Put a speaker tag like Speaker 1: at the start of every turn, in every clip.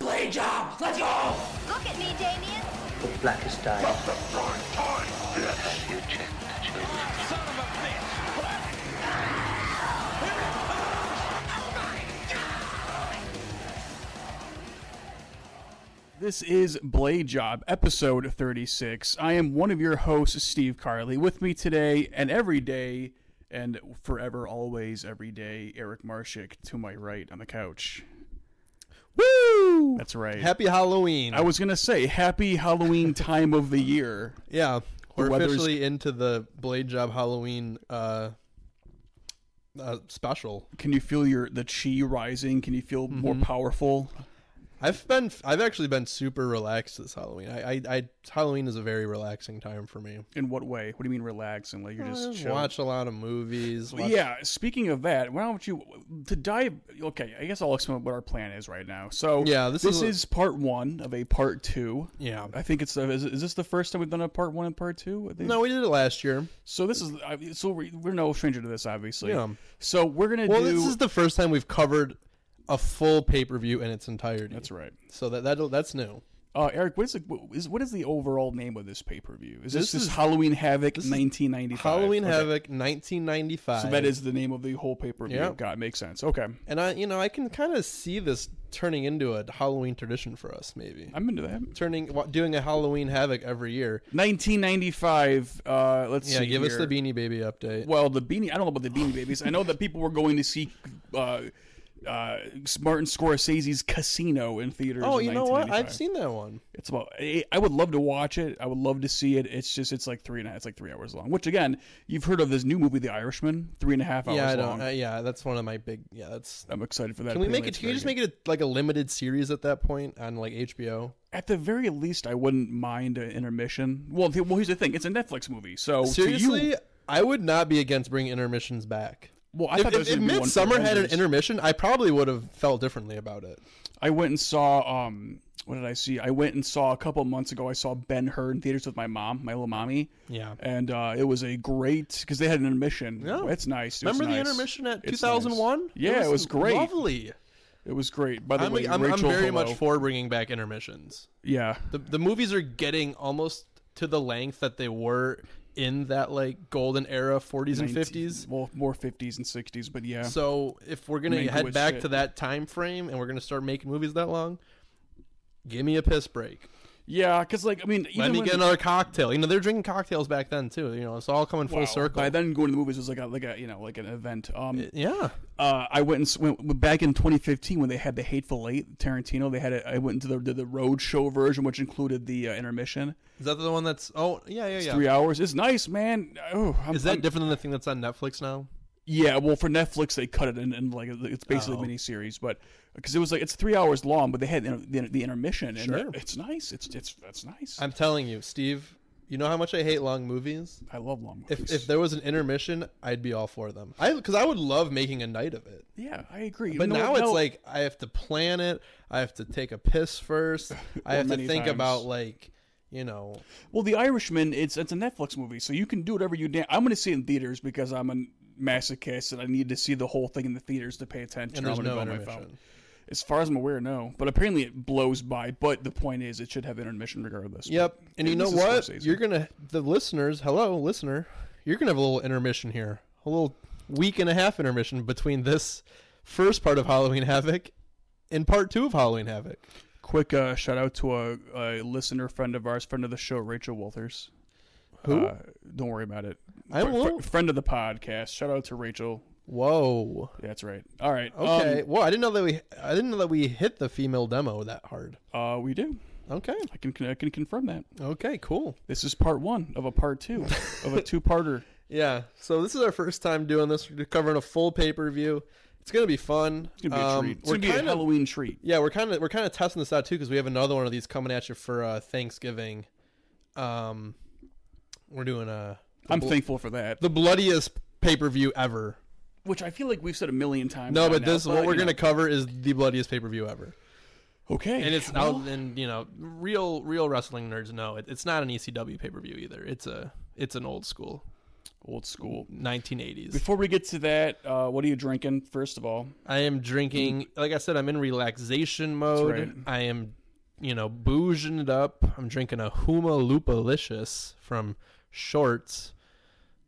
Speaker 1: day job. Let's go.
Speaker 2: Look at me, Damien.
Speaker 3: The blackest day.
Speaker 4: This is Blade Job, episode 36. I am one of your hosts, Steve Carley. With me today and every day and forever, always, every day, Eric Marshik to my right on the couch.
Speaker 5: Woo!
Speaker 4: That's right.
Speaker 5: Happy Halloween.
Speaker 4: I was going to say, happy Halloween time of the year.
Speaker 5: yeah, we're
Speaker 4: weather's-
Speaker 5: officially into the Blade Job Halloween uh, uh, special.
Speaker 4: Can you feel your the chi rising? Can you feel more
Speaker 5: Mm-hmm.
Speaker 4: powerful?
Speaker 5: I've been, I've actually been super relaxed this Halloween. I, I, I Halloween is a very relaxing time for me.
Speaker 4: In what way? What do you mean relaxing? Like you're just chill?
Speaker 5: watch Uh, a lot of movies. Watch,
Speaker 4: Yeah. Speaking of that, why don't you to dive? Okay, I guess I'll explain what our plan is right now. So
Speaker 5: Yeah, this
Speaker 4: this
Speaker 5: is a-
Speaker 4: is part one of a part two.
Speaker 5: yeah.
Speaker 4: I think it's uh, is, is this the first time we've done a part one and part two? I think-
Speaker 5: No, we did it last year.
Speaker 4: So this is I- so we- we're no stranger to this, obviously.
Speaker 5: Yeah.
Speaker 4: So we're gonna
Speaker 5: Well,
Speaker 4: do.
Speaker 5: this is the first time we've covered a full pay per view in its entirety.
Speaker 4: That's right.
Speaker 5: So that, that that's new.
Speaker 4: Uh, Eric, what is, the, is what is the overall name of this pay per view? Is
Speaker 5: This
Speaker 4: this, this
Speaker 5: is-
Speaker 4: Halloween Havoc
Speaker 5: is
Speaker 4: 1995?
Speaker 5: Halloween
Speaker 4: Okay.
Speaker 5: Havoc, nineteen ninety five.
Speaker 4: So that is the name of the whole pay per view.
Speaker 5: Yeah.
Speaker 4: God, makes sense. Okay,
Speaker 5: And I, you know, I can kind of see this turning into a Halloween tradition for us, maybe.
Speaker 4: I'm into that.
Speaker 5: turning, wa- doing a Halloween Havoc every year.
Speaker 4: 1995. Uh, let's
Speaker 5: Yeah,
Speaker 4: see.
Speaker 5: give us
Speaker 4: here.
Speaker 5: the Beanie Baby update.
Speaker 4: Well, the beanie. I don't know about the Beanie Babies. I know that people were going to see uh, uh, Martin Scorsese's Casino in theaters.
Speaker 5: oh,
Speaker 4: in
Speaker 5: you know what? I've
Speaker 4: 1995.
Speaker 5: seen that one.
Speaker 4: It's about. I I would love to watch it. I would love to see it. It's just. It's like three and a half. It's like three hours long. Which again, you've heard of this new movie, The Irishman, three and a half hours
Speaker 5: Yeah, I don't.
Speaker 4: long.
Speaker 5: Uh, yeah, that's one of my big. Yeah, that's.
Speaker 4: I'm excited for that.
Speaker 5: Can we
Speaker 4: Apparently
Speaker 5: make it?
Speaker 4: it's
Speaker 5: Can you
Speaker 4: very
Speaker 5: just
Speaker 4: good.
Speaker 5: make it a, like a limited series at that point on like HBO?
Speaker 4: At the very least, I wouldn't mind an intermission. Well, th- well, here's the thing. It's a Netflix movie, so to you-
Speaker 5: Seriously, I would not be against bringing intermissions back.
Speaker 4: well, I
Speaker 5: if
Speaker 4: thought
Speaker 5: if,
Speaker 4: this
Speaker 5: if
Speaker 4: was gonna be one for
Speaker 5: Midsummer had an
Speaker 4: Avengers.
Speaker 5: intermission, I probably would have felt differently about it.
Speaker 4: I went and saw um what did I see? I went and saw a couple months ago. I saw Ben Hur in theaters with my mom, my little mommy.
Speaker 5: Yeah.
Speaker 4: and uh, it was a great because they had an intermission.
Speaker 5: Yeah.
Speaker 4: it's nice. It was
Speaker 5: Remember the
Speaker 4: nice.
Speaker 5: intermission at two
Speaker 4: It's
Speaker 5: thousand one?
Speaker 4: nice. Yeah, it was, great.
Speaker 5: Lovely.
Speaker 4: It was great. By the
Speaker 5: I'm,
Speaker 4: way,
Speaker 5: I'm, I'm
Speaker 4: Rachel,
Speaker 5: very
Speaker 4: hello.
Speaker 5: much for bringing back intermissions.
Speaker 4: yeah.
Speaker 5: The the movies are getting almost to the length that they were in that like golden era, 40s and 50s.
Speaker 4: Well, more fifties and sixties, but yeah.
Speaker 5: So if we're gonna
Speaker 4: Mankiewicz
Speaker 5: head back
Speaker 4: shit.
Speaker 5: to that time frame and we're gonna start making movies that long, give me a piss break.
Speaker 4: yeah, because like I mean, even
Speaker 5: Let me
Speaker 4: when-
Speaker 5: get another cocktail. You know they're drinking cocktails back then too. You know it's all coming full
Speaker 4: Wow.
Speaker 5: circle.
Speaker 4: By then, going to the movies was like a like a you know like an event. Um,
Speaker 5: yeah,
Speaker 4: uh, I went and s- went went back in 2015 when they had the Hateful Eight Tarantino. They had a, I went into the did the road show version, which included the uh, intermission.
Speaker 5: is that the one that's? Oh yeah, yeah, yeah.
Speaker 4: Three hours. It's nice, man. Oh, I'm,
Speaker 5: Is that
Speaker 4: I'm-
Speaker 5: different than the thing that's on Netflix now?
Speaker 4: yeah? Well, for Netflix, they cut it in, in like it's
Speaker 5: Oh.
Speaker 4: basically a miniseries, but because it was like it's three hours long, but they had the, the, the intermission, and
Speaker 5: Sure.
Speaker 4: it's nice. It's it's that's nice. i
Speaker 5: I'm telling you, Steve. You know how much I hate long movies.
Speaker 4: love long movies.
Speaker 5: If, if there was an intermission, I'd be all for them. I because I would love making a night of it.
Speaker 4: yeah, I agree.
Speaker 5: But
Speaker 4: No,
Speaker 5: now it's
Speaker 4: no-
Speaker 5: like I have to plan it. I have to take a piss first. I have to
Speaker 4: many
Speaker 5: think
Speaker 4: times.
Speaker 5: about like you know.
Speaker 4: Well, The Irishman, it's it's a Netflix movie, so you can do whatever you damn. I'm going to see it in theaters because I'm a masochist and I need to see the whole thing in the theaters to pay attention.
Speaker 5: And there's
Speaker 4: I'm gonna
Speaker 5: no
Speaker 4: go on
Speaker 5: intermission.
Speaker 4: As far as I'm aware, no. But apparently, it blows by. But the point is, it should have intermission regardless.
Speaker 5: Yep.
Speaker 4: But
Speaker 5: And you
Speaker 4: it
Speaker 5: know
Speaker 4: is a
Speaker 5: what?
Speaker 4: Scorsese.
Speaker 5: You're gonna the listeners. Hello, listener. You're gonna have a little intermission here. A little week and a half intermission between this first part of Halloween Havoc and part two of Halloween Havoc.
Speaker 4: quick uh, shout out to a, a listener friend of ours, friend of the show, Rachel Walters.
Speaker 5: Who?
Speaker 4: Uh, don't worry about it.
Speaker 5: I
Speaker 4: Fr- fr-
Speaker 5: won't.
Speaker 4: friend of the podcast. Shout out to Rachel.
Speaker 5: Whoa.
Speaker 4: That's right. All right. um,
Speaker 5: Okay. well, I didn't know that we I didn't know that we hit the female demo that hard.
Speaker 4: uh, we do.
Speaker 5: Okay.
Speaker 4: I can I can confirm that.
Speaker 5: Okay, cool.
Speaker 4: This is part one of a part two of a two parter.
Speaker 5: Yeah. So this is our first time doing this. We're covering a full pay per view. It's gonna be fun.
Speaker 4: It's gonna be a
Speaker 5: Um,
Speaker 4: treat. It's
Speaker 5: we're
Speaker 4: gonna be a
Speaker 5: kind of
Speaker 4: Halloween treat.
Speaker 5: yeah. We're kind of we're kind of testing this out too because we have another one of these coming at you for uh, Thanksgiving. Um, we're doing uh the
Speaker 4: I'm
Speaker 5: blo-
Speaker 4: thankful for that.
Speaker 5: the bloodiest pay per view ever.
Speaker 4: Which I feel like we've said a million times.
Speaker 5: No,
Speaker 4: by
Speaker 5: but
Speaker 4: now,
Speaker 5: this what
Speaker 4: you
Speaker 5: we're
Speaker 4: know.
Speaker 5: gonna cover is the bloodiest pay per view ever,
Speaker 4: okay,
Speaker 5: and it's
Speaker 4: well,
Speaker 5: out and you know E real real wrestling nerds know it, it's not an ECW pay per view either. It's a it's an old school.
Speaker 4: Old school.
Speaker 5: 1980s.
Speaker 4: Before we get to that, uh, what are you drinking? First of all,
Speaker 5: I am drinking, like I said, I'm in relaxation mode.
Speaker 4: right.
Speaker 5: I am, you know, bouging it up. I'm drinking a Huma Lupalicious from Shorts.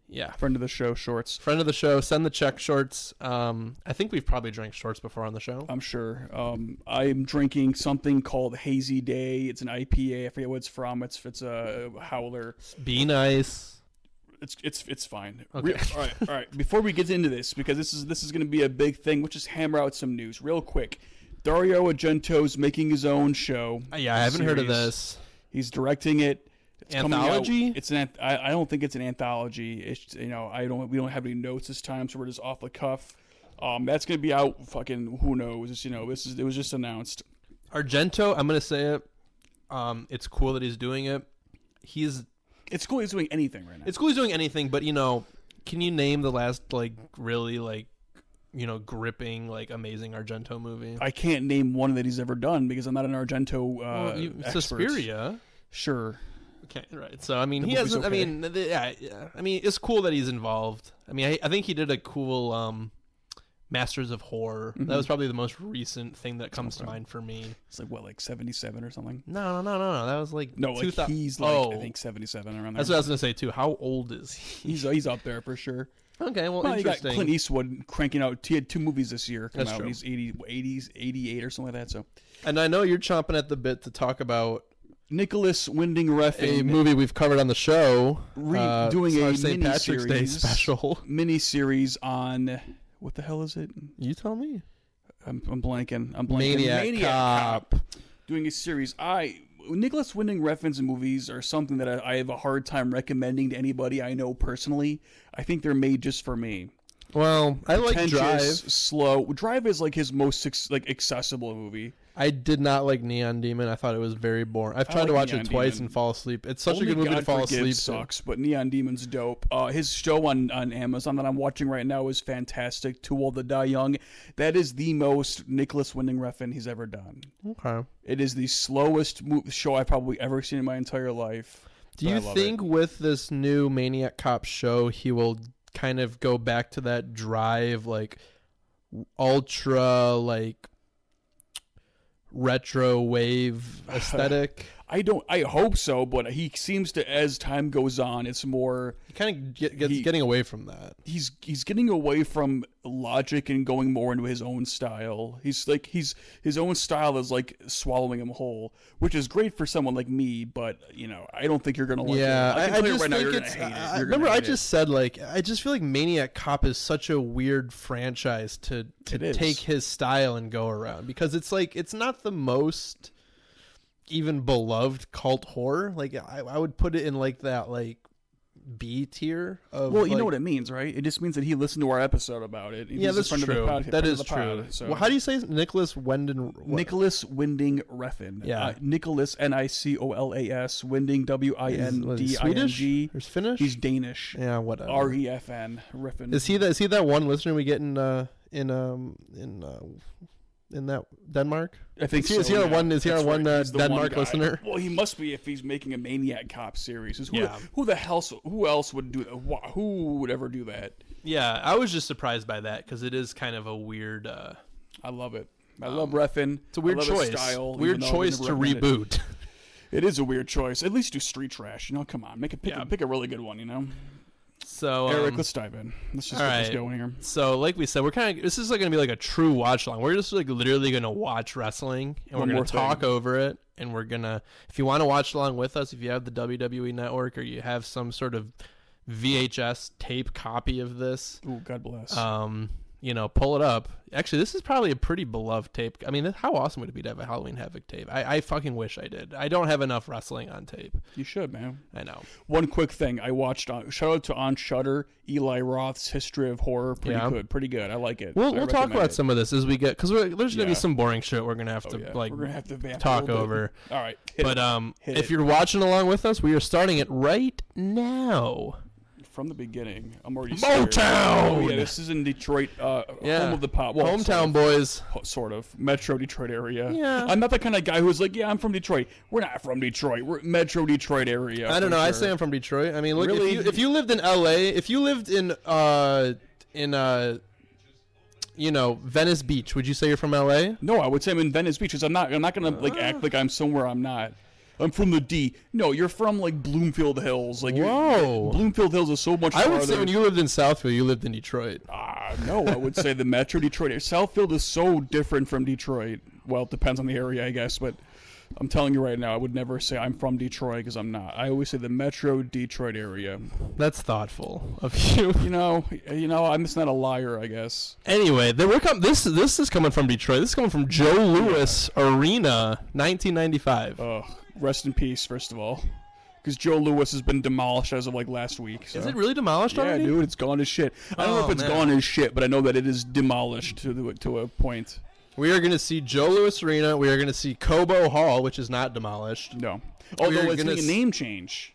Speaker 5: Yeah.
Speaker 4: friend of the show, shorts.
Speaker 5: Friend of the show, send the check shorts. Um, I think we've probably drank shorts before on the show.
Speaker 4: I'm sure. Um, I'm drinking something called Hazy Day. It's an IPA. I forget what it's from. It's it's a howler.
Speaker 5: Be nice.
Speaker 4: It's it's it's fine.
Speaker 5: Okay.
Speaker 4: Re- all right, all right. Before we get into this, because this is this is going to be a big thing, we'll just hammer out some news real quick. Dario Argento's making his own show.
Speaker 5: Uh, Yeah, I haven't heard of
Speaker 4: series.
Speaker 5: this.
Speaker 4: He's directing it. It's coming out-
Speaker 5: Anthology?
Speaker 4: It's an. anth- I, I don't think it's an anthology. It's you know I don't we don't have any notes this time, so we're just off the cuff. Um, that's gonna be out. Fucking who knows? It's, you know this is it was just announced.
Speaker 5: Argento, I'm going to say it. Um, it's cool that he's doing it. He's
Speaker 4: It's cool. He's doing anything right now.
Speaker 5: It's cool he's doing anything, but you know, can you name the last like really like you know gripping like amazing Argento movie?
Speaker 4: I can't name one that he's ever done because I'm not an Argento uh,
Speaker 5: Well, you-
Speaker 4: expert.
Speaker 5: Suspiria.
Speaker 4: Sure.
Speaker 5: Okay, right. So I mean, he
Speaker 4: movie's
Speaker 5: hasn't. I
Speaker 4: okay.
Speaker 5: mean, th- yeah, yeah. I mean, it's cool that he's involved. I mean, I, I think he did a cool um, Masters of Horror.
Speaker 4: Mm-hmm.
Speaker 5: That was probably the most recent thing that comes to mind for me.
Speaker 4: It's like what, like 77 or something?
Speaker 5: No, no, no, no, no. That was like
Speaker 4: No, like
Speaker 5: 2000
Speaker 4: he's like
Speaker 5: oh,
Speaker 4: I think 77 around there.
Speaker 5: that's what I was gonna say too. How old is he?
Speaker 4: he's he's up there for sure.
Speaker 5: Okay, well,
Speaker 4: Well, you got
Speaker 5: interesting.
Speaker 4: Clint Eastwood cranking out. He had two movies this year come
Speaker 5: That's
Speaker 4: out.
Speaker 5: true.
Speaker 4: He's 80, 80s, 88 or something like that. So
Speaker 5: and I know you're chomping at the bit to talk about
Speaker 4: Nicholas Winding
Speaker 5: a
Speaker 4: Refn
Speaker 5: movie we've covered on the show,
Speaker 4: re-
Speaker 5: uh,
Speaker 4: doing
Speaker 5: it's
Speaker 4: a
Speaker 5: our St. Patrick's Day
Speaker 4: miniseries.
Speaker 5: special.
Speaker 4: mini series on what the hell is it?
Speaker 5: You tell me.
Speaker 4: I'm, I'm blanking. I'm blanking.
Speaker 5: Maniac, Cop.
Speaker 4: doing a series. I Nicholas Winding Refn's movies are something that I, I have a hard time recommending to anybody I know personally. I think they're made just for me.
Speaker 5: Well, I like
Speaker 4: Pretentious,
Speaker 5: Drive.
Speaker 4: slow. Drive is like his most suc- like accessible movie.
Speaker 5: I did not like Neon Demon. I thought it was very boring. I've tried to
Speaker 4: like
Speaker 5: watch
Speaker 4: Neon
Speaker 5: it twice
Speaker 4: Demon.
Speaker 5: and fall asleep. It's such
Speaker 4: Only
Speaker 5: a good movie
Speaker 4: God
Speaker 5: to fall
Speaker 4: Forgives
Speaker 5: asleep. to.
Speaker 4: sucks, but Neon Demon's dope. Uh, his show on, on Amazon that I'm watching right now is fantastic. Too Old to Die Young. That is the most Nicholas Winding Refn he's ever done.
Speaker 5: Okay.
Speaker 4: It is the slowest mo- show I've probably ever seen in my entire life.
Speaker 5: Do
Speaker 4: but I
Speaker 5: you
Speaker 4: love
Speaker 5: think with this new Maniac Cop show, he will kind of go back to that Drive like ultra like retro wave aesthetic?
Speaker 4: I don't. I hope so, but he seems to, as time goes on, it's more
Speaker 5: he kind of get, gets
Speaker 4: He-
Speaker 5: getting away from that.
Speaker 4: he's he's getting away from logic and going more into his own style. He's like he's his own style is like swallowing him whole, which is great for someone like me. But you know, I don't think you're gonna like
Speaker 5: yeah,
Speaker 4: it. I,
Speaker 5: I,
Speaker 4: can
Speaker 5: I,
Speaker 4: tell you
Speaker 5: just
Speaker 4: right now,
Speaker 5: think
Speaker 4: you're gonna
Speaker 5: it's.
Speaker 4: hate
Speaker 5: I- I
Speaker 4: it. You're gonna
Speaker 5: remember, I
Speaker 4: hate it.
Speaker 5: just said like I just feel like Maniac Cop is such a weird franchise to
Speaker 4: It
Speaker 5: to
Speaker 4: is.
Speaker 5: take his style and go around because it's like it's not the most even beloved cult horror. Like I, I would put it in like that like B tier of
Speaker 4: Well, you know
Speaker 5: like-
Speaker 4: what it means, right? It just means that he listened to our episode about it.
Speaker 5: yeah, that's true. that is true.
Speaker 4: so.
Speaker 5: Well, how do you say Nicholas Wenden? what-
Speaker 4: Nicholas Winding Refn.
Speaker 5: Yeah.
Speaker 4: Uh, Nicholas N I C O L A S Winding W I
Speaker 5: is-
Speaker 4: N
Speaker 5: was he
Speaker 4: D I N G.
Speaker 5: Swedish or Finnish?
Speaker 4: He's Danish.
Speaker 5: yeah, whatever.
Speaker 4: R E F N Refn.
Speaker 5: Is he that? Is he that one listener we get in uh, in um in uh, in that Denmark?
Speaker 4: I think
Speaker 5: Is he- is
Speaker 4: so,
Speaker 5: he our
Speaker 4: yeah.
Speaker 5: one- is he
Speaker 4: That's
Speaker 5: our one,
Speaker 4: right.
Speaker 5: uh,
Speaker 4: He's the one
Speaker 5: Denmark
Speaker 4: guy.
Speaker 5: listener?
Speaker 4: Well, he must be if he's making a Maniac Cop series. 'cause Who,
Speaker 5: Yeah.
Speaker 4: who the hell? Who else would do that? Wh- Who would ever do that?
Speaker 5: Yeah, I was just surprised by that because it is kind of a weird. Uh,
Speaker 4: I love it. I love Refn.
Speaker 5: Um, it's a weird
Speaker 4: I love his
Speaker 5: choice.
Speaker 4: Style,
Speaker 5: weird
Speaker 4: even though I
Speaker 5: choice
Speaker 4: wouldn't
Speaker 5: to
Speaker 4: recommend It.
Speaker 5: reboot.
Speaker 4: it is a weird choice. At least do street trash. You know, come on, make a pick,
Speaker 5: Yeah.
Speaker 4: a, pick a really good one. You know,
Speaker 5: so um,
Speaker 4: Eric, let's dive in. Let's just
Speaker 5: all
Speaker 4: get this
Speaker 5: right.
Speaker 4: going here.
Speaker 5: So like we said, we're kind of this is like going to be like a true watch along. We're just like literally going to watch wrestling and
Speaker 4: One
Speaker 5: we're going
Speaker 4: more
Speaker 5: to
Speaker 4: thing.
Speaker 5: talk over it. And we're gonna, if you want to watch along with us, if you have the WWE Network or you have some sort of VHS tape copy of this,
Speaker 4: Ooh, God bless.
Speaker 5: um, you know, pull it up. Actually, this is probably a pretty beloved tape. I mean, how awesome would it be to have a Halloween Havoc tape? I, I fucking wish I did. I don't have enough wrestling on tape.
Speaker 4: you should, man.
Speaker 5: I know.
Speaker 4: One quick thing I watched on shout out to On Shutter, Eli Roth's History of Horror. Pretty
Speaker 5: Yeah.
Speaker 4: good, pretty good. I like it.
Speaker 5: We'll,
Speaker 4: I
Speaker 5: we'll talk
Speaker 4: recommend
Speaker 5: about
Speaker 4: it.
Speaker 5: some of this as we get because there's gonna be
Speaker 4: Yeah.
Speaker 5: some boring shit we're gonna have to
Speaker 4: Yeah,
Speaker 5: like
Speaker 4: we're gonna have to vamp a
Speaker 5: talk
Speaker 4: little bit.
Speaker 5: over.
Speaker 4: All right, hit
Speaker 5: But um,
Speaker 4: Hit
Speaker 5: if
Speaker 4: it.
Speaker 5: you're watching along with us, we are starting it right now.
Speaker 4: it. from the beginning. I'm already scared. Oh,
Speaker 5: Motown.
Speaker 4: Yeah, this is in Detroit, uh,
Speaker 5: Yeah.
Speaker 4: home of the pop. Well,
Speaker 5: Hometown boys.
Speaker 4: sort of, sort of Metro Detroit area.
Speaker 5: Yeah.
Speaker 4: I'm not the kind of guy who's like, yeah, I'm from Detroit. We're not from Detroit. We're Metro Detroit area.
Speaker 5: I don't
Speaker 4: for
Speaker 5: know. I
Speaker 4: sure.
Speaker 5: say I'm from Detroit. I mean, look
Speaker 4: Really?
Speaker 5: if you if you lived in L.A., if you lived in uh in uh you know Venice Beach, would you say you're from L.A.?
Speaker 4: No, I would say I'm in Venice Beach. 'cause I'm not. I'm not gonna like
Speaker 5: Ah.
Speaker 4: act like I'm somewhere I'm not. I'm from the D. No, you're from like Bloomfield Hills. Like, you're-
Speaker 5: Whoa.
Speaker 4: Bloomfield Hills is so much.
Speaker 5: I would
Speaker 4: farther.
Speaker 5: say when you lived in Southfield, you lived in Detroit.
Speaker 4: Ah, no, I would say the Metro Detroit. area. Southfield is so different from Detroit. Well, it depends on the area, I guess, but I'm telling you right now, I would never say I'm from Detroit because I'm not. I always say the Metro Detroit area.
Speaker 5: That's thoughtful of you.
Speaker 4: You know, you know, I'm just not a liar, I guess.
Speaker 5: Anyway, then we're com- this this is coming from Detroit. This is coming from Joe Lewis Arena, 1995.
Speaker 4: Ugh, rest in peace, first of all, because Joe Lewis has been demolished as of like last week. So.
Speaker 5: is it really demolished
Speaker 4: Yeah,
Speaker 5: already?
Speaker 4: dude, it's gone as shit. I don't know
Speaker 5: Oh,
Speaker 4: if it's
Speaker 5: man.
Speaker 4: gone as shit, but I know that it is demolished to the, to a point.
Speaker 5: We are going to see Joe Lewis Arena. We are going to see Cobo Hall, which is not demolished.
Speaker 4: No, although it's
Speaker 5: gonna
Speaker 4: making a
Speaker 5: s-
Speaker 4: name change.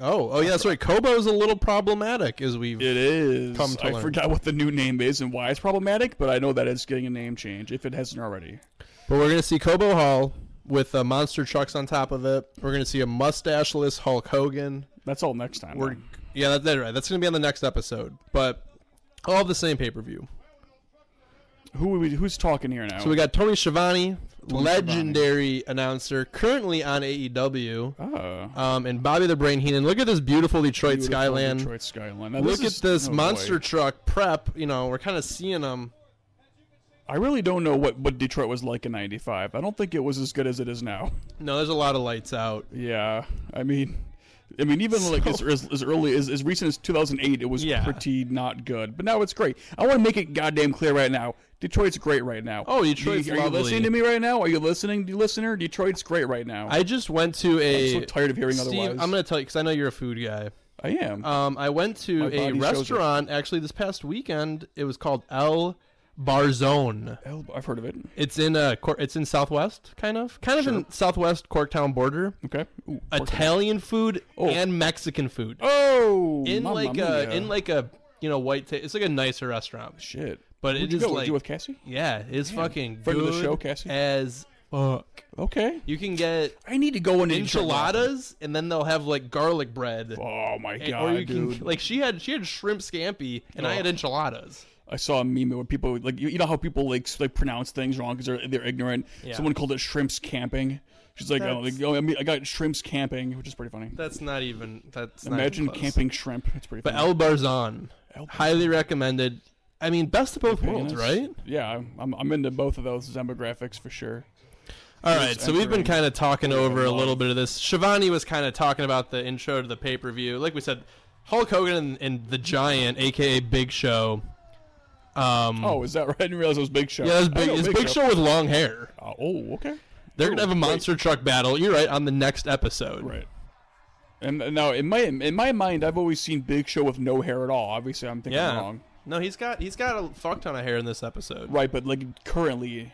Speaker 5: Oh, oh yeah, that's right. Kobo is a little problematic, as we've.
Speaker 4: It is.
Speaker 5: Come to
Speaker 4: I
Speaker 5: learn.
Speaker 4: forgot what the new name is and why it's problematic, but I know that it's getting a name change if it hasn't already.
Speaker 5: But we're going to see Kobo Hall with uh, monster trucks on top of it. We're going to see a mustacheless Hulk Hogan.
Speaker 4: That's all next time.
Speaker 5: We're yeah, that, that's right. That's going to be on the next episode, but all the same pay per view.
Speaker 4: Who are we, who's talking here now?
Speaker 5: So we got Tony Schiavone, legendary announcer, currently on AEW,
Speaker 4: oh,
Speaker 5: um, and Bobby the Brain Heenan. Look at this beautiful Detroit
Speaker 4: beautiful
Speaker 5: skyline.
Speaker 4: Detroit Skyline. Now,
Speaker 5: Look
Speaker 4: is-
Speaker 5: at this
Speaker 4: oh,
Speaker 5: monster
Speaker 4: boy.
Speaker 5: truck prep. You know, we're kind of seeing them.
Speaker 4: I really don't know what, what Detroit was like in '95. I don't think it was as good as it is now.
Speaker 5: No, there's a lot of lights out.
Speaker 4: Yeah, I mean, I mean, even like as, as, as early as, as recent as 2008, it was
Speaker 5: Yeah.
Speaker 4: pretty not good. But now it's great. I want to make it goddamn clear right now. Detroit's great right now.
Speaker 5: Oh, Detroit's
Speaker 4: Do you- Are
Speaker 5: lovely.
Speaker 4: you listening to me right now? Are you listening, you listener? Detroit's great right now.
Speaker 5: I just went to
Speaker 4: I'm
Speaker 5: a.
Speaker 4: so tired of hearing
Speaker 5: Steve,
Speaker 4: otherwise.
Speaker 5: I'm going to tell you because I know you're a food guy.
Speaker 4: I am.
Speaker 5: Um, I went to
Speaker 4: My
Speaker 5: a
Speaker 4: body shows it.
Speaker 5: restaurant actually this past weekend. It was called El Barzone.
Speaker 4: Hell, I've heard of it.
Speaker 5: It's in uh, Cor- it's in Southwest, kind of, kind of in Southwest Corktown border.
Speaker 4: Okay. Ooh,
Speaker 5: Italian food and Mexican food
Speaker 4: oh,
Speaker 5: in
Speaker 4: Mamma
Speaker 5: like
Speaker 4: mia.
Speaker 5: a in like a you know white. Ta- it's like a nicer restaurant,
Speaker 4: shit.
Speaker 5: but
Speaker 4: Where'd
Speaker 5: it
Speaker 4: you
Speaker 5: is
Speaker 4: go? Did
Speaker 5: like
Speaker 4: you with Cassie?
Speaker 5: yeah, it's fucking
Speaker 4: Friend of
Speaker 5: good
Speaker 4: the show, Cassie?
Speaker 5: as fuck.
Speaker 4: Okay.
Speaker 5: You can get
Speaker 4: I need to go into Detroit more often.
Speaker 5: enchiladas, and then they'll have like garlic bread.
Speaker 4: Oh my
Speaker 5: And-
Speaker 4: god,
Speaker 5: or you
Speaker 4: dude!
Speaker 5: can like she had she had shrimp scampi and I had enchiladas.
Speaker 4: I saw a meme where people like you, you know how people like s- like pronounce things wrong because they're they're ignorant.
Speaker 5: Yeah.
Speaker 4: Someone called it shrimps camping. She's like, oh,
Speaker 5: That's-
Speaker 4: like, oh, I, mean, I got shrimps camping, which is pretty funny.
Speaker 5: That's not even that's
Speaker 4: Imagine
Speaker 5: not even close.
Speaker 4: camping shrimp. It's pretty.
Speaker 5: But
Speaker 4: funny.
Speaker 5: El Barzan,
Speaker 4: El
Speaker 5: highly recommended. I mean, best of both worlds,
Speaker 4: Yes.
Speaker 5: right?
Speaker 4: Yeah, I'm- I'm I'm into both of those demographics for sure.
Speaker 5: All right, so we've been
Speaker 4: entering
Speaker 5: kind of talking over a
Speaker 4: love.
Speaker 5: little bit of this. Shivani was kind of talking about the intro to the pay per view. Like we said, Hulk Hogan and, and the Giant, aka Big Show. Um,
Speaker 4: Oh, is that right? I didn't realize it was Big Show.
Speaker 5: yeah, it's
Speaker 4: I
Speaker 5: Big,
Speaker 4: know
Speaker 5: it's Big Show with long hair.
Speaker 4: Uh, oh, okay.
Speaker 5: They're gonna
Speaker 4: Ooh,
Speaker 5: have a
Speaker 4: wait.
Speaker 5: monster truck battle. You're right on the next episode.
Speaker 4: Right. And and now in my in my mind, I've always seen Big Show with no hair at all. Obviously, I'm thinking
Speaker 5: Yeah.
Speaker 4: wrong.
Speaker 5: No, he's got he's got a fuck ton of hair in this episode.
Speaker 4: Right, but like currently,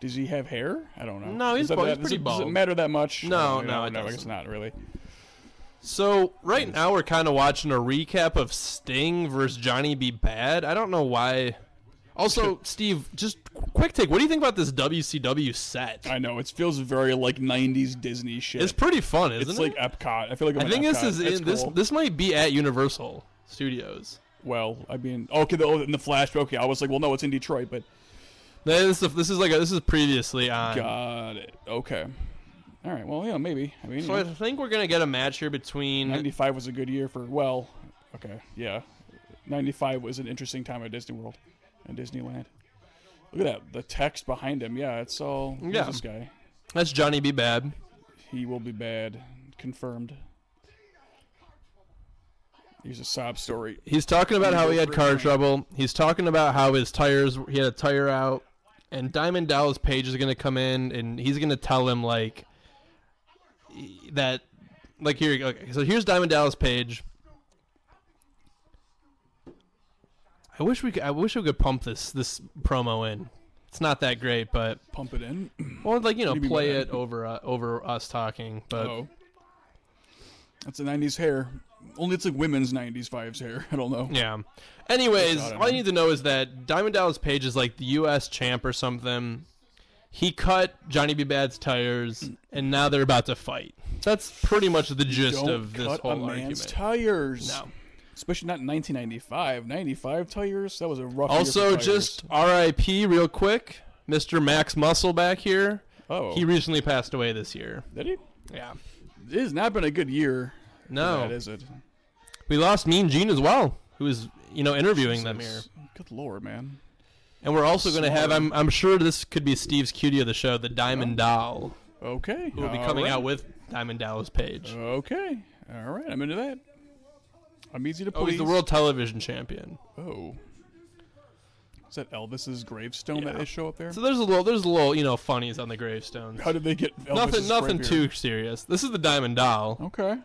Speaker 4: does he have hair? I don't know.
Speaker 5: No, he's
Speaker 4: Is that,
Speaker 5: bald.
Speaker 4: that-
Speaker 5: He's
Speaker 4: does
Speaker 5: pretty
Speaker 4: it, Does
Speaker 5: bald.
Speaker 4: it matter that much? Oh,
Speaker 5: No,
Speaker 4: I don't
Speaker 5: no,
Speaker 4: know.
Speaker 5: it
Speaker 4: I guess
Speaker 5: doesn't.
Speaker 4: not really.
Speaker 5: So right now we're kind of watching a recap of Sting versus Johnny B. Bad. I don't know why. Also, Steve, just quick take. What do you think about this WCW set?
Speaker 4: I know it feels very like '90s Disney shit.
Speaker 5: It's pretty fun, isn't
Speaker 4: It's
Speaker 5: it?
Speaker 4: like Epcot. I feel like I'm
Speaker 5: I
Speaker 4: at
Speaker 5: think this
Speaker 4: Epcot.
Speaker 5: is
Speaker 4: It's
Speaker 5: in, this.
Speaker 4: cool.
Speaker 5: This might be at Universal Studios.
Speaker 4: Well, I mean, okay, the, oh, in the flash. Okay, I was like, well, no, it's in Detroit, but
Speaker 5: This is, this is like a, this is previously on.
Speaker 4: got it. Okay, all right. Well, yeah, maybe. I mean,
Speaker 5: So I think we're gonna get a match here between
Speaker 4: '95 was a good year for. Well, okay, yeah, '95 was an interesting time at Disney World and Disneyland. Look at that. The text behind him. Yeah, it's all. who's
Speaker 5: Yeah.
Speaker 4: this guy.
Speaker 5: that's Johnny B. Bad.
Speaker 4: He will be bad. Confirmed. Here's a sob story.
Speaker 5: He's talking about how he had car trouble. He's talking about how his tires he had a tire out, and Diamond Dallas Page is gonna come in and he's gonna tell him like that, like here. Okay, so here's Diamond Dallas Page. I wish we could, I wish we could pump this this promo in. It's not that great, but
Speaker 4: Pump it in.
Speaker 5: or like you know
Speaker 4: do you mean
Speaker 5: play
Speaker 4: by
Speaker 5: it over uh, over us talking. But
Speaker 4: Oh. That's a 90s hair. Only it's like women's '90s Fives hair. I don't know.
Speaker 5: Yeah. Anyways,
Speaker 4: I don't
Speaker 5: all I
Speaker 4: know.
Speaker 5: need to know is that Diamond Dallas Page is like the U.S. champ or something. He cut Johnny B. Bad's tires, and now they're about to fight. That's pretty much the gist
Speaker 4: don't
Speaker 5: of this
Speaker 4: cut
Speaker 5: whole
Speaker 4: a man's
Speaker 5: argument.
Speaker 4: tires.
Speaker 5: No.
Speaker 4: Especially not in 1995. 95 tires. That was a rough. year
Speaker 5: Also,
Speaker 4: for tires.
Speaker 5: just R.I.P. real quick, Mr. Max Muscle back here.
Speaker 4: oh,
Speaker 5: He recently passed away this year.
Speaker 4: did he?
Speaker 5: Yeah.
Speaker 4: It has not been a good year.
Speaker 5: No,
Speaker 4: that is it.
Speaker 5: we lost Mean Gene as well, who was you know interviewing them here.
Speaker 4: Jesus. Good lord, man.
Speaker 5: And we're also going to have.
Speaker 4: Sorry.
Speaker 5: I'm I'm sure this could be Steve's cutie of the show, the Diamond Doll,
Speaker 4: Okay,
Speaker 5: who will be coming out with Diamond Dallas Page.
Speaker 4: Okay, all right. I'm into that. I'm easy to please.
Speaker 5: Oh, he's the world television champion.
Speaker 4: Oh. Is that Elvis's gravestone that
Speaker 5: Yeah.
Speaker 4: they show up there?
Speaker 5: So there's a little, there's a little, you know, funnies on the gravestones.
Speaker 4: How did they get Elvis's
Speaker 5: nothing, nothing
Speaker 4: grave here?
Speaker 5: too serious. This is the Diamond Doll.
Speaker 4: Okay.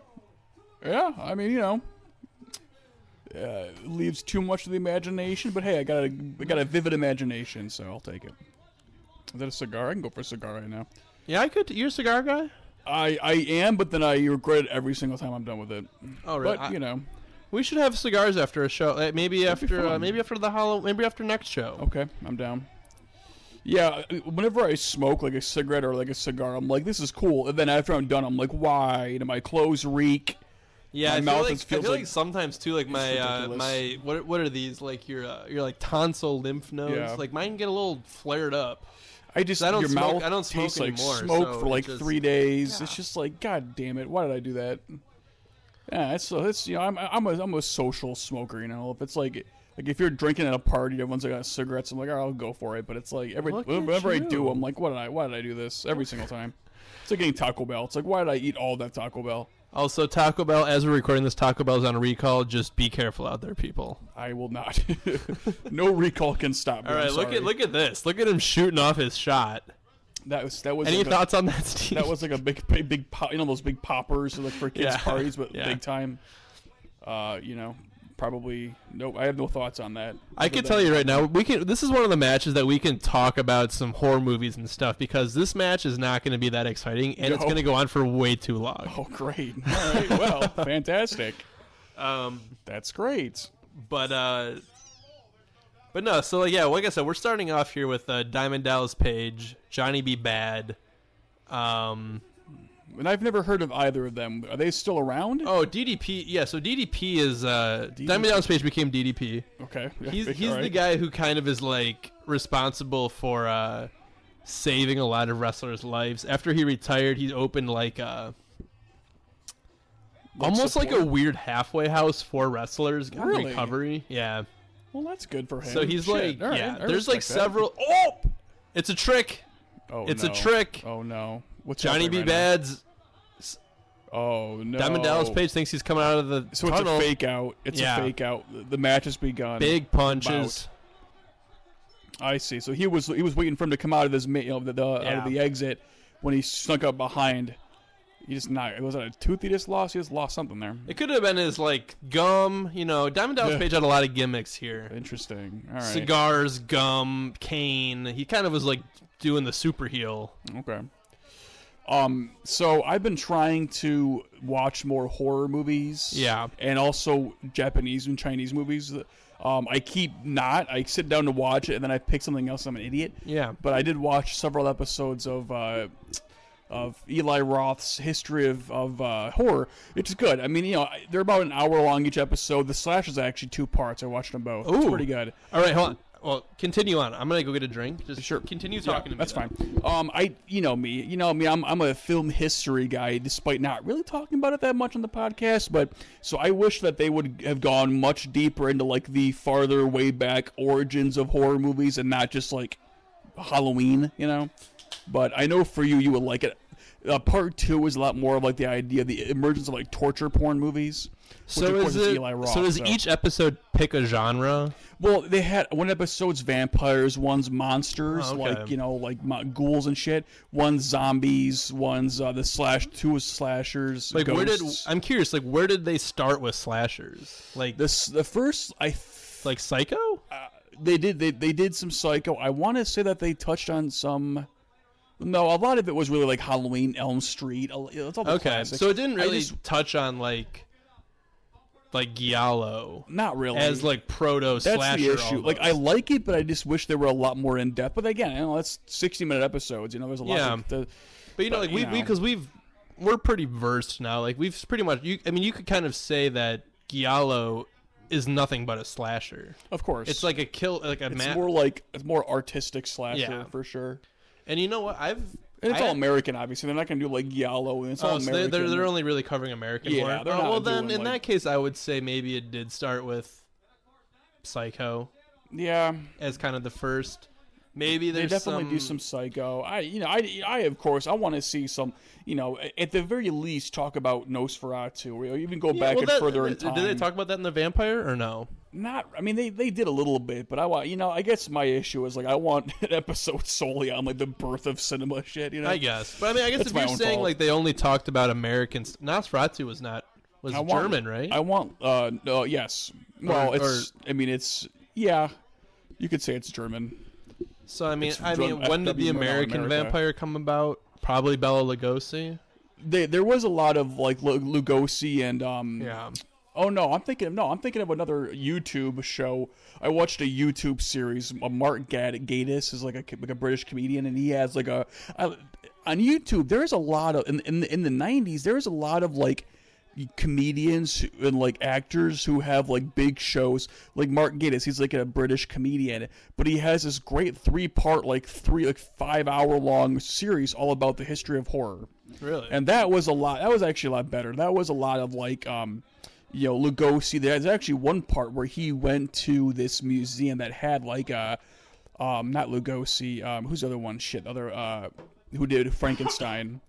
Speaker 4: Yeah, I mean, you know, uh, leaves too much to the imagination. But hey, I got a I got a vivid imagination, so I'll take it. Is that a cigar? I can go for a cigar right now.
Speaker 5: Yeah, I could. You're a cigar guy.
Speaker 4: I I am, but then I regret it every single time I'm done with it.
Speaker 5: Oh, really?
Speaker 4: But you know,
Speaker 5: we should have cigars after a show. uh, Maybe
Speaker 4: That'd be
Speaker 5: after, uh,
Speaker 4: fun. Oh,
Speaker 5: maybe after the hollow, maybe after next show.
Speaker 4: okay, I'm down. Yeah, uh, whenever I smoke like a cigarette or like a cigar, I'm like, this is cool. And then after I'm done, I'm like, why do my clothes reek?
Speaker 5: Yeah,
Speaker 4: My
Speaker 5: I
Speaker 4: mouth
Speaker 5: feel
Speaker 4: is-
Speaker 5: like, I
Speaker 4: feels
Speaker 5: feel
Speaker 4: like-
Speaker 5: like, sometimes too, like my uh,
Speaker 4: ridiculous.
Speaker 5: my what what are these like your uh, your like tonsil lymph nodes?
Speaker 4: Yeah.
Speaker 5: Like mine get a little flared up.
Speaker 4: I just
Speaker 5: I don't
Speaker 4: your
Speaker 5: smoke-
Speaker 4: mouth
Speaker 5: I don't smoke
Speaker 4: tastes like
Speaker 5: anymore,
Speaker 4: smoke
Speaker 5: so
Speaker 4: for like
Speaker 5: it just-
Speaker 4: three days. It's just like, god damn it, why did I do that? Yeah, it's so it's you know I'm I'm a I'm a social smoker. You know, if it's like like if you're drinking at a party, everyone's like got cigarettes. I'm like, all right, I'll go for it. But it's like every
Speaker 5: Look at
Speaker 4: whenever I do,
Speaker 5: you.
Speaker 4: I'm like, why did I why did I do this every single time? It's like eating Taco Bell. It's like why did I eat all that Taco Bell?
Speaker 5: Also, Taco Bell. As we're recording this, Taco Bell's on recall. Just be careful out there, people.
Speaker 4: I will not. no recall can stop me.
Speaker 5: All right, look at look at this. Look at him shooting off his shot.
Speaker 4: that was that was
Speaker 5: Any
Speaker 4: like a-
Speaker 5: thoughts on that, Steve?
Speaker 4: That was like a big, big, big pop, you know, those big poppers like for kids'
Speaker 5: Yeah.
Speaker 4: parties, but
Speaker 5: Yeah.
Speaker 4: big time. Uh, you know, probably nope. I have no thoughts on that.
Speaker 5: I
Speaker 4: Other
Speaker 5: can
Speaker 4: than-
Speaker 5: tell you right now, we can. This is one of the matches that we can talk about some horror movies and stuff because this match is not going to be that exciting and it's
Speaker 4: No.
Speaker 5: going to go on for way too long.
Speaker 4: Oh, great! All right, well, fantastic.
Speaker 5: Um,
Speaker 4: That's great.
Speaker 5: but uh, but no. So like, yeah, like I said, we're starting off here with uh, Diamond Dallas Page, Johnny B. Bad. Um,
Speaker 4: And I've never heard of either of them. Are they still around?
Speaker 5: oh, DDP. Yeah, so DDP is uh, Diamond Dallas Page became DDP.
Speaker 4: okay.
Speaker 5: he's he's
Speaker 4: All
Speaker 5: the
Speaker 4: right.
Speaker 5: guy who kind of is like responsible for uh, saving a lot of wrestlers' lives. After he retired, he opened like a
Speaker 4: Like
Speaker 5: almost like a
Speaker 4: support?
Speaker 5: weird halfway house for wrestlers got
Speaker 4: Really?
Speaker 5: recovery. Yeah,
Speaker 4: Well, that's good for him.
Speaker 5: so he's
Speaker 4: Shit,
Speaker 5: like
Speaker 4: all right,
Speaker 5: yeah.
Speaker 4: I
Speaker 5: There's like
Speaker 4: respect that.
Speaker 5: several. Oh, it's a trick.
Speaker 4: Oh,
Speaker 5: it's a
Speaker 4: no.
Speaker 5: trick.
Speaker 4: Oh no! What's
Speaker 5: Johnny B.
Speaker 4: happening right
Speaker 5: Bad's
Speaker 4: now? Oh no!
Speaker 5: Diamond Dallas Page thinks he's coming out of the
Speaker 4: So it's
Speaker 5: tunnel.
Speaker 4: a fake out. It's
Speaker 5: Yeah.
Speaker 4: a fake out. The- The match has begun.
Speaker 5: Big punches.
Speaker 4: I see. So he was he was waiting for him to come out of this ma- you know, the, the out of
Speaker 5: Yeah.
Speaker 4: the exit when he snuck up behind. He just not was that a tooth he just lost. He just lost something there.
Speaker 5: It could have been his like gum. You know, Diamond Dallas
Speaker 4: Yeah.
Speaker 5: Page had a lot of gimmicks here.
Speaker 4: Interesting. All right.
Speaker 5: cigars, gum, cane. He kind of was like doing the super heel.
Speaker 4: Okay. Um. So I've been trying to watch more horror movies.
Speaker 5: Yeah.
Speaker 4: And also Japanese and Chinese movies. Um. I keep not. I sit down to watch it, and then I pick something else. I'm an idiot.
Speaker 5: Yeah.
Speaker 4: But I did watch several episodes of uh, of Eli Roth's History of of uh, Horror, which is good. I mean, you know, I- they're about an hour long each episode. The slash is actually two parts. I watched them both. It's
Speaker 5: Ooh.
Speaker 4: pretty good.
Speaker 5: All right, hold on. Well, continue on. I'm gonna go get a drink. Just
Speaker 4: Sure.
Speaker 5: Continue
Speaker 4: Yeah,
Speaker 5: talking to me.
Speaker 4: that's
Speaker 5: though.
Speaker 4: fine. Um, I, you know me, you know me. I'm, I'm a film history guy, despite not really talking about it that much on the podcast. But so I wish that they would have gone much deeper into like the farther way back origins of horror movies and not just like Halloween, you know. But I know for you, you would like it. Uh, part two is a lot more of like the idea, the emergence of like torture porn movies. which,
Speaker 5: So
Speaker 4: of course,
Speaker 5: is it?
Speaker 4: Eli Roth,
Speaker 5: so does each episode pick a genre?
Speaker 4: well, they had one episode's vampires, one's monsters,
Speaker 5: Oh, okay.
Speaker 4: like you know, like mo- ghouls and shit. One's zombies, one's uh, the slash, two was slashers.
Speaker 5: Like where did
Speaker 4: ghosts.
Speaker 5: I'm curious. Like where did they start with slashers? Like this,
Speaker 4: this the first? I th-
Speaker 5: like Psycho?
Speaker 4: they did they they did some psycho. I want to say that they touched on some. No, a lot of it was really like Halloween, Elm Street. a- It's all the
Speaker 5: Okay,
Speaker 4: classics.
Speaker 5: so it didn't
Speaker 4: I
Speaker 5: really
Speaker 4: just-
Speaker 5: touch on like like Giallo
Speaker 4: Not really.
Speaker 5: as like proto
Speaker 4: that's
Speaker 5: slasher.
Speaker 4: the issue. Like I
Speaker 5: almost.
Speaker 4: like it, but I just wish there were a lot more in depth. But again, you know, that's sixty minute episodes. You know, there's a lot.
Speaker 5: Yeah.
Speaker 4: Of the,
Speaker 5: but you know, like
Speaker 4: you
Speaker 5: we we
Speaker 4: know.
Speaker 5: because we've we're pretty versed now. Like we've pretty much. You, I mean, you could kind of say that Giallo is nothing but a slasher.
Speaker 4: of course,
Speaker 5: It's like a kill, like a
Speaker 4: it's
Speaker 5: ma-
Speaker 4: more like it's more artistic slasher
Speaker 5: Yeah.
Speaker 4: for sure.
Speaker 5: And you know what? I've
Speaker 4: And it's
Speaker 5: I-
Speaker 4: all American, obviously. They're not going to do like Giallo. And it's all
Speaker 5: Oh, so they're,
Speaker 4: American.
Speaker 5: they're, they're only really covering American
Speaker 4: Yeah,
Speaker 5: horror.
Speaker 4: they're
Speaker 5: Oh,
Speaker 4: not
Speaker 5: well, then
Speaker 4: doing,
Speaker 5: in that
Speaker 4: like-
Speaker 5: case, I would say maybe it did start with Psycho
Speaker 4: yeah,
Speaker 5: as kind of the first. Maybe
Speaker 4: they
Speaker 5: there's
Speaker 4: definitely
Speaker 5: some,
Speaker 4: do some Psycho. I, you know, I, I of course, I want to see some. You know, a- at the very least, talk about Nosferatu, or even go
Speaker 5: Yeah,
Speaker 4: back
Speaker 5: well,
Speaker 4: and
Speaker 5: that- uh,
Speaker 4: further in
Speaker 5: did-
Speaker 4: time.
Speaker 5: Did they talk about that in the Vampire or no?
Speaker 4: Not, I mean, they they did a little bit, but I want, you know, I guess my issue is like I want an episode solely on like the birth of cinema shit. You know,
Speaker 5: I guess, but I mean, I guess
Speaker 4: That's
Speaker 5: if
Speaker 4: my
Speaker 5: you're
Speaker 4: own
Speaker 5: saying
Speaker 4: fault.
Speaker 5: like they only talked about Americans, Nosferatu was not was
Speaker 4: I want-
Speaker 5: German, right?
Speaker 4: I want, uh, no, yes. Well,
Speaker 5: Or-
Speaker 4: it's, I mean, it's, yeah, you could say it's German.
Speaker 5: so I mean,
Speaker 4: it's
Speaker 5: I mean,
Speaker 4: from
Speaker 5: when did the
Speaker 4: FW Murdoch
Speaker 5: American
Speaker 4: America.
Speaker 5: Vampire come about? Probably Bela Lugosi.
Speaker 4: They, there was a lot of like Lu- Lugosi and um.
Speaker 5: Yeah,
Speaker 4: Oh no, I'm thinking no, I'm thinking of another YouTube show. I watched a YouTube series. uh, Mark Gad- Gatiss is like a like a British comedian, and he has like a I- on YouTube. There is a lot of in in the, in the '90s. There is a lot of like comedians who- and like actors who have like big shows like mark gatiss he's like a british comedian but he has this great three part like three like five hour long series all about the history of horror
Speaker 5: really.
Speaker 4: and that was a lot. That was actually a lot better. That was a lot of like, um, you know, Lugosi. There's actually one part where he went to this museum that had like a, um, not Lugosi. Um, who's the other one? Shit, other uh, who did Frankenstein?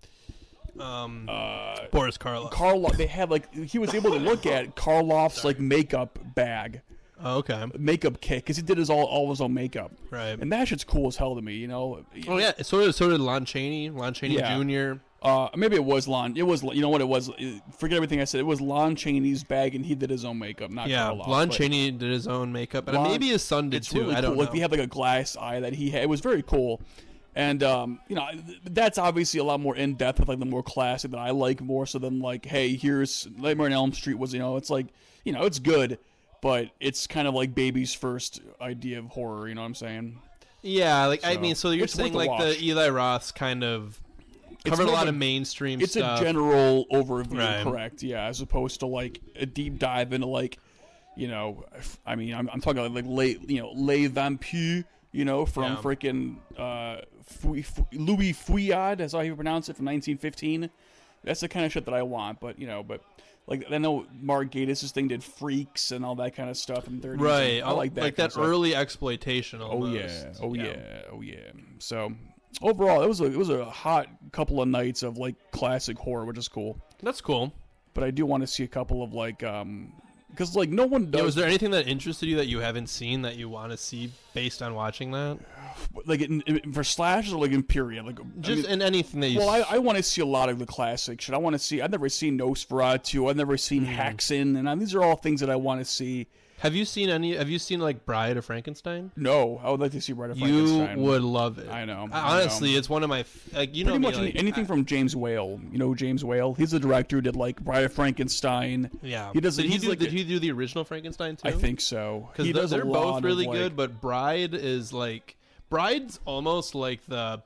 Speaker 5: um,
Speaker 4: uh,
Speaker 5: Boris Karloff.
Speaker 4: Karloff. They had like he was able to look at Karloff's like makeup bag,
Speaker 5: oh, okay,
Speaker 4: makeup kit, because he did his all all his own makeup.
Speaker 5: right.
Speaker 4: And that shit's cool as hell to me, you know.
Speaker 5: Oh yeah, so did, so did Lon Chaney, Lon Chaney
Speaker 4: Yeah.
Speaker 5: Jr.
Speaker 4: Uh, maybe it was Lon. It was you know what it was. Forget everything I said. It was Lon Chaney's bag, and he did his own makeup. Not
Speaker 5: Yeah,
Speaker 4: Karloff,
Speaker 5: Lon
Speaker 4: but
Speaker 5: Chaney did his own makeup, and
Speaker 4: Lon-
Speaker 5: maybe his son did
Speaker 4: It's
Speaker 5: too.
Speaker 4: really
Speaker 5: I
Speaker 4: cool.
Speaker 5: don't
Speaker 4: Like
Speaker 5: know.
Speaker 4: he had like a glass eye that he had. It was very cool, and um, you know th- that's obviously a lot more in depth with like the more classic that I like more. So than like, hey, here's Nightmare on Elm Street was you know it's like you know it's good, but it's kind of like baby's first idea of horror. You know what I'm saying?
Speaker 5: yeah, like I
Speaker 4: So,
Speaker 5: mean, so you're
Speaker 4: it's worth
Speaker 5: saying
Speaker 4: a
Speaker 5: like
Speaker 4: watch.
Speaker 5: the Eli Roth's kind of covered a
Speaker 4: more
Speaker 5: lot
Speaker 4: of
Speaker 5: of
Speaker 4: a-
Speaker 5: mainstream
Speaker 4: it's
Speaker 5: stuff.
Speaker 4: a general overview
Speaker 5: Right.
Speaker 4: correct yeah as opposed to like a deep dive into like you know f- i mean i'm, I'm talking about like lay you know les vampires you know from
Speaker 5: Yeah.
Speaker 4: freaking uh Fou- Fou- louis fouillade that's how you pronounce it from 1915 that's the kind of shit that i want but you know but like i know mark Gatiss' thing did freaks and all that kind of stuff in 30s
Speaker 5: right? Oh,
Speaker 4: i like that
Speaker 5: like
Speaker 4: kind
Speaker 5: that
Speaker 4: of stuff.
Speaker 5: early exploitation.
Speaker 4: Oh
Speaker 5: Almost.
Speaker 4: yeah, oh yeah. oh yeah. So overall, it was a, it was a hot couple of nights of like classic horror, which is cool.
Speaker 5: that's cool.
Speaker 4: But I do want to see a couple of like um, because like no one
Speaker 5: Yeah,
Speaker 4: does
Speaker 5: was there anything that interested you that you haven't seen that you want to see based on watching that?
Speaker 4: like in, in- for slashes or like in period like I
Speaker 5: Just
Speaker 4: mean-
Speaker 5: in anything that you.
Speaker 4: well, I,
Speaker 5: s-
Speaker 4: I want to see a lot of the classic shit. I want to see. I've never seen Nosferatu. I've never seen
Speaker 5: Mm.
Speaker 4: Haxan, and I, these are all things that I want to see.
Speaker 5: have you seen any? Have you seen like Bride of Frankenstein?
Speaker 4: No, I would like to see Bride of
Speaker 5: You
Speaker 4: Frankenstein.
Speaker 5: would love it.
Speaker 4: I know, I know.
Speaker 5: honestly, it's one of my f- like you know me,
Speaker 4: pretty much any-
Speaker 5: like,
Speaker 4: anything from James Whale. You know James Whale. He's the director who did like Bride of Frankenstein.
Speaker 5: Yeah,
Speaker 4: He does-
Speaker 5: Did he
Speaker 4: he's
Speaker 5: do,
Speaker 4: like
Speaker 5: did
Speaker 4: a-
Speaker 5: he do the original Frankenstein too?
Speaker 4: I think so. He
Speaker 5: because
Speaker 4: does a
Speaker 5: they're
Speaker 4: lot
Speaker 5: both
Speaker 4: of,
Speaker 5: really
Speaker 4: like-
Speaker 5: good, but Bride is like Bride's almost like the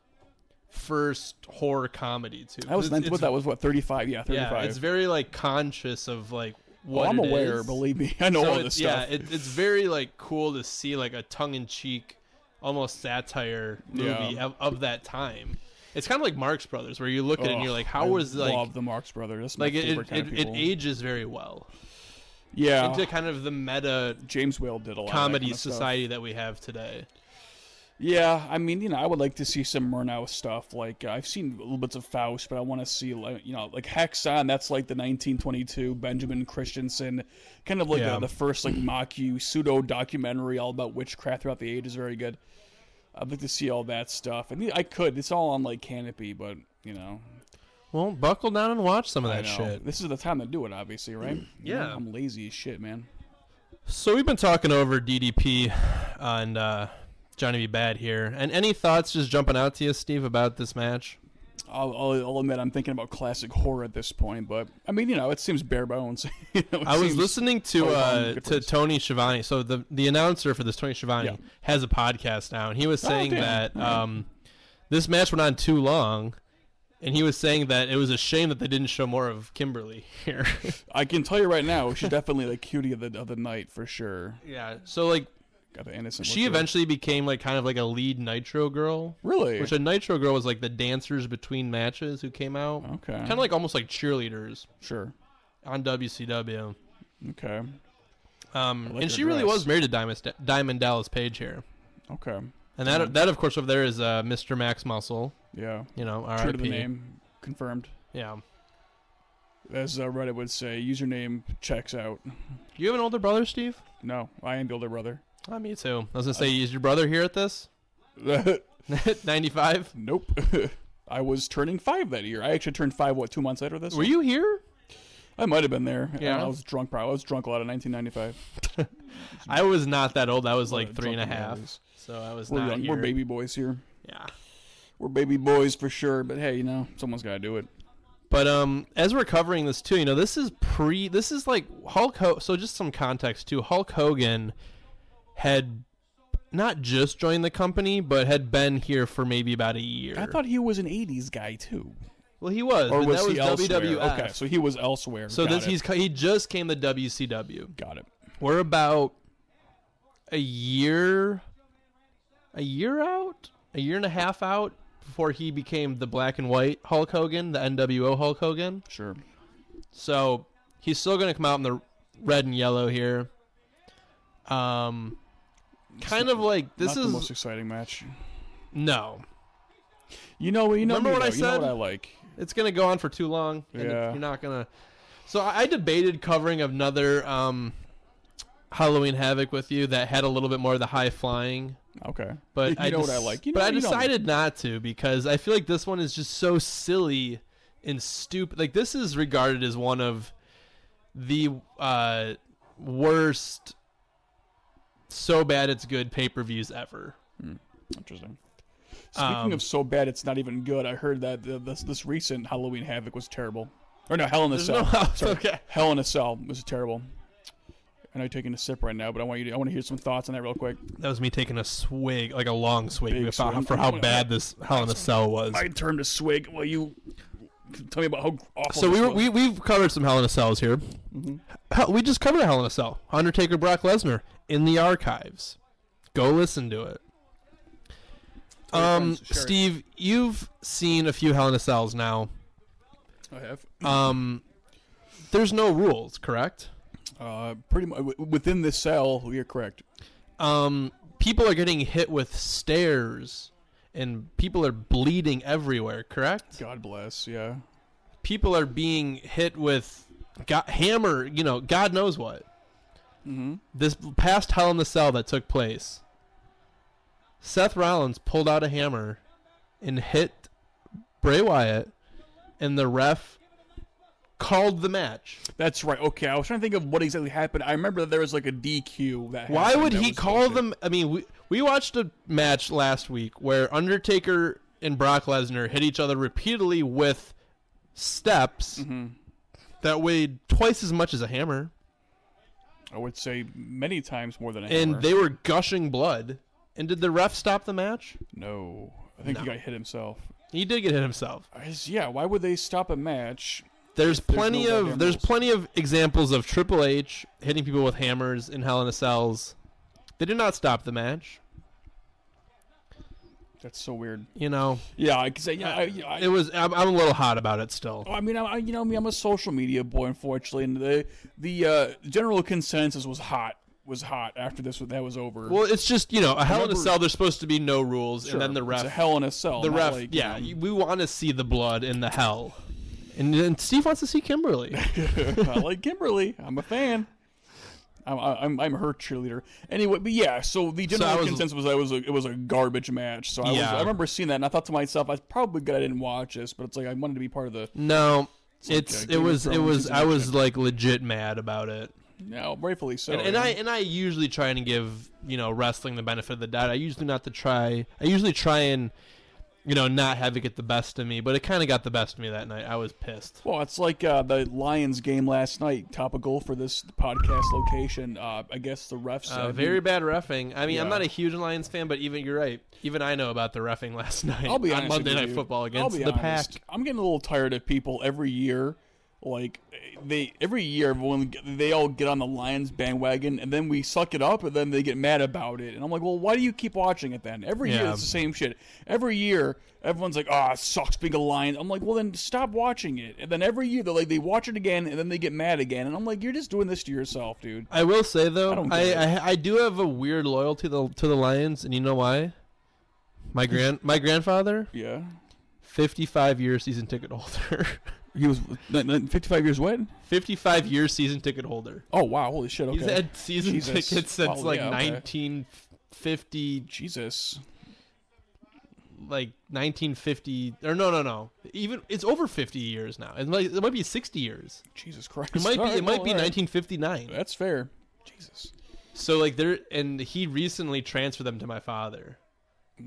Speaker 5: first horror comedy too.
Speaker 4: That was
Speaker 5: It's-
Speaker 4: nice. What
Speaker 5: it's-
Speaker 4: that was what thirty five? Yeah, thirty
Speaker 5: Yeah,
Speaker 4: five.
Speaker 5: it's very like conscious of like what
Speaker 4: well, I'm
Speaker 5: it
Speaker 4: aware.
Speaker 5: is.
Speaker 4: Believe me, I know
Speaker 5: So
Speaker 4: all
Speaker 5: it-
Speaker 4: this
Speaker 5: yeah,
Speaker 4: stuff.
Speaker 5: it, it's very like cool to see like a tongue in cheek, almost satire movie
Speaker 4: Yeah.
Speaker 5: of, of that time. It's kind of like Marx Brothers, where you look at it and
Speaker 4: Ugh,
Speaker 5: you're like, how
Speaker 4: I
Speaker 5: was like
Speaker 4: love the Marx Brothers? That's my
Speaker 5: like it
Speaker 4: favorite
Speaker 5: it,
Speaker 4: kind
Speaker 5: it,
Speaker 4: of
Speaker 5: it
Speaker 4: people.
Speaker 5: ages very well
Speaker 4: yeah,
Speaker 5: into kind of the meta
Speaker 4: James Whale did a lot.
Speaker 5: comedy
Speaker 4: of that kind of stuff.
Speaker 5: society that we have today.
Speaker 4: Yeah, I mean, you know, I would like to see some Murnau stuff. Like uh, I've seen little bits of Faust, but I want to see, like, you know, like Hexon. That's like the 1922 Benjamin Christensen, kind of like
Speaker 5: Yeah.
Speaker 4: the, the first like mock you pseudo documentary all about witchcraft throughout the ages. Very good. I'd like to see all that stuff. I mean, I could. It's all on like Canopy, but you know,
Speaker 5: Well, buckle down and watch some of
Speaker 4: I
Speaker 5: that
Speaker 4: know.
Speaker 5: shit.
Speaker 4: This is the time to do it, obviously, right? You know,
Speaker 5: Yeah.
Speaker 4: I'm lazy as shit, man.
Speaker 5: So we've been talking over DDP and uh, Johnny B. Bad here. And any thoughts just jumping out to you, Steve, about this match?
Speaker 4: I'll, I'll, I'll admit I'm thinking about classic horror at this point, but I mean, you know, it seems bare bones. You know, it
Speaker 5: I was
Speaker 4: seems-
Speaker 5: listening to
Speaker 4: Oh, um,
Speaker 5: uh,
Speaker 4: good
Speaker 5: to
Speaker 4: place.
Speaker 5: Tony Schiavone. So the the announcer for this Tony Schiavone
Speaker 4: Yeah.
Speaker 5: has a podcast now, and he was
Speaker 4: Oh,
Speaker 5: saying
Speaker 4: damn.
Speaker 5: that
Speaker 4: All right.
Speaker 5: um, this match went on too long, and he was saying that it was a shame that they didn't show more of Kimberly here.
Speaker 4: I can tell you right now, she's definitely the cutie of the of the night for sure.
Speaker 5: yeah. So like
Speaker 4: Got the innocent.
Speaker 5: she
Speaker 4: look to her.
Speaker 5: eventually became like kind of like a lead Nitro girl,
Speaker 4: really
Speaker 5: which a Nitro girl was like the dancers between matches who came out,
Speaker 4: okay,
Speaker 5: kind of like almost like cheerleaders
Speaker 4: sure,
Speaker 5: on WCW.
Speaker 4: okay,
Speaker 5: Um,
Speaker 4: like her
Speaker 5: and she really
Speaker 4: dress.
Speaker 5: was married to Diamond, Diamond Dallas Page here.
Speaker 4: okay,
Speaker 5: And that,
Speaker 4: Mm-hmm.
Speaker 5: that of course, over there is uh, Mr. Max Muscle.
Speaker 4: yeah.
Speaker 5: You know, RIP.
Speaker 4: True to the name, confirmed.
Speaker 5: Yeah.
Speaker 4: As uh, Reddit would say, username checks out.
Speaker 5: Do you have an older brother, Steve?
Speaker 4: No, I am the older brother.
Speaker 5: Uh, me too. I was gonna
Speaker 4: Uh,
Speaker 5: say, is your brother here at this? Ninety-five.
Speaker 4: nope. I was turning five that year. I actually turned five. What two months later this?
Speaker 5: Were you here?
Speaker 4: I might have been there.
Speaker 5: Yeah.
Speaker 4: I was drunk. Probably I was drunk a lot in 1995.
Speaker 5: I was not that old. I was
Speaker 4: Uh,
Speaker 5: like three and a
Speaker 4: drunk
Speaker 5: half,
Speaker 4: memories.
Speaker 5: so I was
Speaker 4: We're
Speaker 5: not
Speaker 4: young.
Speaker 5: here.
Speaker 4: We're baby boys here.
Speaker 5: Yeah.
Speaker 4: We're baby boys for sure. But hey, you know, someone's got to do it.
Speaker 5: But um, as we're covering this too, you know, this is pre. This is like Hulk. Ho- so just some context too. Hulk Hogan had not just joined the company, but had been here for maybe about a year.
Speaker 4: I thought he was an 80s guy too.
Speaker 5: Well, he was.
Speaker 4: Or
Speaker 5: but
Speaker 4: was,
Speaker 5: that
Speaker 4: he
Speaker 5: was
Speaker 4: elsewhere?
Speaker 5: WWF.
Speaker 4: Okay, so he was elsewhere.
Speaker 5: So
Speaker 4: Got
Speaker 5: this
Speaker 4: it.
Speaker 5: he's co- he just came to WCW.
Speaker 4: got it.
Speaker 5: We're about a year, a year out, a year and a half out before he became the black and white Hulk Hogan, the NWO Hulk Hogan.
Speaker 4: Sure.
Speaker 5: So he's still going to come out in the red and yellow here. Um, kind of like this
Speaker 4: Not the most
Speaker 5: is
Speaker 4: exciting match.
Speaker 5: no,
Speaker 4: You know, you know.
Speaker 5: Remember
Speaker 4: me,
Speaker 5: what I
Speaker 4: though. You know
Speaker 5: said?
Speaker 4: what I like.
Speaker 5: it's going to go on for too long. And
Speaker 4: Yeah.
Speaker 5: You're not going to. So I I debated covering another um, Halloween Havoc with you that had a little bit more of the high flying.
Speaker 4: Okay.
Speaker 5: But
Speaker 4: you
Speaker 5: I
Speaker 4: know what I
Speaker 5: dec-
Speaker 4: like. You
Speaker 5: but
Speaker 4: know
Speaker 5: I
Speaker 4: you don't.
Speaker 5: decided not to because I feel like this one is just so silly and stupid. Like this is regarded as one of the uh, worst, so bad it's good pay per views ever.
Speaker 4: Interesting. Speaking
Speaker 5: Um,
Speaker 4: of so bad, it's not even good. I heard that the, this this recent Halloween Havoc was terrible. Or no, Hell in a
Speaker 5: There's
Speaker 4: Cell.
Speaker 5: no house.
Speaker 4: Sorry.
Speaker 5: Okay.
Speaker 4: Hell in a Cell was terrible. I know you're taking a sip right now, but I want you to, I want to hear some thoughts on that real quick.
Speaker 5: That was me taking a swig, like a long swig,
Speaker 4: Big
Speaker 5: about-
Speaker 4: swig.
Speaker 5: for how bad this Hell in a Cell was.
Speaker 4: My term to swig. Well, you tell me about how awful.
Speaker 5: So we
Speaker 4: this
Speaker 5: were,
Speaker 4: was.
Speaker 5: we we've covered some Hell in a Cells here. Hell, we just covered a Hell in a Cell. Undertaker, Brock Lesnar in the archives. Go listen to it.
Speaker 4: your
Speaker 5: Um,
Speaker 4: friends to share it.
Speaker 5: Steve, you've seen a few Hell in a Cells now.
Speaker 4: I have
Speaker 5: Um, there's no rules, correct?
Speaker 4: uh, pretty much within this cell. You're correct.
Speaker 5: Um, people are getting hit with stairs, and people are bleeding everywhere, correct?
Speaker 4: God bless. Yeah.
Speaker 5: people are being hit with go hammer, you know, God knows what.
Speaker 4: Mm-hmm.
Speaker 5: This past Hell in the Cell that took place, Seth Rollins pulled out a hammer and hit Bray Wyatt, and the ref called the match.
Speaker 4: That's right. Okay, I was trying to think of what exactly happened. I remember that there was like a DQ that.
Speaker 5: Why
Speaker 4: happened
Speaker 5: would
Speaker 4: that
Speaker 5: he
Speaker 4: was
Speaker 5: call
Speaker 4: bullshit.
Speaker 5: them? I mean, we we watched a match last week where Undertaker and Brock Lesnar hit each other repeatedly with steps
Speaker 4: Mm-hmm.
Speaker 5: that weighed twice as much as a hammer.
Speaker 4: I would say many times more than a
Speaker 5: and
Speaker 4: hammer.
Speaker 5: they were gushing blood. And did the ref stop the match?
Speaker 4: no, I think he got hit himself.
Speaker 5: He did get hit himself.
Speaker 4: I just- yeah, why would they stop a match?
Speaker 5: There's plenty
Speaker 4: no
Speaker 5: of
Speaker 4: goddamn
Speaker 5: there's
Speaker 4: rules.
Speaker 5: plenty of examples of Triple H hitting people with hammers in Hell in a Cells. They did not stop the match.
Speaker 4: That's so weird.
Speaker 5: You know,
Speaker 4: Yeah, I could say yeah. I, yeah, I,
Speaker 5: it was. I'm, I'm a little hot about it still.
Speaker 4: I mean, I, I- you know me, I'm a social media boy, unfortunately, and the the uh, general consensus was hot was hot after this that was over.
Speaker 5: Well, it's just you know a Hell in a
Speaker 4: Remember-
Speaker 5: Cell. There's supposed to be no rules,
Speaker 4: Sure,
Speaker 5: and then the
Speaker 4: it's a
Speaker 5: ref,
Speaker 4: hell in a cell.
Speaker 5: the
Speaker 4: not
Speaker 5: ref.
Speaker 4: like, you
Speaker 5: yeah,
Speaker 4: know,
Speaker 5: you- we want to see the blood in the hell. And, and Steve wants to see Kimberly.
Speaker 4: I like Kimberly. I'm a fan. I'm, I'm I'm her cheerleader. Anyway, but yeah. So the general
Speaker 5: I was-
Speaker 4: consensus was that it was a, it was a garbage match. So I was,
Speaker 5: Yeah.
Speaker 4: I remember seeing that and I thought to myself, I probably good I didn't watch this, but it's like I wanted to be part of the.
Speaker 5: No, it's
Speaker 4: uh,
Speaker 5: it
Speaker 4: Game of
Speaker 5: was it
Speaker 4: Thrones
Speaker 5: was
Speaker 4: season
Speaker 5: I was like legit mad about it.
Speaker 4: No, rightfully so.
Speaker 5: and, and I and I usually try and give you know wrestling the benefit of the doubt. I usually not to try. I usually try and you know, not have it get the best of me, but it kind of got the best of me that night. I was pissed.
Speaker 4: Well, it's like uh, the Lions game last night. Topical for this podcast location. Uh, I guess the refs. said-
Speaker 5: Uh, very bad roughing. I mean, I'm
Speaker 4: Yeah.
Speaker 5: not a huge Lions fan, but even you're right. Even I know about the roughing last night
Speaker 4: I'll be
Speaker 5: on
Speaker 4: honest
Speaker 5: Monday
Speaker 4: with
Speaker 5: Night
Speaker 4: you.
Speaker 5: Football
Speaker 4: I'll
Speaker 5: against
Speaker 4: be
Speaker 5: the
Speaker 4: honest.
Speaker 5: Pack.
Speaker 4: I'm getting a little tired of people every year. Like they every year, everyone they all get on the Lions bandwagon, and then we suck it up, and then they get mad about it. And I'm like, well, why do you keep watching it then? Every year
Speaker 5: Yeah.
Speaker 4: it's the same shit. Every year everyone's like, ah, it sucks being a Lion. I'm like, well, then stop watching it. And then every year they are like they watch it again, and then they get mad again. And I'm like, you're just doing this to yourself, dude.
Speaker 5: I will say though,
Speaker 4: don't get
Speaker 5: I,
Speaker 4: it.
Speaker 5: I, I do have a weird loyalty to the, to the Lions, and you know why? My grand my grandfather,
Speaker 4: Yeah,
Speaker 5: 55 year season ticket holder,
Speaker 4: he was 55 years what?
Speaker 5: 55 year season ticket holder.
Speaker 4: Oh wow, holy shit. Okay,
Speaker 5: He's had season
Speaker 4: Jesus.
Speaker 5: tickets since
Speaker 4: Oh,
Speaker 5: like
Speaker 4: yeah, okay.
Speaker 5: 1950,
Speaker 4: Jesus.
Speaker 5: like 1950, or no, no, no. Even it's over 50 years now. It might, it might be 60 years.
Speaker 4: Jesus Christ.
Speaker 5: It might be
Speaker 4: All right,
Speaker 5: it might
Speaker 4: no,
Speaker 5: be
Speaker 4: all right.
Speaker 5: 1959.
Speaker 4: That's fair. Jesus.
Speaker 5: So like there, and he recently transferred them to my father.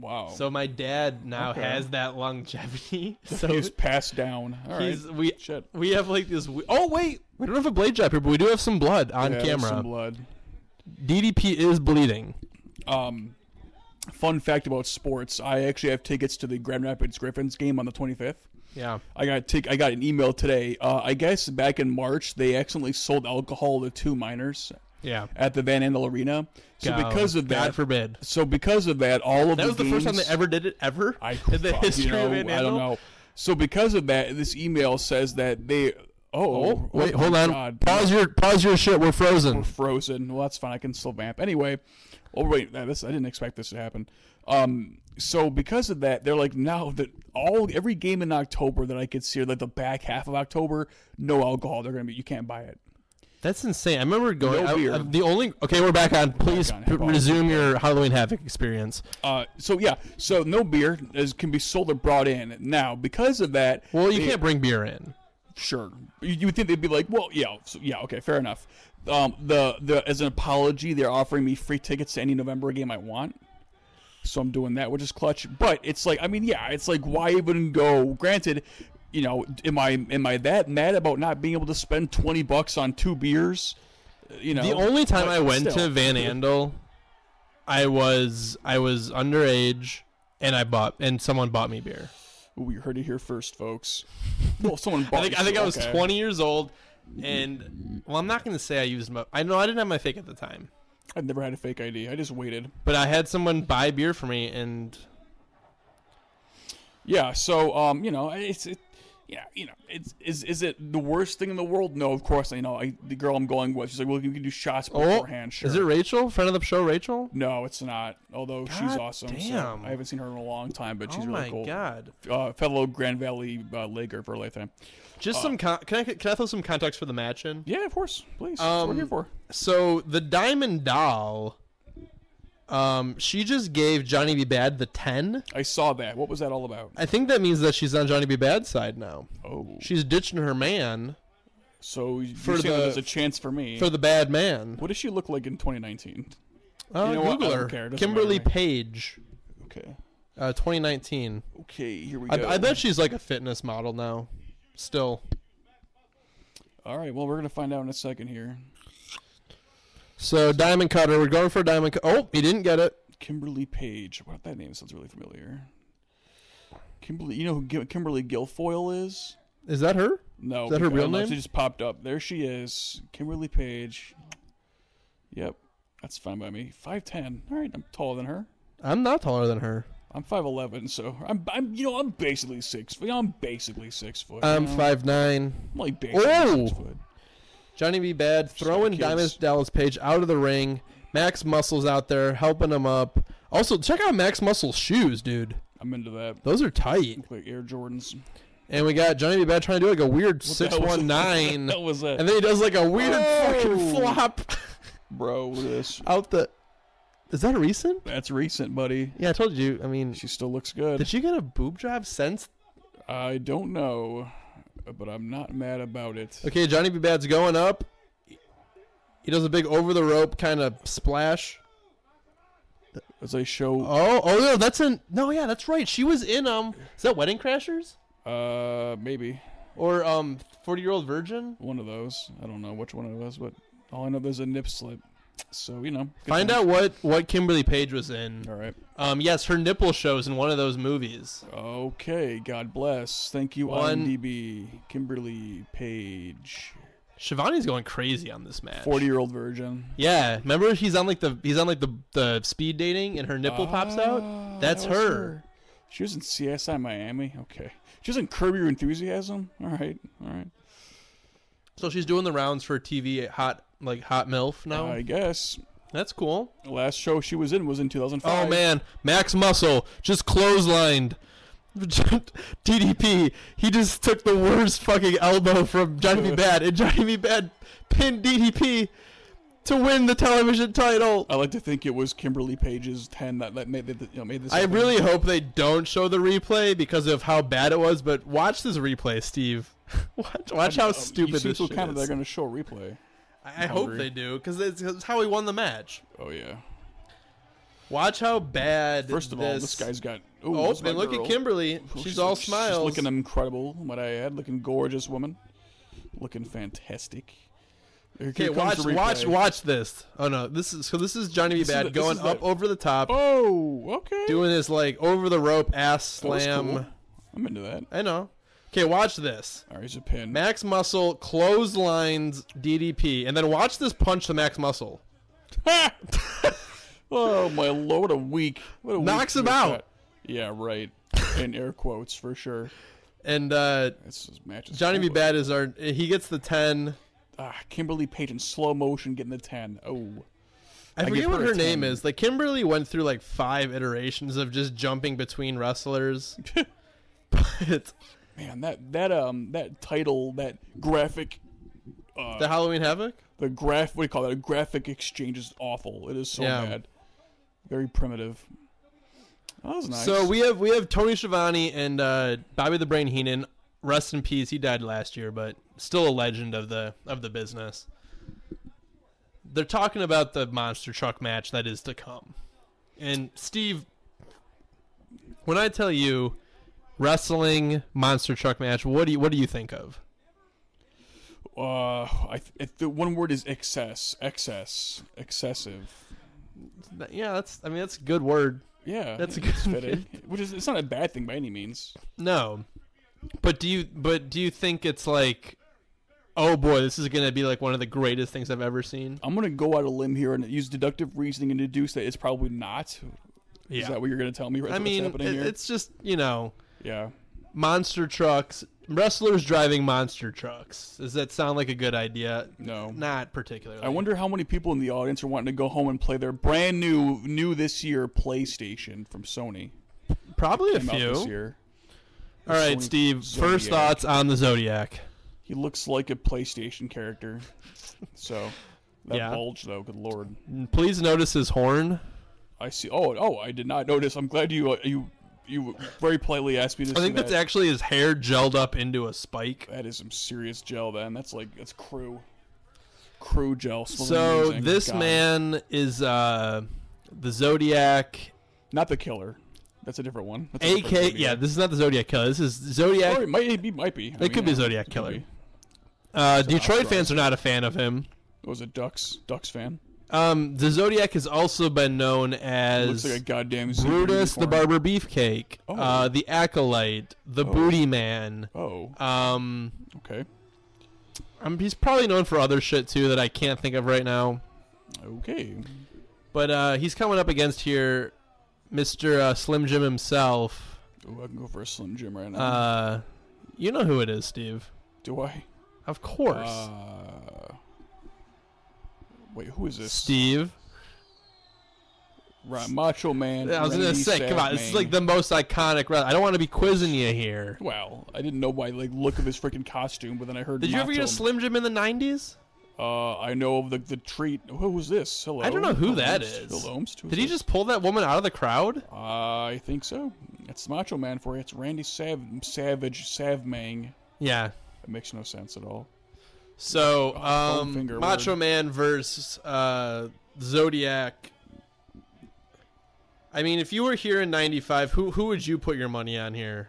Speaker 4: Wow.
Speaker 5: So my dad now
Speaker 4: Okay.
Speaker 5: has that longevity. So
Speaker 4: he's passed down. All right.
Speaker 5: he's we
Speaker 4: Shit.
Speaker 5: we have like this. We- oh wait, we don't have a blade job here, but we do have some blood on
Speaker 4: Yeah, there's
Speaker 5: camera.
Speaker 4: Some blood.
Speaker 5: DDP is bleeding.
Speaker 4: Um, fun fact about sports: I actually have tickets to the Grand Rapids Griffins game on the 25th.
Speaker 5: Yeah.
Speaker 4: I got tick. I got an email today. Uh, I guess back in March they accidentally sold alcohol to two minors
Speaker 5: Yeah.
Speaker 4: at the Van Andel Arena. So
Speaker 5: God-
Speaker 4: because of that,
Speaker 5: God forbid.
Speaker 4: so because of that, all of
Speaker 5: That
Speaker 4: the
Speaker 5: was the first time
Speaker 4: games-
Speaker 5: they ever did it ever
Speaker 4: I
Speaker 5: in the
Speaker 4: fuck,
Speaker 5: history
Speaker 4: you know,
Speaker 5: of Van
Speaker 4: I don't
Speaker 5: Andel?
Speaker 4: know. So because of that, this email says that they. Oh,
Speaker 5: Oh, wait,
Speaker 4: oh
Speaker 5: hold
Speaker 4: my
Speaker 5: on.
Speaker 4: God.
Speaker 5: Pause your pause your shit. We're frozen.
Speaker 4: Frozen. Well, that's fine. I can still vamp. Anyway, oh wait, nah, this I didn't expect this to happen. Um, so because of that, they're like now that all every game in October that I could see, or like the back half of October, no alcohol. They're gonna be you can't buy it.
Speaker 5: That's insane. I remember going.
Speaker 4: No
Speaker 5: I-
Speaker 4: beer.
Speaker 5: I- the only okay, we're back on. Please
Speaker 4: on. Have
Speaker 5: p- resume your Halloween Havoc experience.
Speaker 4: Uh, so yeah, so no beer is can be sold or brought in now because of that.
Speaker 5: Well, you
Speaker 4: they-
Speaker 5: can't bring beer in.
Speaker 4: sure. You, you would think they'd be like, well, yeah, so, yeah, okay, fair enough. Um, the the as an apology, they're offering me free tickets to any November game I want. So I'm doing that, which is clutch. But it's like, I mean, yeah, it's like, why even go? Granted, you know, am I am I that mad about not being able to spend twenty bucks on two beers? Uh, You know,
Speaker 5: The only time
Speaker 4: Oh, but
Speaker 5: I went
Speaker 4: still.
Speaker 5: to Van Andel, I was I was underage, and I bought and someone bought me beer.
Speaker 4: Ooh, you heard it here first, folks. Well, someone bought.
Speaker 5: I think
Speaker 4: you
Speaker 5: I think
Speaker 4: two,
Speaker 5: I was
Speaker 4: okay.
Speaker 5: 20 years old, and well, I'm not gonna say I used my. I know I didn't have my fake at the time,
Speaker 4: I've never had a fake ID. I just waited.
Speaker 5: but I had someone buy beer for me, and
Speaker 4: Yeah, so um, you know, it's it, yeah, you know, it's is is it the worst thing in the world? No, of course, you know, I, the girl I'm going with, she's like, well, you can do shots beforehand. sure.
Speaker 5: Oh, is it Rachel? Friend of the show, Rachel?
Speaker 4: no, it's not. Although she's
Speaker 5: God
Speaker 4: awesome. so
Speaker 5: damn.
Speaker 4: I haven't seen her in a long time, but she's
Speaker 5: oh
Speaker 4: really
Speaker 5: my
Speaker 4: cool.
Speaker 5: god!
Speaker 4: Uh, fellow Grand Valley uh, Laker for a lifetime.
Speaker 5: Just some con- can I can I throw some context for the match in?
Speaker 4: Uh, Yeah, of course, please. That's what we're
Speaker 5: Um,
Speaker 4: here for.
Speaker 5: So the Diamond Doll, um, she just gave Johnny B. Bad the ten.
Speaker 4: I saw that. What was that all about?
Speaker 5: I think that means that she's on Johnny B. Bad's side now.
Speaker 4: Oh,
Speaker 5: She's ditching her man
Speaker 4: so you
Speaker 5: For
Speaker 4: saying that
Speaker 5: the-
Speaker 4: there's a chance for me?
Speaker 5: for the bad man.
Speaker 4: what does she look like in 2019?
Speaker 5: Uh,
Speaker 4: know what? I
Speaker 5: Google
Speaker 4: don't
Speaker 5: her.
Speaker 4: care. It doesn't
Speaker 5: Kimberly
Speaker 4: matter to
Speaker 5: Page,
Speaker 4: Okay,
Speaker 5: uh, 2019.
Speaker 4: okay, here we go.
Speaker 5: I, I bet she's like a fitness model now. Still.
Speaker 4: All right, well, we're gonna find out in a second here.
Speaker 5: So Diamond Cutter, we're going for Diamond. Cu- oh, he didn't get it.
Speaker 4: Kimberly Page. Wow, that name sounds really familiar. Kimberly, you know who Gil- Kimberly Guilfoyle is?
Speaker 5: Is that her?
Speaker 4: No,
Speaker 5: Is that her
Speaker 4: I don't
Speaker 5: real
Speaker 4: know,
Speaker 5: name?
Speaker 4: She just popped up. There she is, Kimberly Page. Yep, that's fine by me. Five ten. All right, I'm taller than her.
Speaker 5: I'm not taller than her.
Speaker 4: I'm five eleven, so I'm, I'm, you know, I'm basically six. foot. I'm basically six foot. you
Speaker 5: I'm
Speaker 4: know?
Speaker 5: five nine.
Speaker 4: I'm like basically
Speaker 5: Um, Oh!
Speaker 4: six foot.
Speaker 5: Johnny B. Bad throwing
Speaker 4: kids.
Speaker 5: Diamond Dallas Page out of the ring. Max Muscle's out there helping him up. Also, check out Max Muscle's shoes, dude.
Speaker 4: I'm into that.
Speaker 5: Those are tight.
Speaker 4: Like Air Jordans.
Speaker 5: And we got Johnny B. Bad trying to do like a weird six
Speaker 4: hell was
Speaker 5: one nine,
Speaker 4: That was
Speaker 5: and
Speaker 4: it,
Speaker 5: then he does like a weird fucking
Speaker 4: Oh!
Speaker 5: flop
Speaker 4: bro. Look at this.
Speaker 5: out the. Is that recent?
Speaker 4: That's recent, buddy.
Speaker 5: Yeah, I told you. I mean,
Speaker 4: She still looks good.
Speaker 5: did she get a boob job since?
Speaker 4: I don't know, but I'm not mad about it.
Speaker 5: Okay, Johnny B. Bad's going up. He does a big over the rope kind of splash.
Speaker 4: as they show.
Speaker 5: Oh, oh no, that's in. No, yeah, that's right. She was in um. Is that Wedding Crashers
Speaker 4: Uh, maybe
Speaker 5: or um Forty Year Old Virgin?
Speaker 4: one of those. I don't know which one it was, but all I know there's a nip slip. So you know, good
Speaker 5: Find
Speaker 4: times.
Speaker 5: out what what Kimberly Page was in.
Speaker 4: All right.
Speaker 5: Um, yes, her nipple shows in one of those movies.
Speaker 4: Okay. God bless. Thank you,
Speaker 5: One-
Speaker 4: IMDb. Kimberly Page,
Speaker 5: Shivani's going crazy on this match.
Speaker 4: forty-year-old virgin.
Speaker 5: Yeah, remember he's on like the he's on like the the speed dating and her nipple pops
Speaker 4: Ah,
Speaker 5: out. That's
Speaker 4: that was
Speaker 5: her.
Speaker 4: She was in CSI Miami. Okay. She was in Curb Your Enthusiasm. All right. All right.
Speaker 5: So she's doing the rounds for TV hot like hot milf now.
Speaker 4: I guess
Speaker 5: That's cool.
Speaker 4: the last show she was in was in 2005.
Speaker 5: Oh man, Max Muscle just clotheslined. DDP, he just took the worst fucking elbow from Johnny B. Bad, and Johnny B. Bad pinned DDP to win the television title.
Speaker 4: I like to think it was Kimberly Page's 10 that, that made, that, you know, made this.
Speaker 5: I
Speaker 4: happen.
Speaker 5: really hope they don't show the replay because of how bad it was. But watch this replay, Steve. watch, watch how
Speaker 4: Um, you
Speaker 5: stupid
Speaker 4: see
Speaker 5: this
Speaker 4: through
Speaker 5: shit
Speaker 4: camera They're
Speaker 5: is.
Speaker 4: going to show a replay.
Speaker 5: I I hope
Speaker 4: hungry.
Speaker 5: they do because it's, it's how he won the match.
Speaker 4: Oh yeah.
Speaker 5: Watch how bad.
Speaker 4: First of
Speaker 5: this...
Speaker 4: all, this guy's got. Ooh,
Speaker 5: Oh,
Speaker 4: this is my
Speaker 5: and look
Speaker 4: girl.
Speaker 5: at Kimberly.
Speaker 4: Ooh,
Speaker 5: She's, all
Speaker 4: she's
Speaker 5: smiles.
Speaker 4: looking incredible, might I add. Looking gorgeous, woman. Looking fantastic. Here
Speaker 5: Okay,
Speaker 4: comes
Speaker 5: watch,
Speaker 4: the replay.
Speaker 5: watch, watch this. Oh no, this is so. This is Johnny B.
Speaker 4: This is the-
Speaker 5: Bad
Speaker 4: this
Speaker 5: going
Speaker 4: is the-
Speaker 5: up over the top,
Speaker 4: Oh, okay.
Speaker 5: doing his like over the rope ass
Speaker 4: That was
Speaker 5: slam.
Speaker 4: cool. I'm into that.
Speaker 5: I know. Okay, watch this.
Speaker 4: All right, here's a pin.
Speaker 5: Max Muscle clotheslines DDP, and then watch this punch to Max Muscle.
Speaker 4: oh my lord, what a week! What a week
Speaker 5: Knocks
Speaker 4: you
Speaker 5: him
Speaker 4: got
Speaker 5: out.
Speaker 4: that. Yeah, right. In air quotes for sure.
Speaker 5: And uh,
Speaker 4: This is matches.
Speaker 5: Johnny B. Bad is our. He gets the ten.
Speaker 4: Ah, Kimberly Page in slow motion getting the ten. Oh,
Speaker 5: I
Speaker 4: give
Speaker 5: forget what
Speaker 4: her a
Speaker 5: her name
Speaker 4: 10.
Speaker 5: is. Like Kimberly went through like five iterations of just jumping between wrestlers. but
Speaker 4: man, that that um that title, that graphic, uh,
Speaker 5: the Halloween Havoc.
Speaker 4: the graph. What do you call that? A graphic exchange is awful. It is so
Speaker 5: Yeah.
Speaker 4: bad. Very primitive. That was nice.
Speaker 5: So we have we have Tony Schiavone and uh, Bobby the Brain Heenan. Rest in peace. He died last year, but still a legend of the of the business. They're talking about the monster truck match that is to come, and Steve, when I tell you wrestling monster truck match, what do you what do you think of?
Speaker 4: uh, I th- if the one word is excess, excess, excessive.
Speaker 5: Th- Yeah, that's I mean that's a good word.
Speaker 4: Yeah,
Speaker 5: That's a
Speaker 4: it's
Speaker 5: good-
Speaker 4: fitting. Which is it's not a bad thing by any means.
Speaker 5: No, but do you but do you think it's like, oh boy, this is gonna be like one of the greatest things I've ever seen?
Speaker 4: I'm gonna go out a limb here and use deductive reasoning and deduce that it's probably not.
Speaker 5: Yeah.
Speaker 4: Is that what you're gonna tell me? Right,
Speaker 5: I mean,
Speaker 4: happening
Speaker 5: it-
Speaker 4: here?
Speaker 5: it's just you know,
Speaker 4: yeah.
Speaker 5: monster trucks, wrestlers driving monster trucks. Does that sound like a good idea?
Speaker 4: No.
Speaker 5: not particularly.
Speaker 4: I wonder how many people in the audience are wanting to go home and play their brand new, new this year PlayStation from Sony.
Speaker 5: Probably a
Speaker 4: Came out this
Speaker 5: few.
Speaker 4: year.
Speaker 5: All right,
Speaker 4: Sony
Speaker 5: Steve. First
Speaker 4: Zodiac.
Speaker 5: thoughts on the Zodiac.
Speaker 4: He looks like a PlayStation character. So that
Speaker 5: Yeah.
Speaker 4: bulge though, good lord.
Speaker 5: Please notice his horn.
Speaker 4: I see. Oh, oh, I did not notice. I'm glad you uh, you you very politely asked me to.
Speaker 5: I think that's actually his hair gelled up into a spike.
Speaker 4: That is some serious gel, then. That's like that's crew, crew gel. smells
Speaker 5: So
Speaker 4: amazing.
Speaker 5: this
Speaker 4: God.
Speaker 5: man is uh, the Zodiac,
Speaker 4: not the killer. That's a different one. That's a different
Speaker 5: A.K.
Speaker 4: Zodiac.
Speaker 5: Yeah, this is not the Zodiac killer. This is
Speaker 4: or
Speaker 5: Zodiac.
Speaker 4: it might it be might be. It
Speaker 5: could be Zodiac killer. Uh, Detroit fans are not a fan of him.
Speaker 4: It was a Ducks Ducks fan.
Speaker 5: Um, the Zodiac has also been known
Speaker 4: Looks
Speaker 5: as
Speaker 4: like a goddamn zebra
Speaker 5: Brutus the
Speaker 4: unicorn.
Speaker 5: Barber Beefcake,
Speaker 4: Oh.
Speaker 5: uh, the Acolyte, the Booty Man.
Speaker 4: Oh,
Speaker 5: Um,
Speaker 4: okay,
Speaker 5: um, he's probably known for other shit too that I can't think of right now.
Speaker 4: okay.
Speaker 5: But uh, he's coming up against here, Mister uh, Slim Jim himself.
Speaker 4: Ooh, I can go for a Slim Jim right now.
Speaker 5: Uh, you know who it is, Steve?
Speaker 4: Do I?
Speaker 5: Of course,
Speaker 4: Uh, wait, who is this?
Speaker 5: Steve.
Speaker 4: Right, Macho Man.
Speaker 5: I was gonna
Speaker 4: Randy
Speaker 5: say, come on, this is
Speaker 4: Savage.
Speaker 5: like the most iconic. Re- I don't want to be quizzing you here.
Speaker 4: Well, I didn't know by like look of his freaking costume, but then I heard.
Speaker 5: Did you ever get a
Speaker 4: Macho
Speaker 5: Slim Jim in the '90s?
Speaker 4: Uh, I know of the the treat. Who was this? Hello.
Speaker 5: I don't know who that
Speaker 4: that is.
Speaker 5: is.
Speaker 4: Bill Holmes. Who
Speaker 5: Did
Speaker 4: is
Speaker 5: he
Speaker 4: this? Uh,
Speaker 5: just pull that woman out of the crowd?
Speaker 4: I think so. It's Macho Man for you. It's Randy Sav- Savage Savmang.
Speaker 5: Yeah.
Speaker 4: It makes no sense at all.
Speaker 5: So,
Speaker 4: Oh,
Speaker 5: um,
Speaker 4: finger
Speaker 5: Macho
Speaker 4: word.
Speaker 5: Man versus uh, Zodiac. I mean, if you were here in '95, who who would you put your money on here?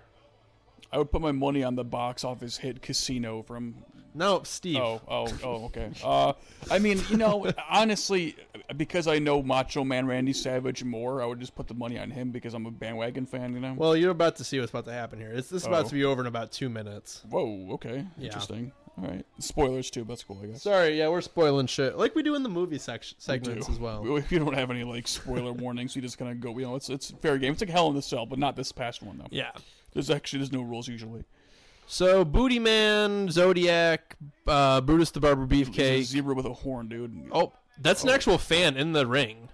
Speaker 4: I would put my money on the box office hit Casino from.
Speaker 5: No, Steve.
Speaker 4: Oh, oh, oh, okay. Uh, I mean, you know, honestly, because I know Macho Man Randy Savage more, I would just put the money on him because I'm a bandwagon fan, you know?
Speaker 5: Well, you're about to see what's about to happen here. It's, this is about
Speaker 4: Oh.
Speaker 5: to be over in about two minutes.
Speaker 4: Whoa, okay. Interesting. All right. Spoilers, too, but that's cool, I guess.
Speaker 5: Sorry, yeah, we're spoiling shit, like we do in the movie section segments
Speaker 4: do.
Speaker 5: as well.
Speaker 4: We, we don't have any like spoiler warnings. We just kind of go. You know, it's it's fair game. It's like Hell in the Cell, but not this past one though.
Speaker 5: Yeah.
Speaker 4: There's actually there's no rules usually.
Speaker 5: So Booty Man, Zodiac, uh, Brutus the Barber
Speaker 4: There's a
Speaker 5: Beefcake.
Speaker 4: zebra with a horn, dude.
Speaker 5: Oh, that's an actual fan in the ring.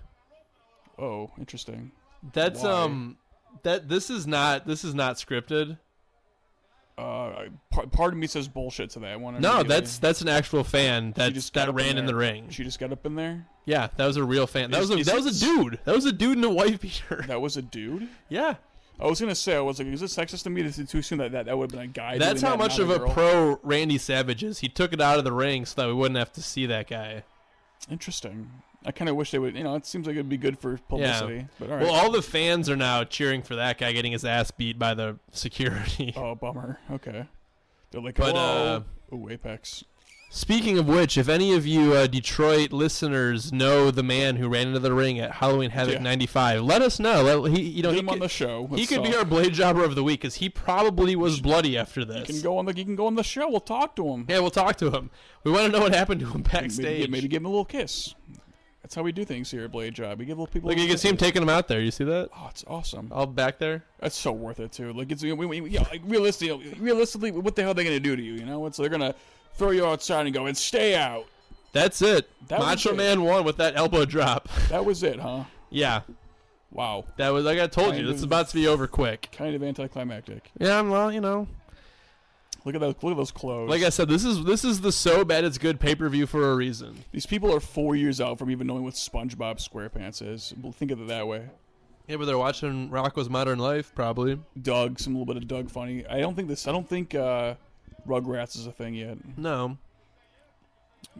Speaker 4: Oh, interesting.
Speaker 5: That's
Speaker 4: Why?
Speaker 5: um, that this is not this is not scripted.
Speaker 4: Uh, par- part of me says bullshit to that one.
Speaker 5: No,
Speaker 4: immediately.
Speaker 5: that's that's an actual fan
Speaker 4: She
Speaker 5: that
Speaker 4: just got
Speaker 5: that
Speaker 4: up
Speaker 5: ran in the
Speaker 4: there.
Speaker 5: ring.
Speaker 4: She just got up in there.
Speaker 5: Yeah, that was a real fan. That
Speaker 4: Is-
Speaker 5: was a
Speaker 4: is
Speaker 5: that
Speaker 4: it-
Speaker 5: was a dude. That was a dude in a white beater.
Speaker 4: That was a dude.
Speaker 5: Yeah,
Speaker 4: I was gonna say I was like, is it sexist to me to to assume that that, that would have been a guy?
Speaker 5: that's
Speaker 4: doing
Speaker 5: how
Speaker 4: that,
Speaker 5: much
Speaker 4: not
Speaker 5: of a
Speaker 4: girl?
Speaker 5: pro Randy Savage is. He took it out of the ring so that we wouldn't have to see that guy.
Speaker 4: Interesting. I kind of wish they would. You know, it seems like it'd be good for publicity. But all right.
Speaker 5: Well, uh, all the fans are now cheering for that guy getting his ass beat by the security.
Speaker 4: oh, bummer. Okay. They're like,
Speaker 5: But, uh,
Speaker 4: hello. Ooh, Apex.
Speaker 5: Speaking of which, if any of you uh, Detroit listeners know the man who ran into the ring at Halloween Havoc
Speaker 4: Yeah.
Speaker 5: '95, let us know. Let- he, you know,
Speaker 4: Get
Speaker 5: he
Speaker 4: him on
Speaker 5: could,
Speaker 4: the show.
Speaker 5: he
Speaker 4: Let's
Speaker 5: could be
Speaker 4: talk.
Speaker 5: our blade jobber of the week because he probably was bloody after this.
Speaker 4: You can go on the. You can go on the show. We'll talk to him.
Speaker 5: Yeah, we'll talk to him. We want to know what happened to him
Speaker 4: Maybe,
Speaker 5: backstage.
Speaker 4: maybe give him a little kiss. That's how we do things here at Blade Job. We give little people.
Speaker 5: Look, you
Speaker 4: little
Speaker 5: can see him
Speaker 4: kisses.
Speaker 5: taking him out there. You see that?
Speaker 4: Oh, it's awesome.
Speaker 5: All back there.
Speaker 4: That's so worth it too. Like it's we, we, we- yeah, like realistically, realistically, what the hell are they gonna do to you? You know, it's they're gonna throw you outside and go and stay out.
Speaker 5: That's it.
Speaker 4: That was
Speaker 5: Macho
Speaker 4: it.
Speaker 5: Man won with that elbow drop.
Speaker 4: That was it, huh?
Speaker 5: yeah,
Speaker 4: Wow,
Speaker 5: that was like I told you.
Speaker 4: Kind
Speaker 5: This is
Speaker 4: of.
Speaker 5: about to be over quick.
Speaker 4: kind of anticlimactic.
Speaker 5: Yeah, I'm- well, you know,
Speaker 4: Look at that. Look at those clothes.
Speaker 5: like I said, this is this is the so bad it's good pay per view for a reason.
Speaker 4: These people are four years out from even knowing what SpongeBob SquarePants is. Think of it that way.
Speaker 5: Yeah, but they're watching Rocco's Modern Life probably.
Speaker 4: Doug, some little bit of Doug funny. I don't think this. I don't think uh, Rugrats is a thing yet.
Speaker 5: No,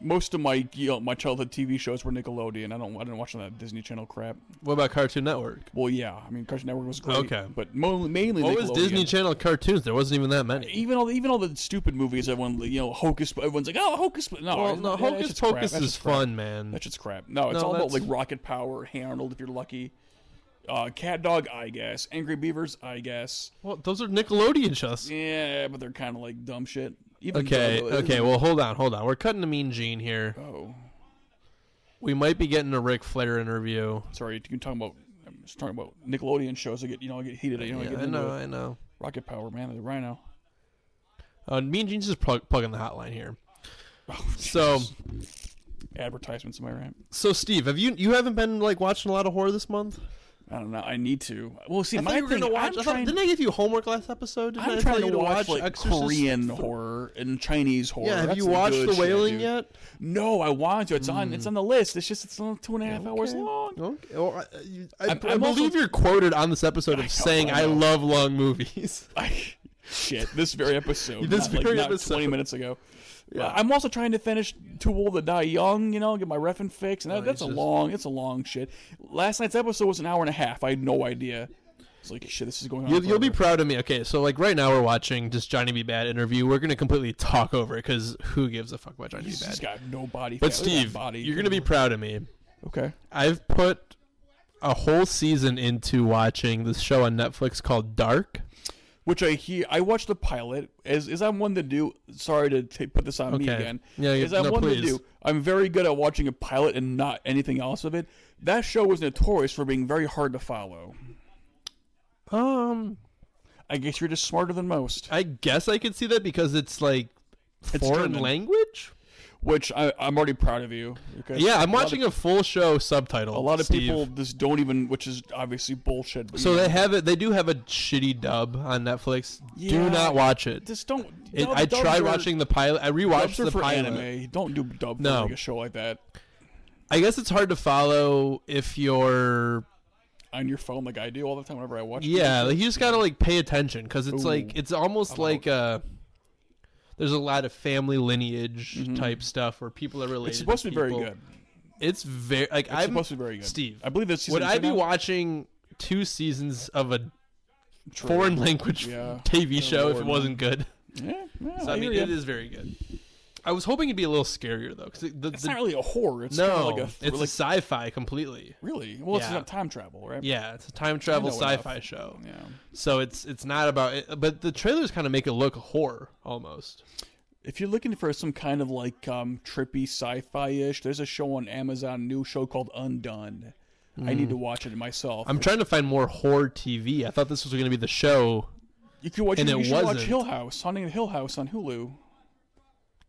Speaker 4: Most of my you know, my childhood TV shows were Nickelodeon. I don't. I didn't watch that Disney Channel crap.
Speaker 5: what about Cartoon Network?
Speaker 4: Well, yeah. I mean, Cartoon Network was great.
Speaker 5: Okay.
Speaker 4: but mo- mainly
Speaker 5: What
Speaker 4: Nickelodeon.
Speaker 5: was Disney Channel cartoons? There wasn't even that many.
Speaker 4: even all even all the stupid movies. Everyone, you know, Hocus. Everyone's like, oh, Hocus. No,
Speaker 5: Well,
Speaker 4: it's-
Speaker 5: no,
Speaker 4: that
Speaker 5: Hocus
Speaker 4: shit's crap.
Speaker 5: Pocus
Speaker 4: That
Speaker 5: is
Speaker 4: shit's crap.
Speaker 5: fun, man.
Speaker 4: That shit's crap. No, it's
Speaker 5: No,
Speaker 4: all about
Speaker 5: that's-
Speaker 4: like Rocket Power, Hey Arnold, if you're lucky. Uh, Cat Dog, I guess. Angry Beavers, I guess.
Speaker 5: Well, those are Nickelodeon shows.
Speaker 4: Yeah, but they're kind of like dumb shit. Even
Speaker 5: Okay,
Speaker 4: though-
Speaker 5: okay. Well, hold on, hold on. We're cutting the mean gene here.
Speaker 4: Oh,
Speaker 5: We might be getting a Ric Flair interview.
Speaker 4: sorry. You talking about? I'm just talking about Nickelodeon shows. I get you know I get heated. You know I
Speaker 5: Yeah,
Speaker 4: get
Speaker 5: I
Speaker 4: into
Speaker 5: know,
Speaker 4: it.
Speaker 5: I know.
Speaker 4: Rocket Power, man, the Rhino.
Speaker 5: Uh, mean Gene's just plug- plugging the hotline here. so,
Speaker 4: Advertisements, am I right?
Speaker 5: so Steve, have you you haven't been like watching a lot of horror this month?
Speaker 4: I don't know. I need to. Well, see,
Speaker 5: I thought
Speaker 4: my
Speaker 5: you were
Speaker 4: thing.
Speaker 5: gonna watch.
Speaker 4: I'm
Speaker 5: I thought-
Speaker 4: trying,
Speaker 5: didn't I give you homework last episode? Didn't
Speaker 4: I'm
Speaker 5: I tell
Speaker 4: trying
Speaker 5: you
Speaker 4: to watch like
Speaker 5: Exorcist
Speaker 4: Korean
Speaker 5: th-
Speaker 4: horror and Chinese horror.
Speaker 5: Yeah, have
Speaker 4: That's
Speaker 5: you
Speaker 4: the
Speaker 5: watched
Speaker 4: good
Speaker 5: The
Speaker 4: shit,
Speaker 5: Wailing
Speaker 4: dude.
Speaker 5: yet? Hmm.
Speaker 4: No, I want to. It's on. It's on the list. It's just it's only two and a half hours
Speaker 5: Okay.
Speaker 4: long.
Speaker 5: Okay. Well, I, uh, you- I, I
Speaker 4: I'm- I'm
Speaker 5: believe
Speaker 4: also-
Speaker 5: you're quoted on this episode of saying
Speaker 4: I
Speaker 5: I
Speaker 4: know.
Speaker 5: love long movies.
Speaker 4: I, shit, this very episode.
Speaker 5: This
Speaker 4: not, like,
Speaker 5: very
Speaker 4: not
Speaker 5: episode.
Speaker 4: 20 minutes ago. Uh, I'm also trying to finish Too Old to Die Young, you know, get my refin fixed. And that, that's a
Speaker 5: just-
Speaker 4: long, it's a long shit. Last night's episode was an hour and a half. I had no idea. It's like, shit, this is going on.
Speaker 5: You'll, you'll be
Speaker 4: forever.
Speaker 5: proud of me. Okay, so like right now we're watching just Johnny B. Bad interview. We're gonna completely talk over it because who gives a fuck about Johnny B.
Speaker 4: He's
Speaker 5: Bad?
Speaker 4: got no body.
Speaker 5: But
Speaker 4: fat. Look at that
Speaker 5: Steve,
Speaker 4: body.
Speaker 5: you're gonna be proud of me.
Speaker 4: Okay.
Speaker 5: I've put a whole season into watching this show on Netflix called Dark.
Speaker 4: Which I hear, I watched the pilot. As, as I'm one to do, sorry to ta- put this on me
Speaker 5: Okay.
Speaker 4: again.
Speaker 5: Yeah, yeah,
Speaker 4: as I'm
Speaker 5: no,
Speaker 4: one
Speaker 5: please.
Speaker 4: to do, I'm very good at watching a pilot and not anything else of it. That show was notorious for being very hard to follow.
Speaker 5: Um,
Speaker 4: I guess you're just smarter than most.
Speaker 5: I guess I could see that because it's like foreign
Speaker 4: German.
Speaker 5: language.
Speaker 4: Which I, I'm already proud of you. Because
Speaker 5: Yeah, I'm watching a full show subtitle.
Speaker 4: A lot of
Speaker 5: Steve.
Speaker 4: people just don't even, which is obviously bullshit. But
Speaker 5: So
Speaker 4: you
Speaker 5: they have it. They do have a shitty dub on Netflix.
Speaker 4: Yeah.
Speaker 5: Do not watch it.
Speaker 4: just don't.
Speaker 5: It-
Speaker 4: no,
Speaker 5: I
Speaker 4: dubs
Speaker 5: tried
Speaker 4: are-
Speaker 5: watching the pilot. I
Speaker 4: dubs
Speaker 5: rewatched
Speaker 4: are
Speaker 5: the
Speaker 4: for
Speaker 5: pilot.
Speaker 4: anime. Don't do dub for
Speaker 5: No.
Speaker 4: like a show like that
Speaker 5: I guess it's hard to follow if you're
Speaker 4: on your phone, like I do all the time whenever I watch.
Speaker 5: yeah, like you just gotta like pay attention because it's
Speaker 4: Ooh.
Speaker 5: like it's almost like uh there's a lot of family lineage type stuff where people are related.
Speaker 4: Mm-hmm. it's supposed to be very
Speaker 5: people.
Speaker 4: good.
Speaker 5: It's very like
Speaker 4: It's
Speaker 5: I'm
Speaker 4: supposed to be very good.
Speaker 5: Steve,
Speaker 4: I believe that's season
Speaker 5: would I
Speaker 4: two
Speaker 5: be
Speaker 4: now?
Speaker 5: watching two seasons of a
Speaker 4: True.
Speaker 5: foreign language
Speaker 4: Yeah.
Speaker 5: TV show if
Speaker 4: Lord,
Speaker 5: it wasn't good.
Speaker 4: Yeah, yeah,
Speaker 5: So, I mean,
Speaker 4: hear
Speaker 5: it
Speaker 4: ya.
Speaker 5: is very good. I was hoping it'd be a little scarier though, because the,
Speaker 4: It's
Speaker 5: the-
Speaker 4: not really a horror. It's kind
Speaker 5: no,
Speaker 4: of like a thr-
Speaker 5: it's
Speaker 4: like,
Speaker 5: a sci-fi completely.
Speaker 4: really well. It's
Speaker 5: Yeah.
Speaker 4: not time travel, right?
Speaker 5: Yeah, it's a time travel
Speaker 4: know enough.
Speaker 5: sci-fi show.
Speaker 4: Yeah.
Speaker 5: So it's it's not about it, but the trailers kind of make it look horror almost.
Speaker 4: If you're looking for some kind of like um, trippy sci-fi ish, there's a show on Amazon, new show called Undone. I need to watch it myself.
Speaker 5: Hmm. I'm trying to find more horror TV. I thought this was going to be the show.
Speaker 4: you can watch.
Speaker 5: and
Speaker 4: you
Speaker 5: it
Speaker 4: should watch
Speaker 5: wasn't.
Speaker 4: Hill House, Haunting of Hill House on Hulu.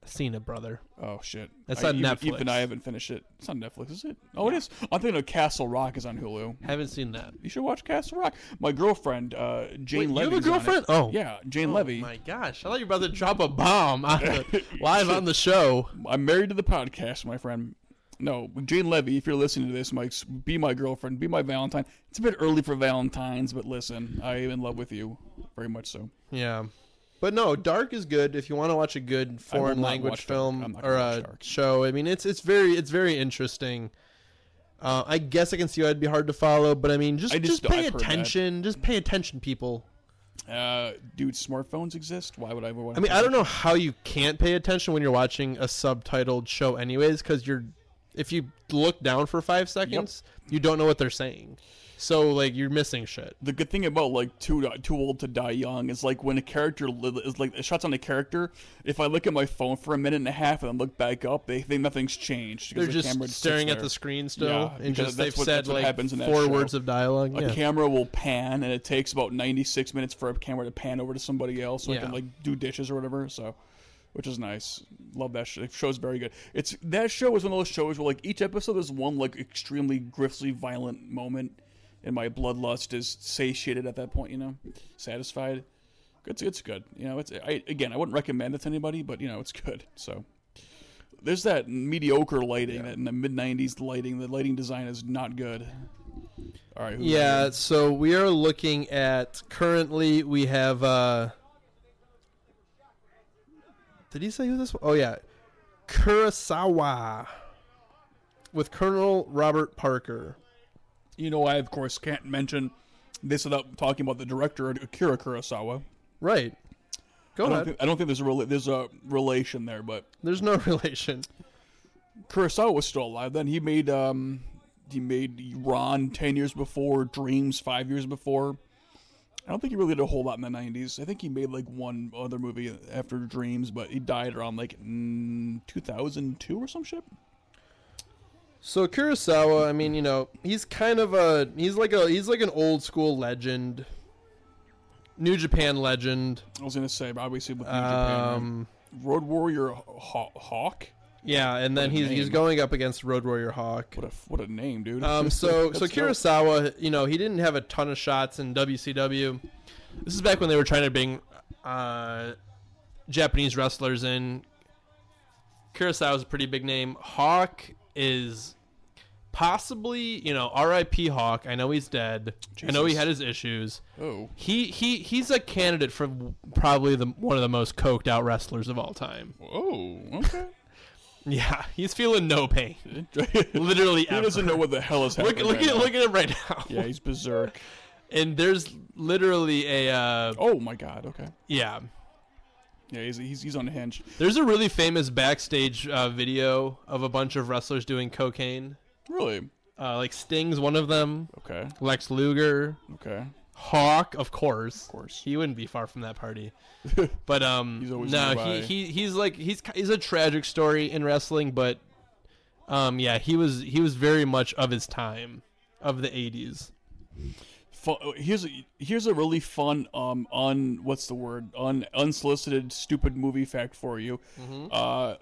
Speaker 5: Seen it, brother.
Speaker 4: Oh shit,
Speaker 5: That's
Speaker 4: I,
Speaker 5: on
Speaker 4: even,
Speaker 5: Netflix.
Speaker 4: Even I haven't finished it. It's on Netflix, is it? Oh, it is. I'm thinking of Castle Rock is on Hulu.
Speaker 5: Haven't seen that.
Speaker 4: You should watch Castle Rock. My girlfriend, uh,
Speaker 5: Wait,
Speaker 4: Jane
Speaker 5: you
Speaker 4: Levy.
Speaker 5: have a girlfriend? Oh,
Speaker 4: Yeah, Jane
Speaker 5: Oh,
Speaker 4: Levy.
Speaker 5: My gosh, I thought you were about to drop a bomb on the, live on the show.
Speaker 4: I'm married to the podcast, my friend. No, Jane Levy, if you're listening to this, Mike, be my girlfriend, be my Valentine. It's a bit early for Valentines, but listen, I am in love with you, very much so.
Speaker 5: Yeah. But no, Dark is good if you want to watch a good foreign
Speaker 4: not
Speaker 5: language
Speaker 4: watch Dark. I'm
Speaker 5: film
Speaker 4: not gonna
Speaker 5: or
Speaker 4: watch
Speaker 5: a
Speaker 4: Dark.
Speaker 5: show. I mean, it's it's very it's very interesting. Uh, I guess I can see why it'd be hard to follow, but I mean, just
Speaker 4: I just-
Speaker 5: just, pay
Speaker 4: I've heard that.
Speaker 5: attention. Just pay attention, people.
Speaker 4: Uh, dude, smartphones exist. Why would I ever want?
Speaker 5: I
Speaker 4: to
Speaker 5: mean, I don't know how you can't pay attention when you're watching a subtitled show, anyways, because you're if you look down for five seconds, you don't know what they're saying. So like you're missing shit.
Speaker 4: the good thing about like too too old to die young is like when a character li- is like it shots on a character. If I look at my phone for a minute and a half and then look back up, they think nothing's changed. because
Speaker 5: They're
Speaker 4: the
Speaker 5: just
Speaker 4: camera sits
Speaker 5: staring at
Speaker 4: there.
Speaker 5: the screen still,
Speaker 4: Yeah,
Speaker 5: and
Speaker 4: because
Speaker 5: just
Speaker 4: that's
Speaker 5: they've
Speaker 4: what-
Speaker 5: said
Speaker 4: that's what
Speaker 5: like
Speaker 4: happens in that
Speaker 5: four
Speaker 4: show.
Speaker 5: words of dialogue.
Speaker 4: A
Speaker 5: yeah.
Speaker 4: camera will pan, and it takes about 96 minutes for a camera to pan over to somebody else, so I
Speaker 5: Yeah.
Speaker 4: can like do dishes or whatever. So, which is nice. Love that show. The show's very good. It's that show is one of those shows where like each episode there's one like extremely griffly violent moment, and my bloodlust is satiated at that point. You know, satisfied. It's it's good. You know, it's I again I wouldn't recommend it to anybody, but you know it's good. So. There's that mediocre lighting, that in the mid '90s lighting. The lighting design is not good. All right. who's
Speaker 5: Yeah, so we are looking at currently we have uh Did he say who this was? Oh yeah. Kurosawa with Colonel Robert Parker.
Speaker 4: You know, I of course can't mention this without talking about the director Akira Kurosawa.
Speaker 5: Right. Go
Speaker 4: I don't,
Speaker 5: ahead.
Speaker 4: think, I don't think there's a rela- there's a relation there, but
Speaker 5: There's no relation.
Speaker 4: Kurosawa was still alive then. He made um he made Ron ten years before, Dreams five years before. I don't think he really did a whole lot in the '90s. I think he made like one other movie after Dreams, but he died around like mm, 2002 or some shit.
Speaker 5: So Kurosawa, I mean, you know, he's kind of a he's like a he's like an old school legend. New Japan legend.
Speaker 4: I was gonna say, but obviously with New Japan,
Speaker 5: Um
Speaker 4: right? Road Warrior Haw- Hawk.
Speaker 5: yeah, and then
Speaker 4: What a
Speaker 5: he's he's
Speaker 4: name.
Speaker 5: going up against Road Warrior Hawk.
Speaker 4: What a what a name, dude.
Speaker 5: Um, so so
Speaker 4: That's dope.
Speaker 5: Kurosawa, you know, he didn't have a ton of shots in WCW. This is back when they were trying to bring uh, Japanese wrestlers in. Kurosawa is a pretty big name. Hawk is possibly, you know, R.I.P. Hawk. I know he's dead. I know he
Speaker 4: Jesus.
Speaker 5: had his issues.
Speaker 4: Oh.
Speaker 5: He he he's a candidate for probably the one of the most coked out wrestlers of all time.
Speaker 4: Oh, okay.
Speaker 5: Yeah, he's feeling no pain,
Speaker 4: he
Speaker 5: literally. ever.
Speaker 4: doesn't know what the hell is happening.
Speaker 5: Look, look
Speaker 4: right
Speaker 5: at
Speaker 4: now.
Speaker 5: look at him right now.
Speaker 4: Yeah, he's berserk.
Speaker 5: and there's literally a uh,
Speaker 4: Oh my god. Okay.
Speaker 5: yeah
Speaker 4: Yeah, he's he's, he's unhinged.
Speaker 5: there's a really famous backstage uh, video of a bunch of wrestlers doing cocaine
Speaker 4: Really?
Speaker 5: uh, like stings one of them
Speaker 4: Okay.
Speaker 5: lex luger
Speaker 4: Okay. Of
Speaker 5: hawk of course
Speaker 4: course.
Speaker 5: he wouldn't be far from that party but um
Speaker 4: He's always
Speaker 5: no
Speaker 4: nearby.
Speaker 5: he, he he's like he's ki- he's a tragic story in wrestling but um yeah he was he was very much of his time of the 80s
Speaker 4: Fu oh, here's a, here's a really fun um un what's the word un unsolicited stupid movie fact for you.
Speaker 5: Mm-hmm.
Speaker 4: Uh.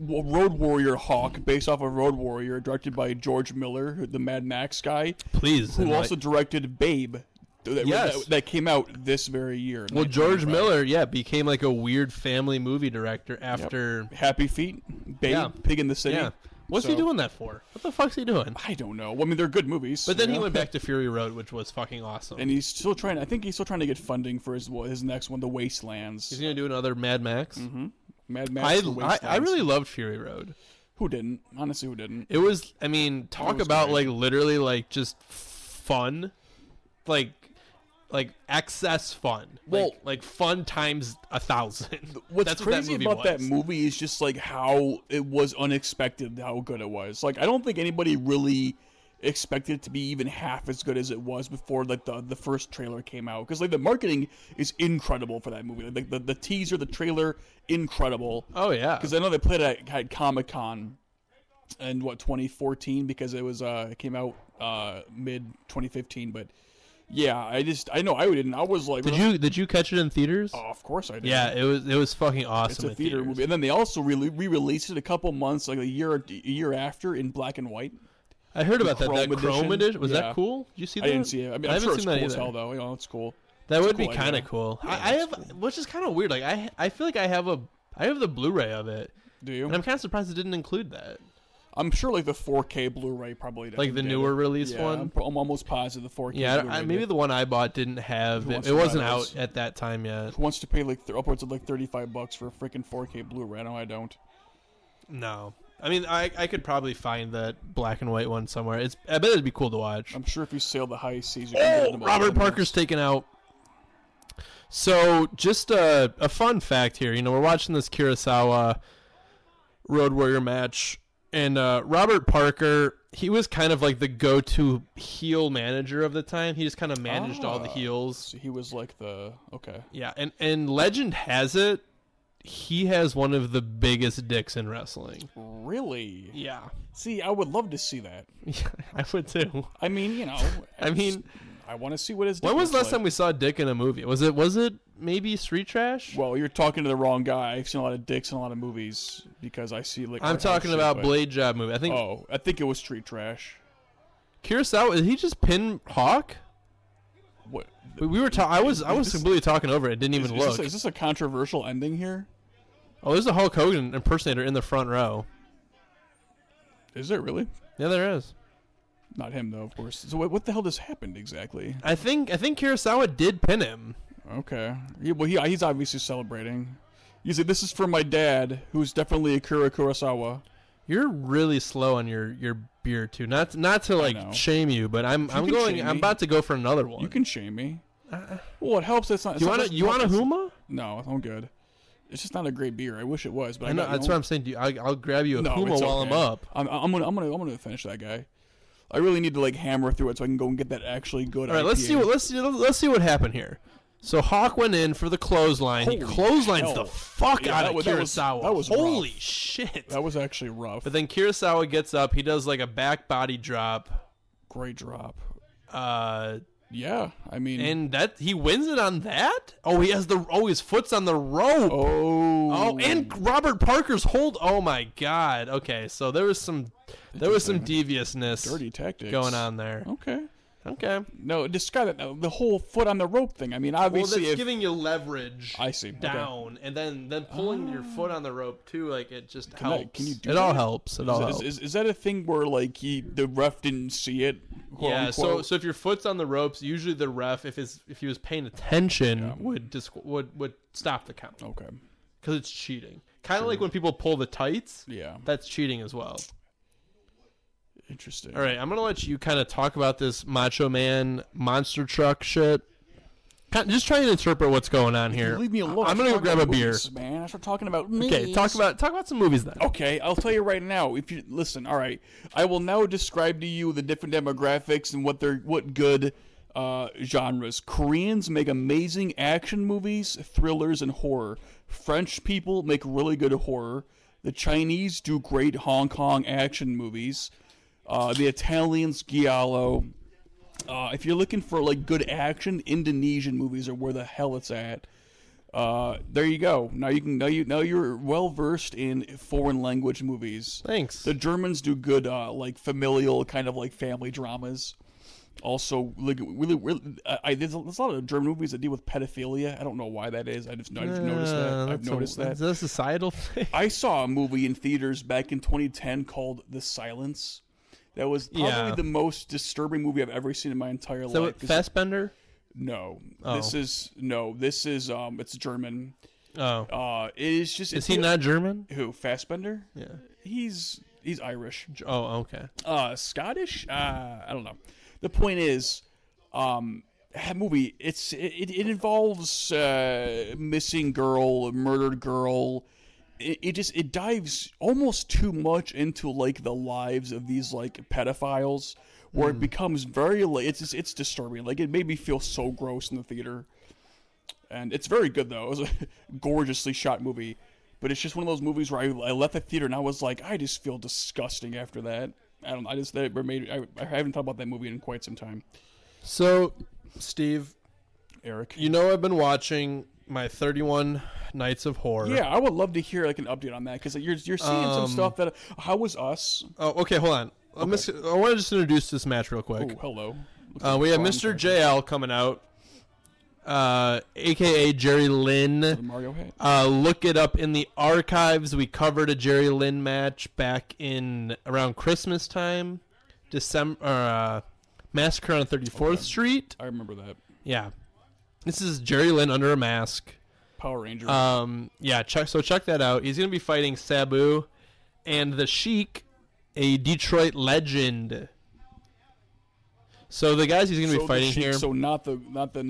Speaker 4: Road Warrior Hawk, based off of Road Warrior, directed by George Miller, who- the Mad Max guy,
Speaker 5: please
Speaker 4: who
Speaker 5: enlighten-
Speaker 4: also directed Babe, that,
Speaker 5: Yes.
Speaker 4: that, that came out this very year.
Speaker 5: well george
Speaker 4: 1995.
Speaker 5: miller yeah became like a weird family movie director after
Speaker 4: Happy Feet, Babe,
Speaker 5: Yeah.
Speaker 4: Pig in the City.
Speaker 5: Yeah. What's he
Speaker 4: So-
Speaker 5: doing that for? What the fuck's he doing?
Speaker 4: I don't know. Well, I mean, they're good movies.
Speaker 5: But then
Speaker 4: you
Speaker 5: he
Speaker 4: know?
Speaker 5: went back to Fury Road, which was fucking awesome.
Speaker 4: and he's still trying. I think he's still trying to get funding for his his next one, The
Speaker 5: He's
Speaker 4: Wastelands.
Speaker 5: gonna do another Mad Max.
Speaker 4: Mm-hmm. Mad Max.
Speaker 5: I,
Speaker 4: The
Speaker 5: I
Speaker 4: Wastelands.
Speaker 5: I really loved Fury Road.
Speaker 4: who didn't honestly who didn't.
Speaker 5: It was I mean talk
Speaker 4: was
Speaker 5: about
Speaker 4: great.
Speaker 5: like literally like just f- fun, like like excess fun,
Speaker 4: Well-
Speaker 5: like, like fun times a thousand.
Speaker 4: What's
Speaker 5: That's what that
Speaker 4: crazy
Speaker 5: movie
Speaker 4: about
Speaker 5: was.
Speaker 4: that movie is just like how it was unexpected how good it was. Like I don't think anybody really expected it to be even half as good as it was before like the the first trailer came out because like the marketing is incredible for that movie. Like the the, the teaser, the trailer, incredible.
Speaker 5: Oh yeah,
Speaker 4: Because I know they played it at, at Comic Con in what 2014 because it was uh it came out uh mid 2015. But yeah, I just I know I didn't. I was like,
Speaker 5: did you did you catch it in theaters?
Speaker 4: Oh, of course I did.
Speaker 5: yeah, it was it was fucking
Speaker 4: It's
Speaker 5: awesome.
Speaker 4: a
Speaker 5: in
Speaker 4: theater
Speaker 5: theaters.
Speaker 4: movie, and then they also re- re-released it a couple months, like a year, a year after, in black and white.
Speaker 5: I heard about that.
Speaker 4: Chrome
Speaker 5: That Chrome
Speaker 4: edition?
Speaker 5: edition was
Speaker 4: Yeah.
Speaker 5: that cool? Did you see that?
Speaker 4: I didn't see it. I mean,
Speaker 5: I
Speaker 4: I'm
Speaker 5: haven't
Speaker 4: sure it's
Speaker 5: seen
Speaker 4: cool
Speaker 5: that
Speaker 4: as
Speaker 5: either.
Speaker 4: hell, though. You know, it's cool.
Speaker 5: That would
Speaker 4: cool
Speaker 5: be
Speaker 4: idea.
Speaker 5: kind of cool. I, I
Speaker 4: that's
Speaker 5: have, which is kind of weird. Like I, I feel like I have a, I have the Blu-ray of it,
Speaker 4: Do you?
Speaker 5: and I'm kind of surprised it didn't include that,
Speaker 4: I'm sure like the 4K Blu-ray probably did.
Speaker 5: like the
Speaker 4: did.
Speaker 5: newer release
Speaker 4: yeah, I'm,
Speaker 5: one.
Speaker 4: pro- I'm almost positive the 4K.
Speaker 5: Yeah,
Speaker 4: Blu-ray
Speaker 5: I, I, maybe
Speaker 4: did.
Speaker 5: the one I bought didn't have.
Speaker 4: Who
Speaker 5: It,
Speaker 4: wants
Speaker 5: it
Speaker 4: to buy
Speaker 5: wasn't
Speaker 4: those?
Speaker 5: out at that time yet.
Speaker 4: Who wants to pay like th- upwards of like 35 bucks for a freaking 4K Blu-ray? No, I don't.
Speaker 5: No, I mean I, I could probably find that black and white one somewhere. It's I bet it'd be cool to watch.
Speaker 4: I'm sure if you sail the high seas, you can get
Speaker 5: Oh,
Speaker 4: them all.
Speaker 5: Robert Parker's taken out. So, just a, a fun fact here. You know, we're watching this Kurosawa Road Warrior match, and uh, Robert Parker, he was kind of like the go to heel manager of the time. He just kind of managed all the
Speaker 4: Ah.
Speaker 5: heels.
Speaker 4: So he was like the okay.
Speaker 5: Yeah, and, and legend has it, he has one of the biggest dicks in wrestling.
Speaker 4: Really?
Speaker 5: Yeah.
Speaker 4: See, I would love to see that.
Speaker 5: I would too.
Speaker 4: I mean, you know.
Speaker 5: I mean,
Speaker 4: I want to see what his.
Speaker 5: when
Speaker 4: dick
Speaker 5: was
Speaker 4: looks
Speaker 5: the last
Speaker 4: like.
Speaker 5: time we saw a dick in a movie? Was it was it maybe Street Trash?
Speaker 4: Well, you're talking to the wrong guy. I've seen a lot of dicks in a lot of movies because I see like.
Speaker 5: I'm
Speaker 4: art house
Speaker 5: talking
Speaker 4: shit,
Speaker 5: about
Speaker 4: but-
Speaker 5: Blade Job movie. I think
Speaker 4: Oh, I think it was Street Trash.
Speaker 5: Kurosawa did he just pin Hawk?
Speaker 4: What?
Speaker 5: We, we were ta- I was I was
Speaker 4: This-
Speaker 5: completely talking over it. Didn't
Speaker 4: Is,
Speaker 5: even
Speaker 4: is
Speaker 5: look.
Speaker 4: this, is this a controversial ending here?
Speaker 5: oh, there's a Hulk Hogan impersonator in the front row.
Speaker 4: Is it really?
Speaker 5: Yeah, there is.
Speaker 4: Not him though, of course. So what, what the hell just happened exactly?
Speaker 5: I think I think Kurosawa did pin him.
Speaker 4: Okay. He, well, he, uh, he's obviously celebrating. You see, this is for my dad, who's definitely Akira Kurosawa.
Speaker 5: You're really slow on your your beer too. Not not to
Speaker 4: know.
Speaker 5: like shame you, but I'm I'm
Speaker 4: can
Speaker 5: going.
Speaker 4: shame
Speaker 5: I'm
Speaker 4: me.
Speaker 5: about to go for another one.
Speaker 4: You can shame me. Well, it helps. It's not.
Speaker 5: Uh-uh. you want to you want a Huma?
Speaker 4: No, I'm good. It's just not a great beer. I wish it was, but I,
Speaker 5: I know
Speaker 4: got
Speaker 5: that's
Speaker 4: no-
Speaker 5: what I'm saying. Do you, I, I'll grab you a
Speaker 4: No,
Speaker 5: Huma
Speaker 4: it's
Speaker 5: while
Speaker 4: okay.
Speaker 5: I'm up.
Speaker 4: I'm, I'm gonna, I'm gonna, I'm gonna finish that guy. I really need to like hammer through it so I can go and get that actually good.
Speaker 5: All right, let's see what let's see let's see what happened here. So Hawk went in for the clothesline. he
Speaker 4: Holy
Speaker 5: clotheslines
Speaker 4: hell.
Speaker 5: the fuck
Speaker 4: Yeah,
Speaker 5: out
Speaker 4: that
Speaker 5: of
Speaker 4: was- that was-
Speaker 5: Kurosawa.
Speaker 4: that was
Speaker 5: holy
Speaker 4: rough.
Speaker 5: shit!
Speaker 4: that was actually rough.
Speaker 5: But then Kurosawa gets up. He does like a back body drop,
Speaker 4: Great drop.
Speaker 5: uh,
Speaker 4: Yeah, I mean,
Speaker 5: and that he wins it on that. Oh, he has the oh his foot's on the rope. Oh,
Speaker 4: oh,
Speaker 5: and Robert Parker's hold. Oh my god. Okay, so there was some there was some deviousness
Speaker 4: dirty Oh. tactics
Speaker 5: going on there.
Speaker 4: Okay,
Speaker 5: Okay,
Speaker 4: no, describe it. The whole foot on the rope thing. I mean,
Speaker 5: well
Speaker 4: obviously,
Speaker 5: that's
Speaker 4: if,
Speaker 5: giving you leverage.
Speaker 4: I see Okay.
Speaker 5: down and then then pulling your foot on the rope too like it just
Speaker 4: I-
Speaker 5: helps
Speaker 4: can you do
Speaker 5: it all
Speaker 4: that?
Speaker 5: helps it all
Speaker 4: Is,
Speaker 5: helps
Speaker 4: is, is that a thing where like he, the ref didn't see it? quote,
Speaker 5: yeah so
Speaker 4: unquote?
Speaker 5: so if your foot's on the ropes usually the ref if his if he was paying attention would dis- would would stop the count
Speaker 4: okay,
Speaker 5: because it's cheating kind of like when people pull the tights
Speaker 4: yeah,
Speaker 5: that's cheating as well
Speaker 4: interesting.
Speaker 5: all right i'm gonna let you kind of talk about this macho man monster truck shit Kind just try and interpret what's going on here
Speaker 4: leave me alone.
Speaker 5: i'm gonna go
Speaker 4: Start
Speaker 5: grab
Speaker 4: talking
Speaker 5: a
Speaker 4: about
Speaker 5: beer
Speaker 4: movies, man. I start talking about
Speaker 5: okay
Speaker 4: movies.
Speaker 5: talk about talk about some movies then
Speaker 4: Okay, I'll tell you right now. If you listen, all right, I will now describe to you the different demographics and what they're what good uh, genres. Koreans make amazing action movies, thrillers, and horror. French people make really good horror. The Chinese do great Hong Kong action movies. Uh, the Italians, Giallo. Uh, if you're looking for like good action, Indonesian movies are where the hell it's at. Uh, there you go. Now you can now you now you're well versed in foreign language movies.
Speaker 5: thanks
Speaker 4: The Germans do good uh, like familial kind of like family dramas. Also, like really, really I, I, there's, a, there's a lot of German movies that deal with pedophilia. I don't know why that is. I just, I just noticed that.
Speaker 5: Uh,
Speaker 4: I've
Speaker 5: that's a-
Speaker 4: noticed that.
Speaker 5: Is that a societal thing?
Speaker 4: I saw a movie in theaters back in 2010 called The Silence. That was probably
Speaker 5: Yeah.
Speaker 4: the most disturbing movie I've ever seen in my entire
Speaker 5: So
Speaker 4: life.
Speaker 5: it-
Speaker 4: 'cause-
Speaker 5: Fassbender?
Speaker 4: no,
Speaker 5: Oh.
Speaker 4: this is no, this is um, it's German.
Speaker 5: Oh.
Speaker 4: Uh, it is just
Speaker 5: Is he not German?
Speaker 4: who Fassbender?
Speaker 5: Yeah.
Speaker 4: He's he's Irish.
Speaker 5: Oh, okay.
Speaker 4: Uh, Scottish? Uh, I don't know. the point is, um, that movie it's it, it involves uh, missing girl, murdered girl. It, it just it dives almost too much into like the lives of these like pedophiles, where it becomes very like it's just, it's disturbing. Like it made me feel so gross in the theater, and it's very good though. It was a gorgeously shot movie, but it's just one of those movies where I, I left the theater and I was like, I just feel disgusting after that. I don't. I just that made. I, I haven't thought about that movie in quite some time.
Speaker 5: So, Steve,
Speaker 4: Eric.
Speaker 5: you know I've been watching my 31 Nights of Horror.
Speaker 4: Yeah, I would love to hear like an update on that because you're you're seeing some
Speaker 5: Um,
Speaker 4: stuff that how was us?
Speaker 5: Oh, okay, hold on. I'm just- I want to just introduce this match real quick.
Speaker 4: Oh, hello. Looks
Speaker 5: Uh,
Speaker 4: like
Speaker 5: we have
Speaker 4: Sean
Speaker 5: Mr.
Speaker 4: back
Speaker 5: JL coming out, uh, aka Jerry
Speaker 4: to
Speaker 5: Lynn.
Speaker 4: Mario hat.
Speaker 5: Uh, look it up in the archives. We covered a Jerry Lynn match back in around Christmas time, December uh, Massacre on 34th Street.
Speaker 4: I remember that
Speaker 5: Yeah, this is Jerry Lynn under a mask.
Speaker 4: Power Ranger.
Speaker 5: Um, yeah, check so check that out. He's gonna be fighting Sabu and the Sheik, a Detroit legend. So the guys he's gonna
Speaker 4: so
Speaker 5: be
Speaker 4: the
Speaker 5: fighting
Speaker 4: Sheik-
Speaker 5: here.
Speaker 4: So not the not the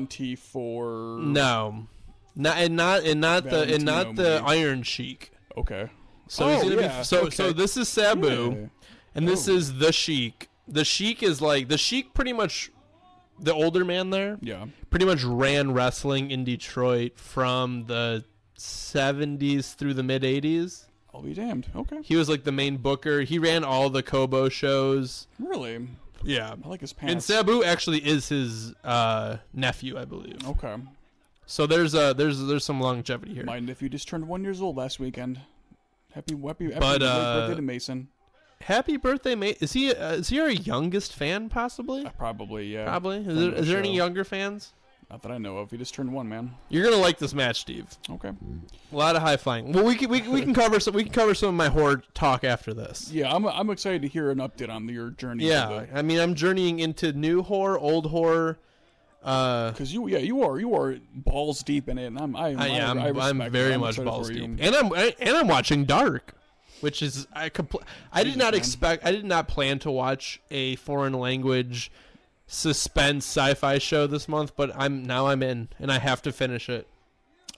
Speaker 4: 1924.
Speaker 5: no, not and not and not the and not
Speaker 4: Valentino
Speaker 5: the
Speaker 4: movie.
Speaker 5: Iron Sheik.
Speaker 4: Okay.
Speaker 5: So
Speaker 4: Oh,
Speaker 5: he's gonna
Speaker 4: yeah,
Speaker 5: be so so
Speaker 4: okay.
Speaker 5: this is Sabu,
Speaker 4: Yeah. Oh.
Speaker 5: and this is the Sheik. The Sheik is like the Sheik, pretty much the older man there.
Speaker 4: Yeah.
Speaker 5: pretty much ran wrestling in Detroit from the 70s through the mid 80s.
Speaker 4: I'll be damned. Okay.
Speaker 5: He was like the main booker. He ran all the Kobo shows.
Speaker 4: Really.
Speaker 5: Yeah.
Speaker 4: I like his pants.
Speaker 5: And Sabu actually is his uh, nephew, I believe.
Speaker 4: okay.
Speaker 5: So there's uh, there's there's some longevity here.
Speaker 4: Mind if you just turned one years old last weekend? Happy happy, happy
Speaker 5: But,
Speaker 4: late
Speaker 5: uh,
Speaker 4: birthday to Mason.
Speaker 5: Happy birthday, mate! Is he uh, is he our youngest fan possibly?
Speaker 4: Uh, Probably yeah.
Speaker 5: Probably. Is
Speaker 4: friend
Speaker 5: there,
Speaker 4: of the
Speaker 5: is there any
Speaker 4: show.
Speaker 5: younger fans?
Speaker 4: Not that I know of. He just turned one, man.
Speaker 5: You're gonna like this match, Steve.
Speaker 4: Okay.
Speaker 5: A lot of high flying. Well, we can, we, can- we can cover some we can cover some of my horror talk after this.
Speaker 4: Yeah, I'm I'm excited to hear an update on your journey.
Speaker 5: Yeah, I mean, I'm journeying into new horror, old horror. Uh,
Speaker 4: because you yeah you are you are balls deep in it, and I'm I, am
Speaker 5: I, yeah,
Speaker 4: I,
Speaker 5: I'm,
Speaker 4: respect
Speaker 5: I'm
Speaker 4: it.
Speaker 5: very
Speaker 4: I'm
Speaker 5: much
Speaker 4: excited
Speaker 5: balls
Speaker 4: for
Speaker 5: deep,
Speaker 4: you.
Speaker 5: and I'm I, and I'm watching Dark, which is I compl- I did
Speaker 4: Jesus,
Speaker 5: not
Speaker 4: man.
Speaker 5: expect. I did not plan to watch a foreign language suspense sci-fi show this month, but I'm now I'm in, and I have to finish it.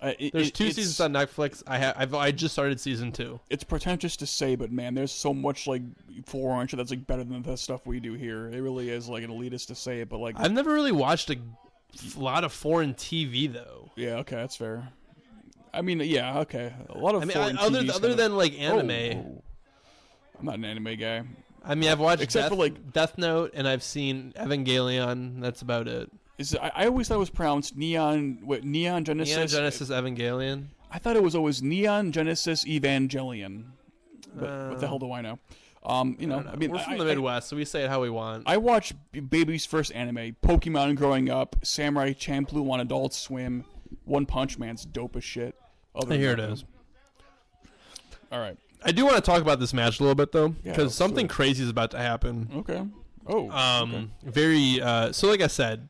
Speaker 4: Uh, it-
Speaker 5: There's
Speaker 4: it-
Speaker 5: two
Speaker 4: it's-
Speaker 5: seasons on Netflix. I have I've, I just started season two.
Speaker 4: It's pretentious to say, but man, there's so much like foreign shit that's like better than the stuff we do here. It really is like an elitist to say it, but like
Speaker 5: I've never really watched a f- lot of foreign TV though.
Speaker 4: yeah, okay, that's fair. I mean, yeah, okay, a lot of
Speaker 5: I mean, I,
Speaker 4: foreign
Speaker 5: other
Speaker 4: TV's
Speaker 5: other
Speaker 4: kinda-
Speaker 5: than like
Speaker 4: Oh,
Speaker 5: anime.
Speaker 4: oh. I'm not an anime guy.
Speaker 5: I mean, I've watched
Speaker 4: Except
Speaker 5: Death,
Speaker 4: for, like-
Speaker 5: Death Note, and I've seen Evangelion. That's about it.
Speaker 4: Is I, I always thought it was pronounced neon. What neon Genesis?
Speaker 5: Neon Genesis Evangelion.
Speaker 4: I thought it was always Neon Genesis Evangelion, but what
Speaker 5: Uh.
Speaker 4: the hell do I know? Um, you know, I, mean,
Speaker 5: We're from
Speaker 4: I,
Speaker 5: the
Speaker 4: I-
Speaker 5: Midwest, so we say it how we want.
Speaker 4: I, watched B- Baby's first anime, Pokemon growing up, Samurai Champloo on Adult Swim, One Punch Man's dope as shit. Other than
Speaker 5: Here it
Speaker 4: that,
Speaker 5: is.
Speaker 4: All right.
Speaker 5: I do want to talk about this match a little bit though,
Speaker 4: Yeah,
Speaker 5: because
Speaker 4: let's do
Speaker 5: something
Speaker 4: it.
Speaker 5: crazy is about to happen.
Speaker 4: Okay. Oh.
Speaker 5: Um,
Speaker 4: okay.
Speaker 5: very. Uh, so, like I said,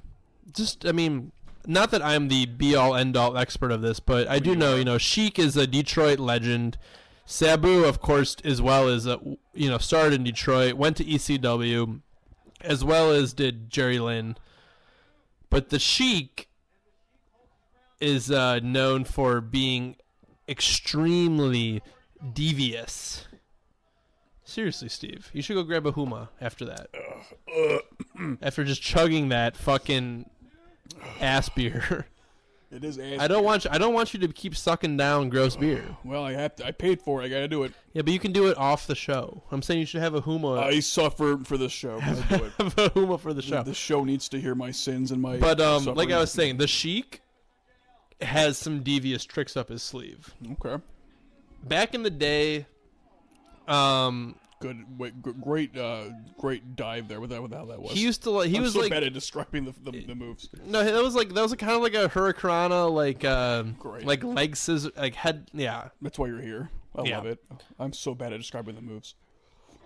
Speaker 5: just I mean, not that I'm the be all end all expert of this, but I do know you know Sheik is a Detroit legend. Sabu, of course, as well as uh, you know, started in Detroit, went to ECW, as well as did Jerry Lynn. But the Sheik is uh, known for being extremely devious. Seriously, Steve, you should go grab a Huma after that. after just chugging that fucking ass beer.
Speaker 4: It is. Ass-
Speaker 5: I don't want you, I don't want you to keep sucking down gross beer.
Speaker 4: Well, I have to. I paid for it. I gotta do it.
Speaker 5: Yeah, but you can do it off the show. I'm saying you should have a Huma.
Speaker 4: I suffer for this show. I do it.
Speaker 5: have a Huma for the show.
Speaker 4: The show needs to hear my sins and my.
Speaker 5: But um, like
Speaker 4: suffering.
Speaker 5: I was saying, the Sheik has some devious tricks up his sleeve.
Speaker 4: Okay.
Speaker 5: Back in the day, um,
Speaker 4: Good. Wait, g- great. Uh, great dive there. With that. With how that was.
Speaker 5: he used to like he
Speaker 4: I'm
Speaker 5: was
Speaker 4: so
Speaker 5: like
Speaker 4: bad at describing the, the, the moves.
Speaker 5: No, that was like that was kind of like a hurricanrana, like uh,
Speaker 4: Great.
Speaker 5: like leg scissor, like head. Yeah.
Speaker 4: That's why you're here. I
Speaker 5: Yeah.
Speaker 4: love it. I'm so bad at describing the moves.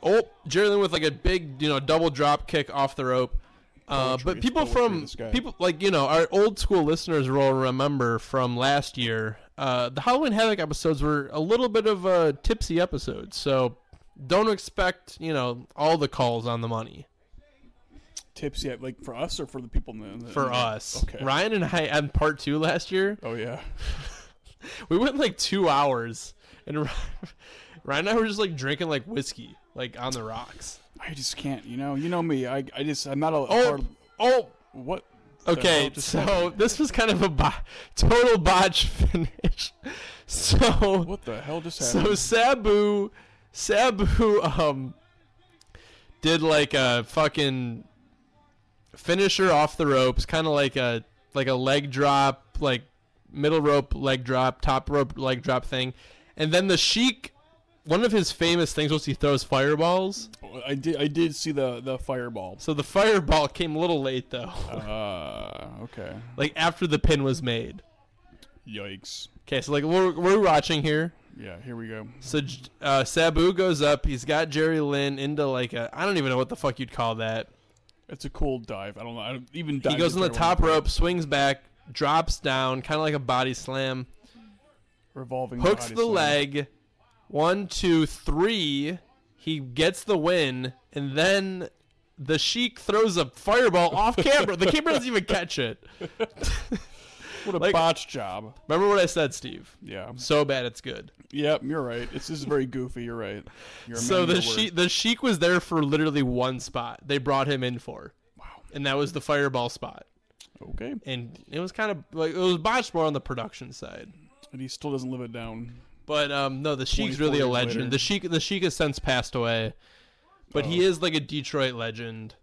Speaker 5: Oh, Jerry Lynn with like a big, you know, double drop kick off the rope. Uh,
Speaker 4: Poetry,
Speaker 5: but
Speaker 4: it's
Speaker 5: people
Speaker 4: poetry,
Speaker 5: from
Speaker 4: this guy.
Speaker 5: people like you know our old school listeners will remember from last year. Uh, the Halloween Havoc episodes were a little bit of a tipsy episode, so don't expect you know all the calls on the money.
Speaker 4: tips yet? Like for us or for the people in the, in the-
Speaker 5: for us.
Speaker 4: Mm-hmm. Okay.
Speaker 5: Ryan and I on part two last year,
Speaker 4: Oh yeah.
Speaker 5: we went like two hours, and Ry- Ryan and I were just like drinking like whiskey, like on the rocks.
Speaker 4: I just can't. You know. You know me. I. I just. I'm not a.
Speaker 5: Oh,
Speaker 4: Hard,
Speaker 5: oh.
Speaker 4: what? the hell
Speaker 5: Okay,
Speaker 4: just
Speaker 5: so this was kind of a bo- total botch finish. So
Speaker 4: What the hell just happened?
Speaker 5: so Sabu, Sabu, um, did like a fucking finisher off the ropes, kind of like a like a leg drop, like middle rope leg drop, top rope leg drop thing, and then the Sheik. One of his famous things was he throws fireballs.
Speaker 4: I did. I did see the the fireball.
Speaker 5: So the fireball came a little late though,
Speaker 4: Uh. Okay.
Speaker 5: like after the pin was made.
Speaker 4: Yikes.
Speaker 5: Okay, so like we're we're watching here.
Speaker 4: Yeah. Here we go.
Speaker 5: So J- uh, Sabu goes up. He's got Jerry Lynn into like a I don't even know what the fuck you'd call that.
Speaker 4: It's a cool dive. I don't know. I don't even.
Speaker 5: He goes on the top rope, swings back, drops down, kind of like a body slam,
Speaker 4: Revolving.
Speaker 5: hooks
Speaker 4: body
Speaker 5: the
Speaker 4: slam.
Speaker 5: leg. One, two, three. He gets the win, and then the Sheik throws a fireball off camera. the camera doesn't even catch it.
Speaker 4: What a
Speaker 5: like-
Speaker 4: botch job.
Speaker 5: Remember what I said, Steve?
Speaker 4: Yeah.
Speaker 5: So bad it's good.
Speaker 4: Yep. You're right. It's just very goofy. You're right. You're a
Speaker 5: So
Speaker 4: man of
Speaker 5: the
Speaker 4: your word.
Speaker 5: sheik, the sheik was there for literally one spot. They brought him in for,
Speaker 4: Wow.
Speaker 5: and that was the fireball spot.
Speaker 4: Okay.
Speaker 5: And it was kind of like it was botched more on the production side.
Speaker 4: And he still doesn't live it down.
Speaker 5: But um, no, the sheik's really a
Speaker 4: 24 years
Speaker 5: legend.
Speaker 4: later. Oh.
Speaker 5: The sheik the sheik has since passed away, but he is like a Detroit legend.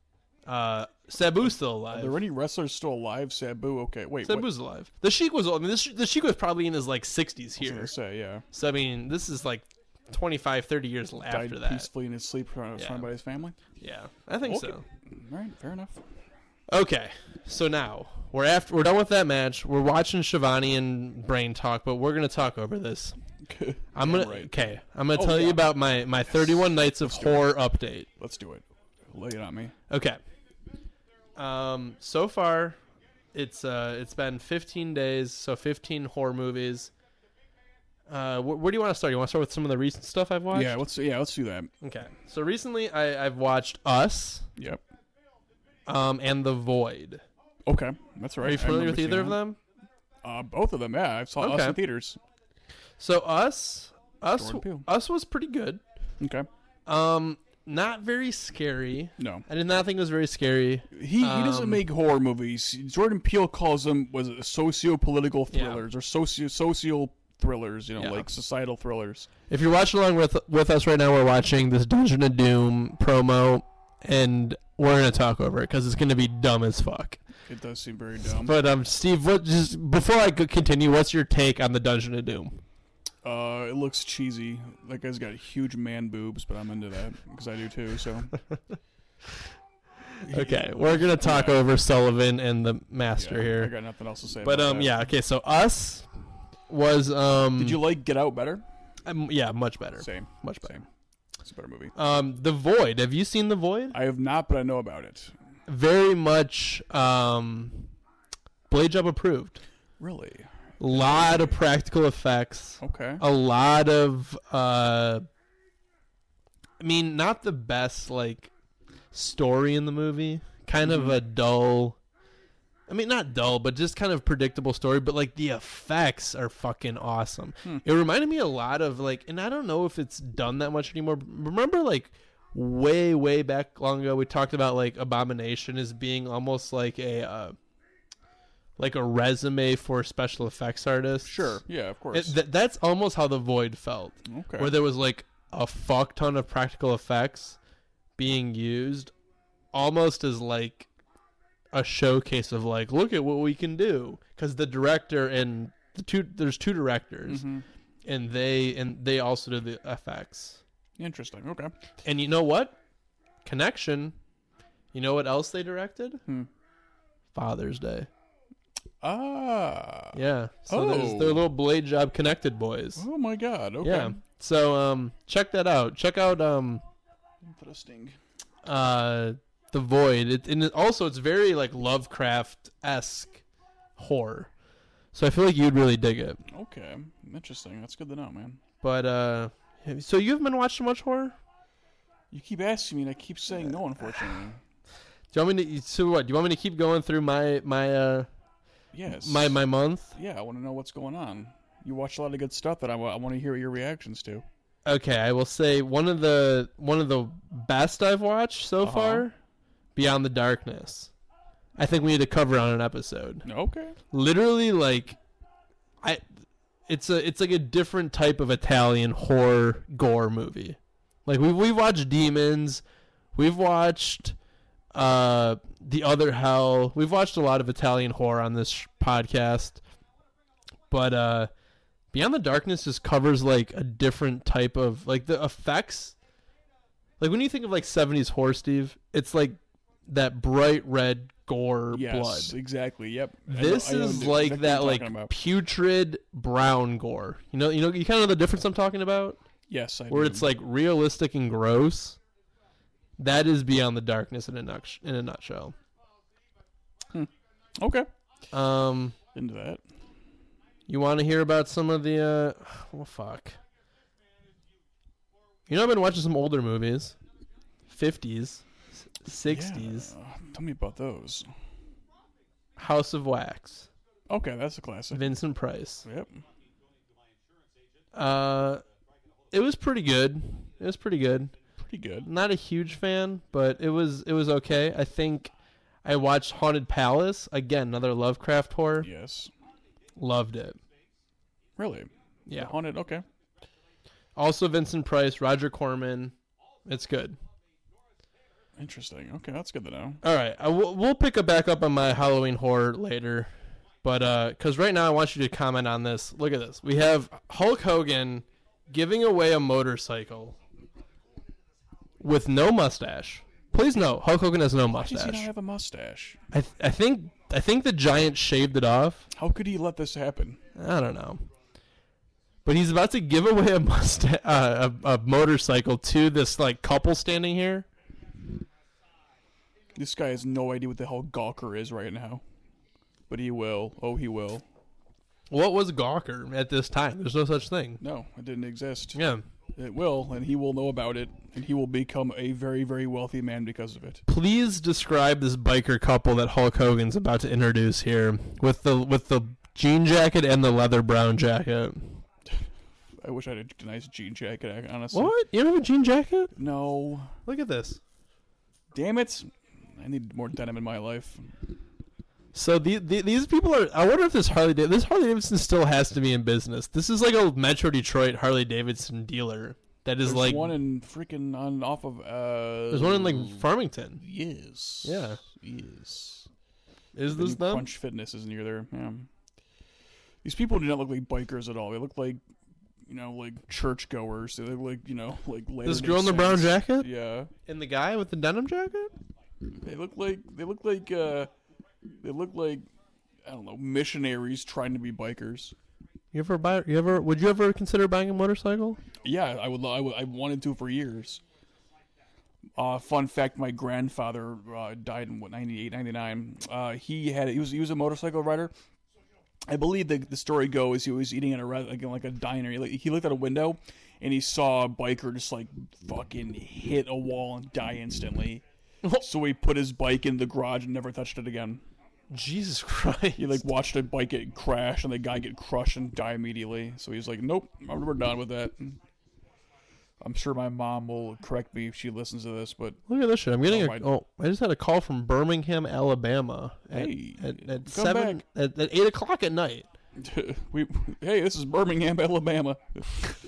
Speaker 5: Uh, Sabu's still alive.
Speaker 4: Are there any wrestlers still alive? Sabu. Okay. Wait. what?
Speaker 5: Sabu's alive. The sheik was. I mean, the, Sheik- the sheik was probably in his like 60s
Speaker 4: I was gonna
Speaker 5: here.
Speaker 4: say yeah.
Speaker 5: So I mean, this is like 25, 30 years
Speaker 4: Died
Speaker 5: after that.
Speaker 4: peacefully in his sleep, surrounded
Speaker 5: Yeah.
Speaker 4: surrounded by his family.
Speaker 5: Yeah, I think
Speaker 4: Okay.
Speaker 5: so.
Speaker 4: All right. Fair enough.
Speaker 5: Okay, so now we're after we're done with that match. We're watching Shivani and Brain talk, but we're gonna talk over this. I'm
Speaker 4: Damn
Speaker 5: gonna
Speaker 4: right.
Speaker 5: okay. I'm gonna
Speaker 4: Oh,
Speaker 5: tell you
Speaker 4: yeah.
Speaker 5: about my my 31 Nights of Horror update.
Speaker 4: Let's do it. Lay it on me.
Speaker 5: Okay. Um, so far, it's uh, it's been 15 days, so 15 horror movies. Uh, wh- where do you want to start? You want to start with some of the recent stuff I've watched?
Speaker 4: Yeah. Let's yeah. Let's do that.
Speaker 5: Okay. So recently, I I've watched Us,
Speaker 4: Yep.
Speaker 5: um, and The Void.
Speaker 4: Okay. That's all right.
Speaker 5: Are you
Speaker 4: I
Speaker 5: familiar
Speaker 4: remember
Speaker 5: with either
Speaker 4: seeing
Speaker 5: of
Speaker 4: that.
Speaker 5: them?
Speaker 4: Uh, both of them. Yeah. I saw
Speaker 5: Okay.
Speaker 4: us in theaters.
Speaker 5: So Us, Us,
Speaker 4: Jordan Peele.
Speaker 5: Us was pretty good.
Speaker 4: Okay.
Speaker 5: Um, not very scary.
Speaker 4: No.
Speaker 5: I did not think it was very scary.
Speaker 4: He, he doesn't
Speaker 5: Um,
Speaker 4: make horror movies. Jordan Peele calls them was it socio-political thrillers or socio social thrillers, you know,
Speaker 5: Yeah.
Speaker 4: like societal thrillers.
Speaker 5: If you're watching along with with us right now, we're watching this Dungeon of Doom promo, and we're gonna talk over it because it's gonna be dumb as fuck.
Speaker 4: It does seem very dumb.
Speaker 5: But um, Steve, what just before I could continue, what's your take on the Dungeon of Doom?
Speaker 4: Uh, it looks cheesy. That guy's got huge man boobs, but I'm into that because I do too. So
Speaker 5: Okay, we're gonna talk
Speaker 4: Yeah.
Speaker 5: over Sullivan and the
Speaker 4: yeah,
Speaker 5: Master
Speaker 4: I
Speaker 5: here.
Speaker 4: got nothing else to say.
Speaker 5: But
Speaker 4: about
Speaker 5: um,
Speaker 4: that.
Speaker 5: yeah, okay. So us was um,
Speaker 4: Did you like Get Out better?
Speaker 5: um, yeah, much better,
Speaker 4: Same,
Speaker 5: much better.
Speaker 4: same. It's a better movie.
Speaker 5: Um, The Void. Have you seen The Void?
Speaker 4: I have not, but I know about it.
Speaker 5: Very much um, Blade Job approved.
Speaker 4: Really?
Speaker 5: A lot of practical effects.
Speaker 4: Okay.
Speaker 5: A lot of, uh, I mean, not the best like story in the movie. Kind
Speaker 4: Mm-hmm.
Speaker 5: of a dull. I mean, not dull, but just kind of predictable story. But like the effects are fucking awesome.
Speaker 4: Hmm.
Speaker 5: It reminded me a lot of like, and I don't know if it's done that much anymore. but Remember, like way way back long ago, we talked about like Abomination as being almost like a uh, like a resume for special effects artists.
Speaker 4: Sure. Yeah, of course.
Speaker 5: It, th- that's almost how the void felt,
Speaker 4: okay.
Speaker 5: where there was like a fuck ton of practical effects being used, almost as like a showcase of like, look at what we can do. Because the director and the two, there's two directors,
Speaker 4: Mm-hmm.
Speaker 5: and they and they also did the effects.
Speaker 4: Interesting. Okay.
Speaker 5: And you know what? Connection. You know what else they directed?
Speaker 4: Hmm.
Speaker 5: Father's Day.
Speaker 4: Ah.
Speaker 5: Yeah. So there's
Speaker 4: Oh.
Speaker 5: their little blade job connected boys.
Speaker 4: Oh my God. Okay.
Speaker 5: Yeah. So um check that out. Check out um
Speaker 4: Interesting.
Speaker 5: uh The Void. It, and it, also it's very like Lovecraft esque horror. So I feel like you'd really dig it.
Speaker 4: Okay. Interesting. That's good to know, man.
Speaker 5: But uh have- so you haven't been watching much horror?
Speaker 4: You keep asking me, and I keep saying no. Unfortunately,
Speaker 5: Do you want me to? So what? Do you want me to keep going through my my uh
Speaker 4: Yes.
Speaker 5: my my month?
Speaker 4: yeah, I want to know what's going on. You watch a lot of good stuff that I want to hear your reactions to.
Speaker 5: Okay, I will say one of the one of the best I've watched so far, Beyond the Darkness. I think we need to cover on an episode.
Speaker 4: Okay.
Speaker 5: Literally, like, I, it's a it's like a different type of Italian horror gore movie. Like we we watched Demons, we've watched uh the other hell we've watched a lot of italian horror on this sh- podcast but uh beyond the darkness just covers like a different type of like the effects like when you think of like 70s horror steve it's like that bright red gore blood
Speaker 4: Yes. Exactly. Yep. I know-
Speaker 5: this
Speaker 4: I know
Speaker 5: is
Speaker 4: exactly
Speaker 5: like
Speaker 4: what
Speaker 5: that
Speaker 4: you're
Speaker 5: like
Speaker 4: talking about.
Speaker 5: putrid brown gore you know you know you kind of know the difference i'm talking about
Speaker 4: yes, I
Speaker 5: where
Speaker 4: do.
Speaker 5: it's like realistic and gross. That is beyond the darkness in a nutsh- in a nutshell.
Speaker 4: okay
Speaker 5: Um,
Speaker 4: into that.
Speaker 5: you want to hear about some of the? Uh, well, fuck. You know, I've been watching some older movies, fifties, sixties.
Speaker 4: Yeah. Tell me about those.
Speaker 5: House of Wax,
Speaker 4: Okay, that's a classic.
Speaker 5: Vincent Price.
Speaker 4: Yep.
Speaker 5: Uh, it was pretty good. It was pretty good.
Speaker 4: Pretty good.
Speaker 5: not a huge fan, but it was it was okay. I think I watched Haunted Palace again, another Lovecraft horror.
Speaker 4: Yes.
Speaker 5: Loved it.
Speaker 4: Really.
Speaker 5: Yeah.
Speaker 4: On it. Okay.
Speaker 5: Also Vincent Price, Roger Corman. It's good.
Speaker 4: Interesting. Okay, that's good to know.
Speaker 5: All right, I w- we'll pick up back up on my Halloween horror later, but uh, because right now I want you to comment on this. Look at this. We have Hulk Hogan giving away a motorcycle with no mustache. Please no, Hulk Hogan has no
Speaker 4: Does he not
Speaker 5: mustache.
Speaker 4: have a mustache?
Speaker 5: I, th- I think I think the Giant shaved it off.
Speaker 4: How could he let this happen?
Speaker 5: I don't know. But he's about to give away a musta- uh, a, a motorcycle to this like couple standing here.
Speaker 4: This guy has no idea what the hell Gawker is right now. But he will. Oh, he will.
Speaker 5: What was Gawker at this time? There's no such thing.
Speaker 4: No, it didn't exist.
Speaker 5: Yeah.
Speaker 4: It will, and he will know about it, and he will become a very, very wealthy man because of it.
Speaker 5: Please describe this biker couple that Hulk Hogan's about to introduce here with the with the jean jacket and the leather brown jacket.
Speaker 4: I wish I had a nice jean jacket, I- honestly.
Speaker 5: What? You don't have a jean jacket?
Speaker 4: No.
Speaker 5: Look at this.
Speaker 4: Damn it. I need more denim in my life.
Speaker 5: So the, the, these people are. I wonder if this Harley Dav- this Harley Davidson still has to be in business. This is like a Metro Detroit Harley Davidson dealer that is
Speaker 4: There's
Speaker 5: like
Speaker 4: one in freaking on off of uh
Speaker 5: There's one in like Farmington.
Speaker 4: Yes.
Speaker 5: Yeah.
Speaker 4: Yes.
Speaker 5: Is
Speaker 4: The
Speaker 5: this
Speaker 4: new
Speaker 5: them?
Speaker 4: Punch Fitness is near there. Yeah. These people do not look like bikers at all. They look like, you know, like churchgoers. They look like, you know, like
Speaker 5: This
Speaker 4: Latter-day
Speaker 5: girl in the brown
Speaker 4: Saints.
Speaker 5: jacket
Speaker 4: Yeah.
Speaker 5: and the guy with the denim jacket.
Speaker 4: They look like they look like uh they look like I don't know missionaries trying to be bikers.
Speaker 5: You ever buy? You ever? Would you ever consider buying a motorcycle?
Speaker 4: Yeah, I would. lo- I, would, I wanted to for years. Uh, fun fact: My grandfather uh, died in what 98, 99. Uh, he had he was he was a motorcycle rider. I believe the, the story goes he was eating at a re- like, in, like a diner. He, like, he looked out a window, and he saw a biker just like fucking hit a wall and die instantly. so he put his bike in the garage and never touched it again.
Speaker 5: Jesus Christ!
Speaker 4: He like watched a bike get crashed and the guy get crushed and die immediately. So he's like, "Nope, I'm- we're done with that." I'm sure my mom will correct me if she listens to this, but
Speaker 5: Look at this shit. I'm getting.
Speaker 4: Oh,
Speaker 5: a,
Speaker 4: my-
Speaker 5: oh, I just had a call from Birmingham, Alabama. At,
Speaker 4: Hey,
Speaker 5: at, at
Speaker 4: come
Speaker 5: seven
Speaker 4: back.
Speaker 5: at, at eight o'clock at night.
Speaker 4: we, hey, this is Birmingham, Alabama.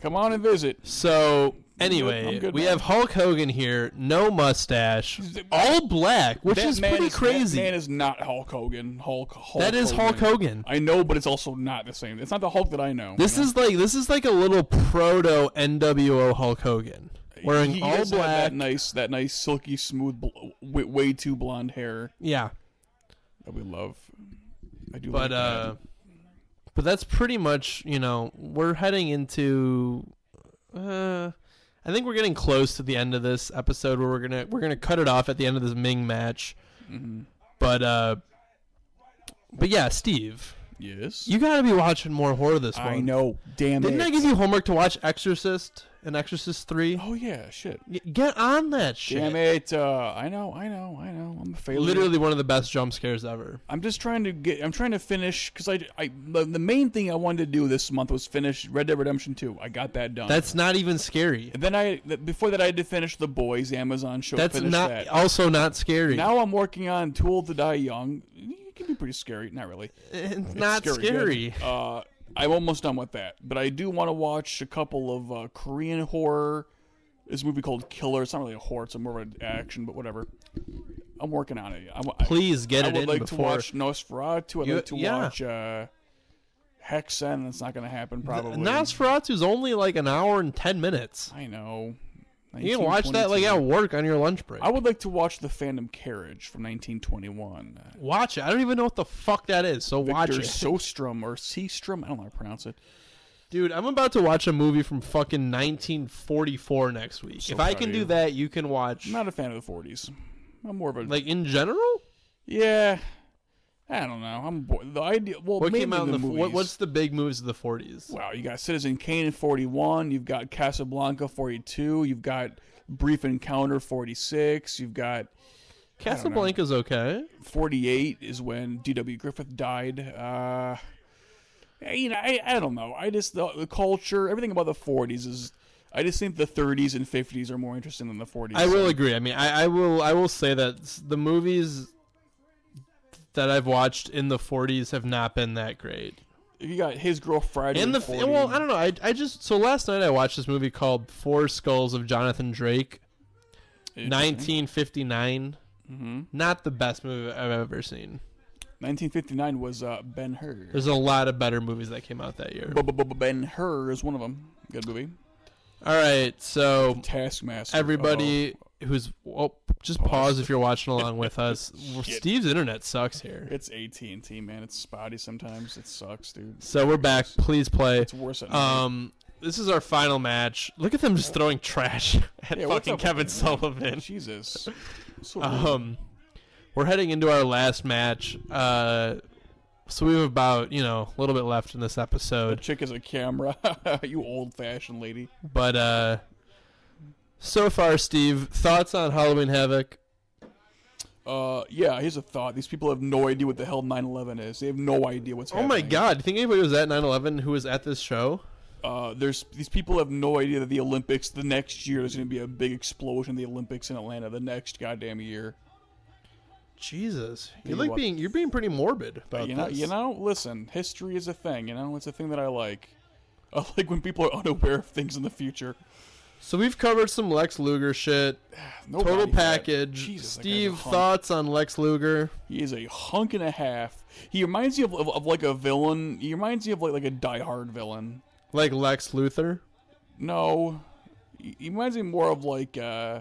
Speaker 4: Come on and visit.
Speaker 5: So
Speaker 4: I'm
Speaker 5: anyway,
Speaker 4: good,
Speaker 5: we
Speaker 4: man.
Speaker 5: have Hulk Hogan here, no mustache, all black, which
Speaker 4: That
Speaker 5: is
Speaker 4: man
Speaker 5: pretty
Speaker 4: That
Speaker 5: crazy.
Speaker 4: man is not Hulk Hogan. Hulk. Hulk
Speaker 5: That is Hulk Hogan.
Speaker 4: I know, but it's also not the same. It's not the Hulk that I know.
Speaker 5: This is like this is like a little proto NWO Hulk Hogan, wearing
Speaker 4: he
Speaker 5: all
Speaker 4: does have
Speaker 5: black.
Speaker 4: That nice, that nice silky smooth, bl- w- way too blonde hair
Speaker 5: Yeah,
Speaker 4: that we love. I do. like
Speaker 5: but
Speaker 4: that.
Speaker 5: uh, but that's pretty much you know we're heading into. Uh, I think we're getting close to the end of this episode where we're gonna we're gonna cut it off at the end of
Speaker 4: Mm-hmm.
Speaker 5: this Ming match. But uh, but yeah, Steve,
Speaker 4: Yes.
Speaker 5: You gotta be watching more horror this month.
Speaker 4: I know. Damn
Speaker 5: Didn't
Speaker 4: it.
Speaker 5: I give you homework to watch Exorcist and Exorcist Three?
Speaker 4: Oh yeah, shit.
Speaker 5: Y- Get on that shit.
Speaker 4: Damn it. Uh, I know. I know. I know. I'm a failure.
Speaker 5: Literally one of the best jump scares ever.
Speaker 4: I'm just trying to get. I'm trying to finish because I, I the, the main thing I wanted to do this month was finish Red Dead Redemption 2. I got that done.
Speaker 5: That's not even scary.
Speaker 4: And then I th- before that I had to finish The Boys Amazon show.
Speaker 5: That's
Speaker 4: finish
Speaker 5: not
Speaker 4: that.
Speaker 5: also not scary.
Speaker 4: Now I'm working on Tool to Die Young. It can be pretty scary. Not really.
Speaker 5: it's not
Speaker 4: It's
Speaker 5: scary.
Speaker 4: good. Uh, I'm almost done with that, but I do want to watch a couple of uh, Korean horror. This movie called Killer. It's not really a horror; it's a more of an action, but whatever. I'm working on it. I, I-
Speaker 5: Please get
Speaker 4: I
Speaker 5: it
Speaker 4: would
Speaker 5: in
Speaker 4: like to
Speaker 5: before.
Speaker 4: watch Nosferatu. I'd
Speaker 5: You-
Speaker 4: like to
Speaker 5: yeah.
Speaker 4: watch uh, Hexen. That's not going to happen, probably.
Speaker 5: Nosferatu's only like an hour and ten minutes.
Speaker 4: I know.
Speaker 5: You can watch that like
Speaker 4: 1922.
Speaker 5: at work on your lunch break.
Speaker 4: I would like to watch the Phantom Carriage from 1921. Uh,
Speaker 5: watch it. I don't even know what the fuck that is, so watch
Speaker 4: Victor
Speaker 5: it.
Speaker 4: Sostrom or Seastrom. I don't know how to pronounce it.
Speaker 5: Dude, I'm about to watch a movie from fucking 1944 next week.
Speaker 4: so
Speaker 5: if I
Speaker 4: proud
Speaker 5: can
Speaker 4: of
Speaker 5: do
Speaker 4: you.
Speaker 5: that, you can watch.
Speaker 4: I'm not a fan of the 40s. I'm more of a
Speaker 5: like in general,
Speaker 4: yeah. I don't know. I'm bored. The idea. Well,
Speaker 5: what
Speaker 4: mainly
Speaker 5: came out in the,
Speaker 4: movies.
Speaker 5: what, what's the big movies of the 40s?
Speaker 4: Wow, you got Citizen Kane in 41, you've got Casablanca 42, you've got Brief Encounter 46, you've got
Speaker 5: Casablanca's okay.
Speaker 4: 48 is when D.W. Griffith died. Uh, you know, I, I don't know. I just, the, the culture, everything about the 40s is, I just think the 30s and 50s are more interesting than the 40s.
Speaker 5: I will
Speaker 4: So,
Speaker 5: agree. I mean, I, I will I will say that s- the movies that I've watched in the 40s have not been that great.
Speaker 4: If you got His Girl Friday
Speaker 5: And the
Speaker 4: in
Speaker 5: f
Speaker 4: 40,
Speaker 5: well, I don't know. I, I just so last night I watched this movie called Four Skulls of Jonathan Drake,
Speaker 4: Interesting. Mm-hmm.
Speaker 5: 1959. Not the best movie I've ever seen.
Speaker 4: 1959 was uh, Ben Hur.
Speaker 5: There's a lot of better movies that came out that year.
Speaker 4: Ben Hur is one of them. Good movie.
Speaker 5: All right, so
Speaker 4: Taskmaster.
Speaker 5: everybody
Speaker 4: uh,
Speaker 5: who's oh, just pause if you're watching along with us. Steve's internet sucks here,
Speaker 4: Uh-oh. It's AT&T, man. It's spotty sometimes. It sucks, dude.
Speaker 5: so we're back. Please play.
Speaker 4: It's worse at night.
Speaker 5: Um, this is our final match. Look at them just throwing trash at
Speaker 4: Yeah, what's
Speaker 5: fucking
Speaker 4: up with
Speaker 5: Kevin
Speaker 4: that, man?
Speaker 5: Sullivan.
Speaker 4: Jesus. So rude.
Speaker 5: Um, we're heading into our last match. Uh, so we have about you know a little bit left in this
Speaker 4: The
Speaker 5: episode,
Speaker 4: chick is a camera. you old fashioned lady.
Speaker 5: but uh, so far, Steve, thoughts on Halloween Havoc?
Speaker 4: Uh, yeah, here's a thought. These people have no idea what the hell 9 11 is. They have no idea what's
Speaker 5: Oh
Speaker 4: happening.
Speaker 5: my God! Do you think anybody was at 9/11 who was at this show?
Speaker 4: Uh, there's These people have no idea that the Olympics, the next year, there's going to be a big explosion in the Olympics in Atlanta the next goddamn year.
Speaker 5: Jesus,
Speaker 4: You
Speaker 5: you like
Speaker 4: what?
Speaker 5: being you're being pretty morbid about
Speaker 4: you know,
Speaker 5: this.
Speaker 4: you know, listen, history is a thing, you know? It's a thing that I like. I like when people are unaware of things in the future.
Speaker 5: So we've covered some Lex Luger shit.
Speaker 4: Nobody
Speaker 5: Total
Speaker 4: did.
Speaker 5: package.
Speaker 4: Jesus, that guy's a
Speaker 5: Steve,
Speaker 4: hunk.
Speaker 5: thoughts on Lex Luger?
Speaker 4: He is a hunk and a half. He reminds you of, of, of like a villain. He reminds you of like like a diehard villain.
Speaker 5: Like Lex Luthor?
Speaker 4: No, he, he reminds me more of like uh,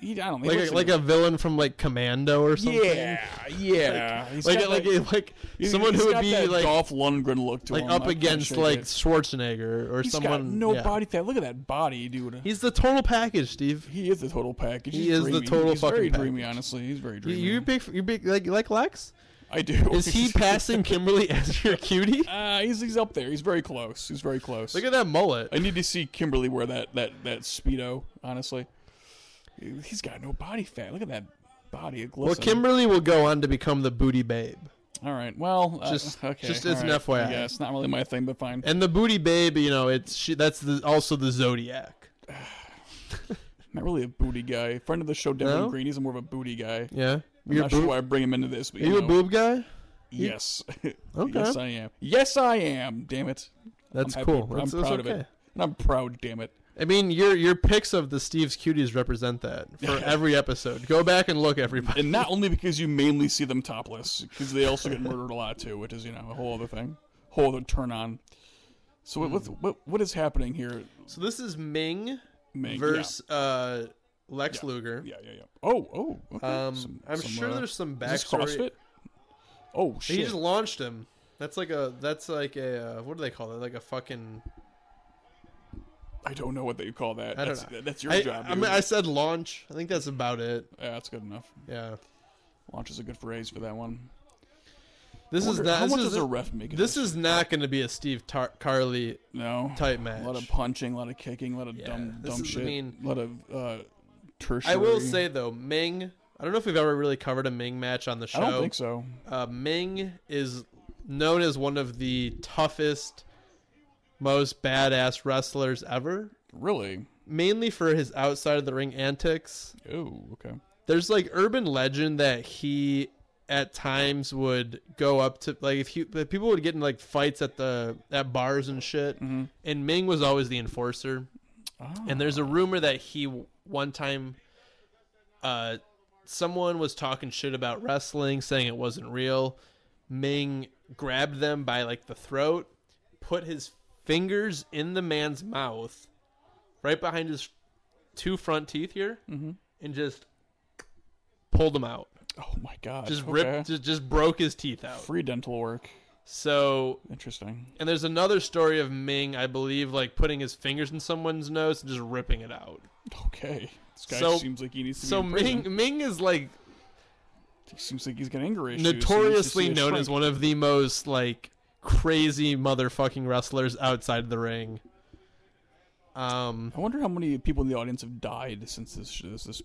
Speaker 4: he, I don't know, he
Speaker 5: Like
Speaker 4: looks
Speaker 5: a, like a villain from like Commando or something?
Speaker 4: yeah yeah He's
Speaker 5: Like
Speaker 4: got
Speaker 5: like
Speaker 4: that-
Speaker 5: a- like
Speaker 4: he's-
Speaker 5: someone
Speaker 4: he's
Speaker 5: who would
Speaker 4: got
Speaker 5: be
Speaker 4: that
Speaker 5: like
Speaker 4: Dolph Lundgren look to
Speaker 5: like
Speaker 4: him. I
Speaker 5: up
Speaker 4: can't
Speaker 5: against
Speaker 4: shake
Speaker 5: like
Speaker 4: it.
Speaker 5: Schwarzenegger or
Speaker 4: He's
Speaker 5: someone.
Speaker 4: got no
Speaker 5: yeah.
Speaker 4: body fat. Look at that body, dude.
Speaker 5: He's the total package, Steve.
Speaker 4: he is the total package.
Speaker 5: He
Speaker 4: He's
Speaker 5: is the
Speaker 4: dreamy.
Speaker 5: total
Speaker 4: He's very
Speaker 5: fucking
Speaker 4: dreamy.
Speaker 5: package.
Speaker 4: Honestly, he's very
Speaker 5: You,
Speaker 4: dreamy.
Speaker 5: you big you big like you like Lex?
Speaker 4: I do.
Speaker 5: Is he passing Kimberly as your cutie?
Speaker 4: Uh, he's he's up there. He's very close. He's very close.
Speaker 5: Look at that mullet.
Speaker 4: I need to see Kimberly wear that that that speedo. Honestly, he's got no body fat. Look at that body. It
Speaker 5: Well,
Speaker 4: glisten.
Speaker 5: Kimberly will go on to become the booty babe.
Speaker 4: All right. Well, uh,
Speaker 5: Just-
Speaker 4: okay.
Speaker 5: just
Speaker 4: all
Speaker 5: as an
Speaker 4: right.
Speaker 5: FYI.
Speaker 4: Yeah, it's not really my thing, but fine.
Speaker 5: And the booty babe, you know, it's she, that's the, also the zodiac.
Speaker 4: not really a booty guy. Friend of the show, Devin
Speaker 5: No?
Speaker 4: Green. He's more of a booty guy.
Speaker 5: Yeah.
Speaker 4: I'm
Speaker 5: You're
Speaker 4: not
Speaker 5: boob-
Speaker 4: sure why I bring him into this, but
Speaker 5: are
Speaker 4: you,
Speaker 5: you a
Speaker 4: know,
Speaker 5: boob guy?
Speaker 4: Yes.
Speaker 5: Okay.
Speaker 4: yes, I am. Yes, I am. Damn it.
Speaker 5: That's
Speaker 4: I'm happy-
Speaker 5: cool.
Speaker 4: I'm
Speaker 5: That's, that's
Speaker 4: proud of
Speaker 5: okay.
Speaker 4: it, and I'm proud. Damn it.
Speaker 5: I mean, your your picks of the Steve's cuties represent that for every episode. Go back and look, everybody.
Speaker 4: And not only because you mainly see them topless, because they also get murdered a lot too, which is you know a whole other thing, whole other turn on. So what
Speaker 5: Hmm.
Speaker 4: what what, what is happening here?
Speaker 5: So this is Ming,
Speaker 4: Ming?
Speaker 5: versus uh, Lex Luger.
Speaker 4: yeah, yeah, yeah, yeah. Oh, oh. Okay.
Speaker 5: Um,
Speaker 4: Some-
Speaker 5: I'm
Speaker 4: some,
Speaker 5: sure
Speaker 4: uh,
Speaker 5: there's some
Speaker 4: is this
Speaker 5: backstory.
Speaker 4: CrossFit? Oh
Speaker 5: he
Speaker 4: shit!
Speaker 5: just launched him. That's like a that's like a uh, what do they call it? Like a fucking
Speaker 4: I don't know what they call that.
Speaker 5: I don't
Speaker 4: that's,
Speaker 5: know.
Speaker 4: that's your
Speaker 5: I,
Speaker 4: job.
Speaker 5: I
Speaker 4: dude.
Speaker 5: mean, I said launch. I think that's about it.
Speaker 4: yeah, that's good enough.
Speaker 5: Yeah.
Speaker 4: Launch is a good phrase for that one.
Speaker 5: This is
Speaker 4: Wonder-
Speaker 5: not.
Speaker 4: how
Speaker 5: this
Speaker 4: much
Speaker 5: is
Speaker 4: does a ref make in
Speaker 5: This is not going to be a Steve Tar- Carly
Speaker 4: No.
Speaker 5: type
Speaker 4: A
Speaker 5: match.
Speaker 4: lot of punching, a lot of kicking, a lot of dumb
Speaker 5: this
Speaker 4: dumb
Speaker 5: is- I
Speaker 4: shit.
Speaker 5: mean-
Speaker 4: a lot of uh tertiary.
Speaker 5: I will say though, Ming. I don't know if we've ever really covered a Ming match on the show.
Speaker 4: I don't think so.
Speaker 5: Uh, Ming is known as one of the toughest, most badass wrestlers ever,
Speaker 4: Really?
Speaker 5: mainly for his outside of the ring antics.
Speaker 4: Oh, okay.
Speaker 5: There's like urban legend that he at times would go up to like if he if people would get in like fights at the at bars and shit, and Ming was always the enforcer. And there's a rumor that he one time, uh, someone was talking shit about wrestling, saying it wasn't real. Ming grabbed them by like the throat, put his fingers in the man's mouth, right behind his two front teeth here, and just pulled them out.
Speaker 4: Oh my god.
Speaker 5: Just
Speaker 4: okay.
Speaker 5: ripped, just, just broke his teeth out.
Speaker 4: free dental work.
Speaker 5: So
Speaker 4: Interesting.
Speaker 5: and there's another story of Ming, I believe, like putting his fingers in someone's nose and just ripping it out.
Speaker 4: Okay. This guy
Speaker 5: So-
Speaker 4: seems like he needs to
Speaker 5: So
Speaker 4: be in prison.
Speaker 5: Ming Ming is like
Speaker 4: He seems like he's got anger issues.
Speaker 5: notoriously known as one of the most like crazy motherfucking wrestlers outside the ring. Um,
Speaker 4: I wonder how many people in the audience have died since this this, this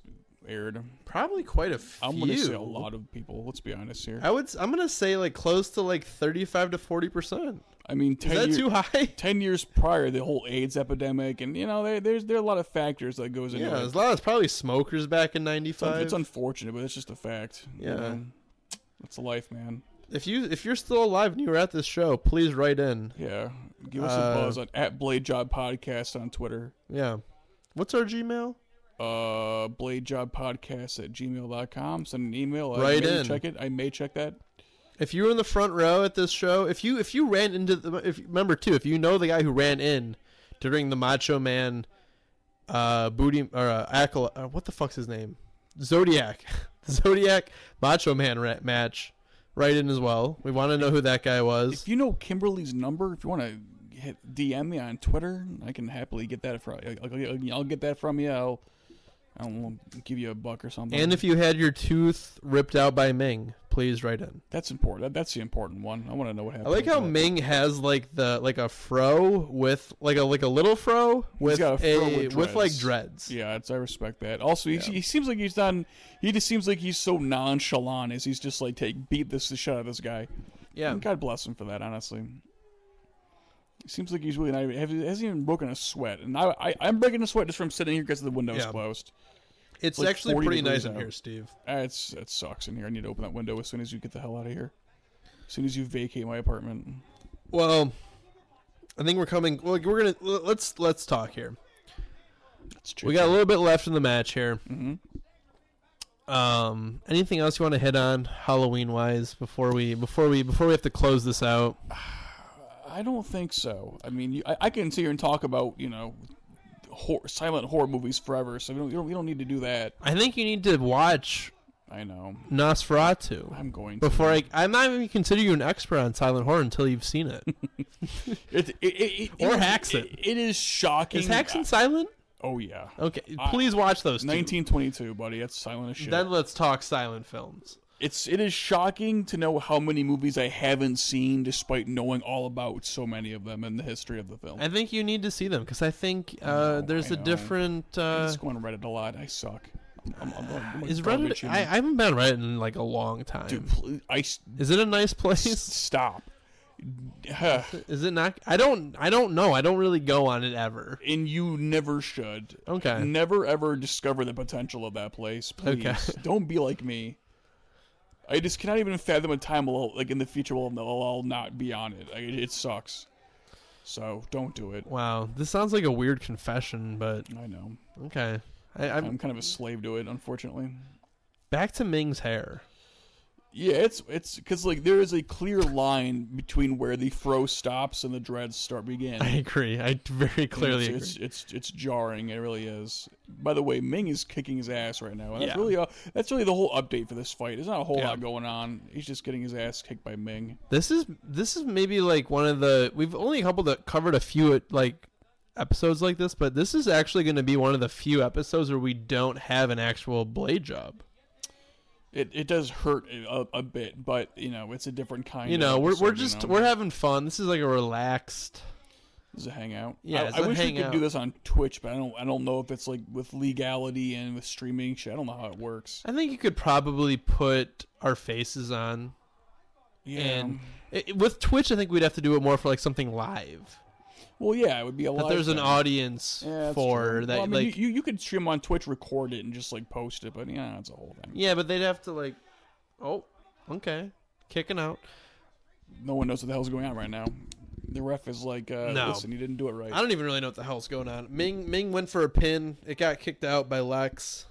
Speaker 4: aired.
Speaker 5: probably quite a few.
Speaker 4: I'm gonna say a lot of people. Let's be honest here.
Speaker 5: I would. s- I'm gonna say like close to like 35 to 40 percent.
Speaker 4: I mean,
Speaker 5: Is
Speaker 4: ten
Speaker 5: that
Speaker 4: year-
Speaker 5: too high?
Speaker 4: ten years prior, the whole AIDS epidemic, and you know, there, there's there are a lot of factors that goes into
Speaker 5: Yeah,
Speaker 4: it.
Speaker 5: as lot as probably smokers back in
Speaker 4: It's, un-
Speaker 5: '95.
Speaker 4: it's unfortunate, but it's just a fact. you
Speaker 5: Yeah.
Speaker 4: know? that's life, man.
Speaker 5: if you if you're still alive and you were at this show, please write in.
Speaker 4: Yeah, give us
Speaker 5: Uh,
Speaker 4: a buzz on at Blade Job Podcast on Twitter.
Speaker 5: Yeah. What's our Gmail?
Speaker 4: Uh, Blade Job Podcast at gmail.com. Send an email. I
Speaker 5: Right
Speaker 4: may
Speaker 5: in.
Speaker 4: Check it. I may check that.
Speaker 5: If you were in the front row at this show, if you if you ran into the if remember too, if you know the guy who ran in during the Macho Man uh booty or uh, Acolyte, uh, what the fuck's his name? Zodiac. Zodiac Macho Man ra- match. Right in as well. We want to know who that guy was.
Speaker 4: If you know Kimberly's number, if you want to hit DM me on Twitter, I can happily get that from. I'll, I'll get that from you. I'll, I'll give you a buck or something.
Speaker 5: and if you had your tooth ripped out by Ming, please write in.
Speaker 4: that's important, that, that's the important one. I want to know what
Speaker 5: I
Speaker 4: happened.
Speaker 5: like
Speaker 4: with
Speaker 5: how
Speaker 4: that.
Speaker 5: Ming has like the like a fro with like a like a little fro with
Speaker 4: got a fro
Speaker 5: a-
Speaker 4: with
Speaker 5: with like
Speaker 4: dreads.
Speaker 5: dreads.
Speaker 4: Yeah, it's, I respect that. Also, he's, he seems like he's done. He just seems like he's so nonchalant as he's just like take beat this the shit out of this guy.
Speaker 5: Yeah.
Speaker 4: God bless him for that. Honestly, it seems like he's really not even have- hasn't even broken a sweat. And I, I I'm breaking a sweat just from sitting here because the window's
Speaker 5: Yeah.
Speaker 4: closed.
Speaker 5: It's
Speaker 4: like
Speaker 5: actually
Speaker 4: 40
Speaker 5: pretty
Speaker 4: degrees
Speaker 5: nice in
Speaker 4: out.
Speaker 5: here, Steve.
Speaker 4: Ah, it's it sucks in here. I need to open that window as soon as you get the hell out of here. As soon as you vacate my apartment.
Speaker 5: Well, I think we're coming. Well, we're gonna l- let's let's talk here.
Speaker 4: That's
Speaker 5: We got a little bit left in the match here.
Speaker 4: Mm-hmm.
Speaker 5: Um, anything else you want to hit on Halloween wise before we before we before we have to close this out?
Speaker 4: I don't think so. I mean, you, I, I can sit here and talk about you know, hor silent horror movies forever. So we don't, you don't, you don't need to do that.
Speaker 5: I think you need to watch
Speaker 4: I know.
Speaker 5: Nosferatu
Speaker 4: I'm going to.
Speaker 5: before I. I'm not even consider you an expert on silent horror until you've seen it.
Speaker 4: It, it, it, it,
Speaker 5: Or
Speaker 4: it-
Speaker 5: Haxan.
Speaker 4: it- it is shocking.
Speaker 5: Is Haxon silent?
Speaker 4: Oh yeah.
Speaker 5: Okay, please watch those. two.
Speaker 4: 1922, buddy. That's silent as shit.
Speaker 5: Then let's talk silent films.
Speaker 4: it's it is shocking to know how many movies I haven't seen, despite knowing all about so many of them in the history of the film.
Speaker 5: I think you need to see them because I think uh,
Speaker 4: know,
Speaker 5: there's
Speaker 4: I
Speaker 5: a
Speaker 4: know.
Speaker 5: different.
Speaker 4: I
Speaker 5: Uh,
Speaker 4: just go on Reddit a lot. I suck. I'm, I'm, I'm, I'm
Speaker 5: is Reddit? I, I haven't been on Reddit in like a long time.
Speaker 4: I s-
Speaker 5: Is it a nice place?
Speaker 4: stop.
Speaker 5: Is it not? I don't. I don't know. I don't really go on it ever.
Speaker 4: and you never should.
Speaker 5: Okay.
Speaker 4: Never ever discover the potential of that place. Please.
Speaker 5: Okay.
Speaker 4: Don't be like me. I just cannot even fathom a time will like in the future will I'll, I'll not be on it. I, it sucks. So don't do it.
Speaker 5: Wow, this sounds like a weird confession, but
Speaker 4: I know.
Speaker 5: okay. I, I'm
Speaker 4: I'm kind of a slave to it, unfortunately.
Speaker 5: back to Ming's hair.
Speaker 4: Yeah, it's it's because like there is a clear line between where the fro stops and the dreads start begin.
Speaker 5: I agree. I very clearly agree.
Speaker 4: it's, it's it's it's jarring. It really is. By the way, Ming is kicking his ass right now, and that's
Speaker 5: Yeah.
Speaker 4: really all, that's really the whole update for this fight. There's not a whole
Speaker 5: Yeah.
Speaker 4: lot going on. He's just getting his ass kicked by Ming.
Speaker 5: This is this is maybe like one of the we've only a couple that covered a few like episodes like this, but this is actually going to be one of the few episodes where we don't have an actual blade job.
Speaker 4: It it does hurt a, a bit, but you know it's a different kind.
Speaker 5: You
Speaker 4: of
Speaker 5: know, we're, we're
Speaker 4: episode, you
Speaker 5: just
Speaker 4: know?
Speaker 5: we're having fun. This is like a relaxed.
Speaker 4: It's a hangout.
Speaker 5: Yeah,
Speaker 4: I-
Speaker 5: it's a
Speaker 4: I, wish we could
Speaker 5: hangout.
Speaker 4: do this on Twitch, but I don't. I don't know if it's like with legality and with streaming shit. I don't know how it works.
Speaker 5: I think you could probably put our faces on,
Speaker 4: Yeah.
Speaker 5: and it, it- with Twitch, I think we'd have to do it more for like something live.
Speaker 4: well, yeah, it would be a
Speaker 5: That
Speaker 4: lot.
Speaker 5: there's an
Speaker 4: thing.
Speaker 5: audience
Speaker 4: Yeah, that's
Speaker 5: for
Speaker 4: true.
Speaker 5: that.
Speaker 4: Well, I mean,
Speaker 5: like,
Speaker 4: you, you could stream on Twitch, record it, and just like post it. But yeah, that's a whole thing.
Speaker 5: yeah, but they'd have to like, oh, okay, kicking out.
Speaker 4: No one knows what the hell's going on right now. The ref is like, uh,
Speaker 5: No.
Speaker 4: listen, you didn't do it right.
Speaker 5: I don't even really know what the hell's going on. Ming Ming went for a pin. It got kicked out by Lex.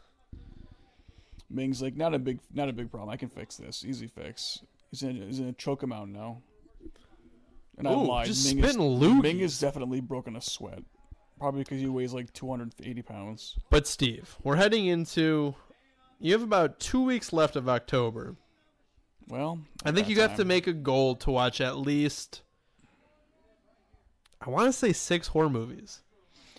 Speaker 4: Ming's like, not a big, not a big problem. I can fix this. Easy fix. He's in, he's in a choke him out now. And I
Speaker 5: Ooh,
Speaker 4: lied.
Speaker 5: just
Speaker 4: Ming is,
Speaker 5: spitting loogies.
Speaker 4: Ming is definitely broken a sweat. Probably because he weighs like 280 pounds.
Speaker 5: But Steve, we're heading into. You have about two weeks left of October.
Speaker 4: Well,
Speaker 5: I think
Speaker 4: got
Speaker 5: you have to
Speaker 4: time.
Speaker 5: make a goal to watch at least. I want to say six horror movies.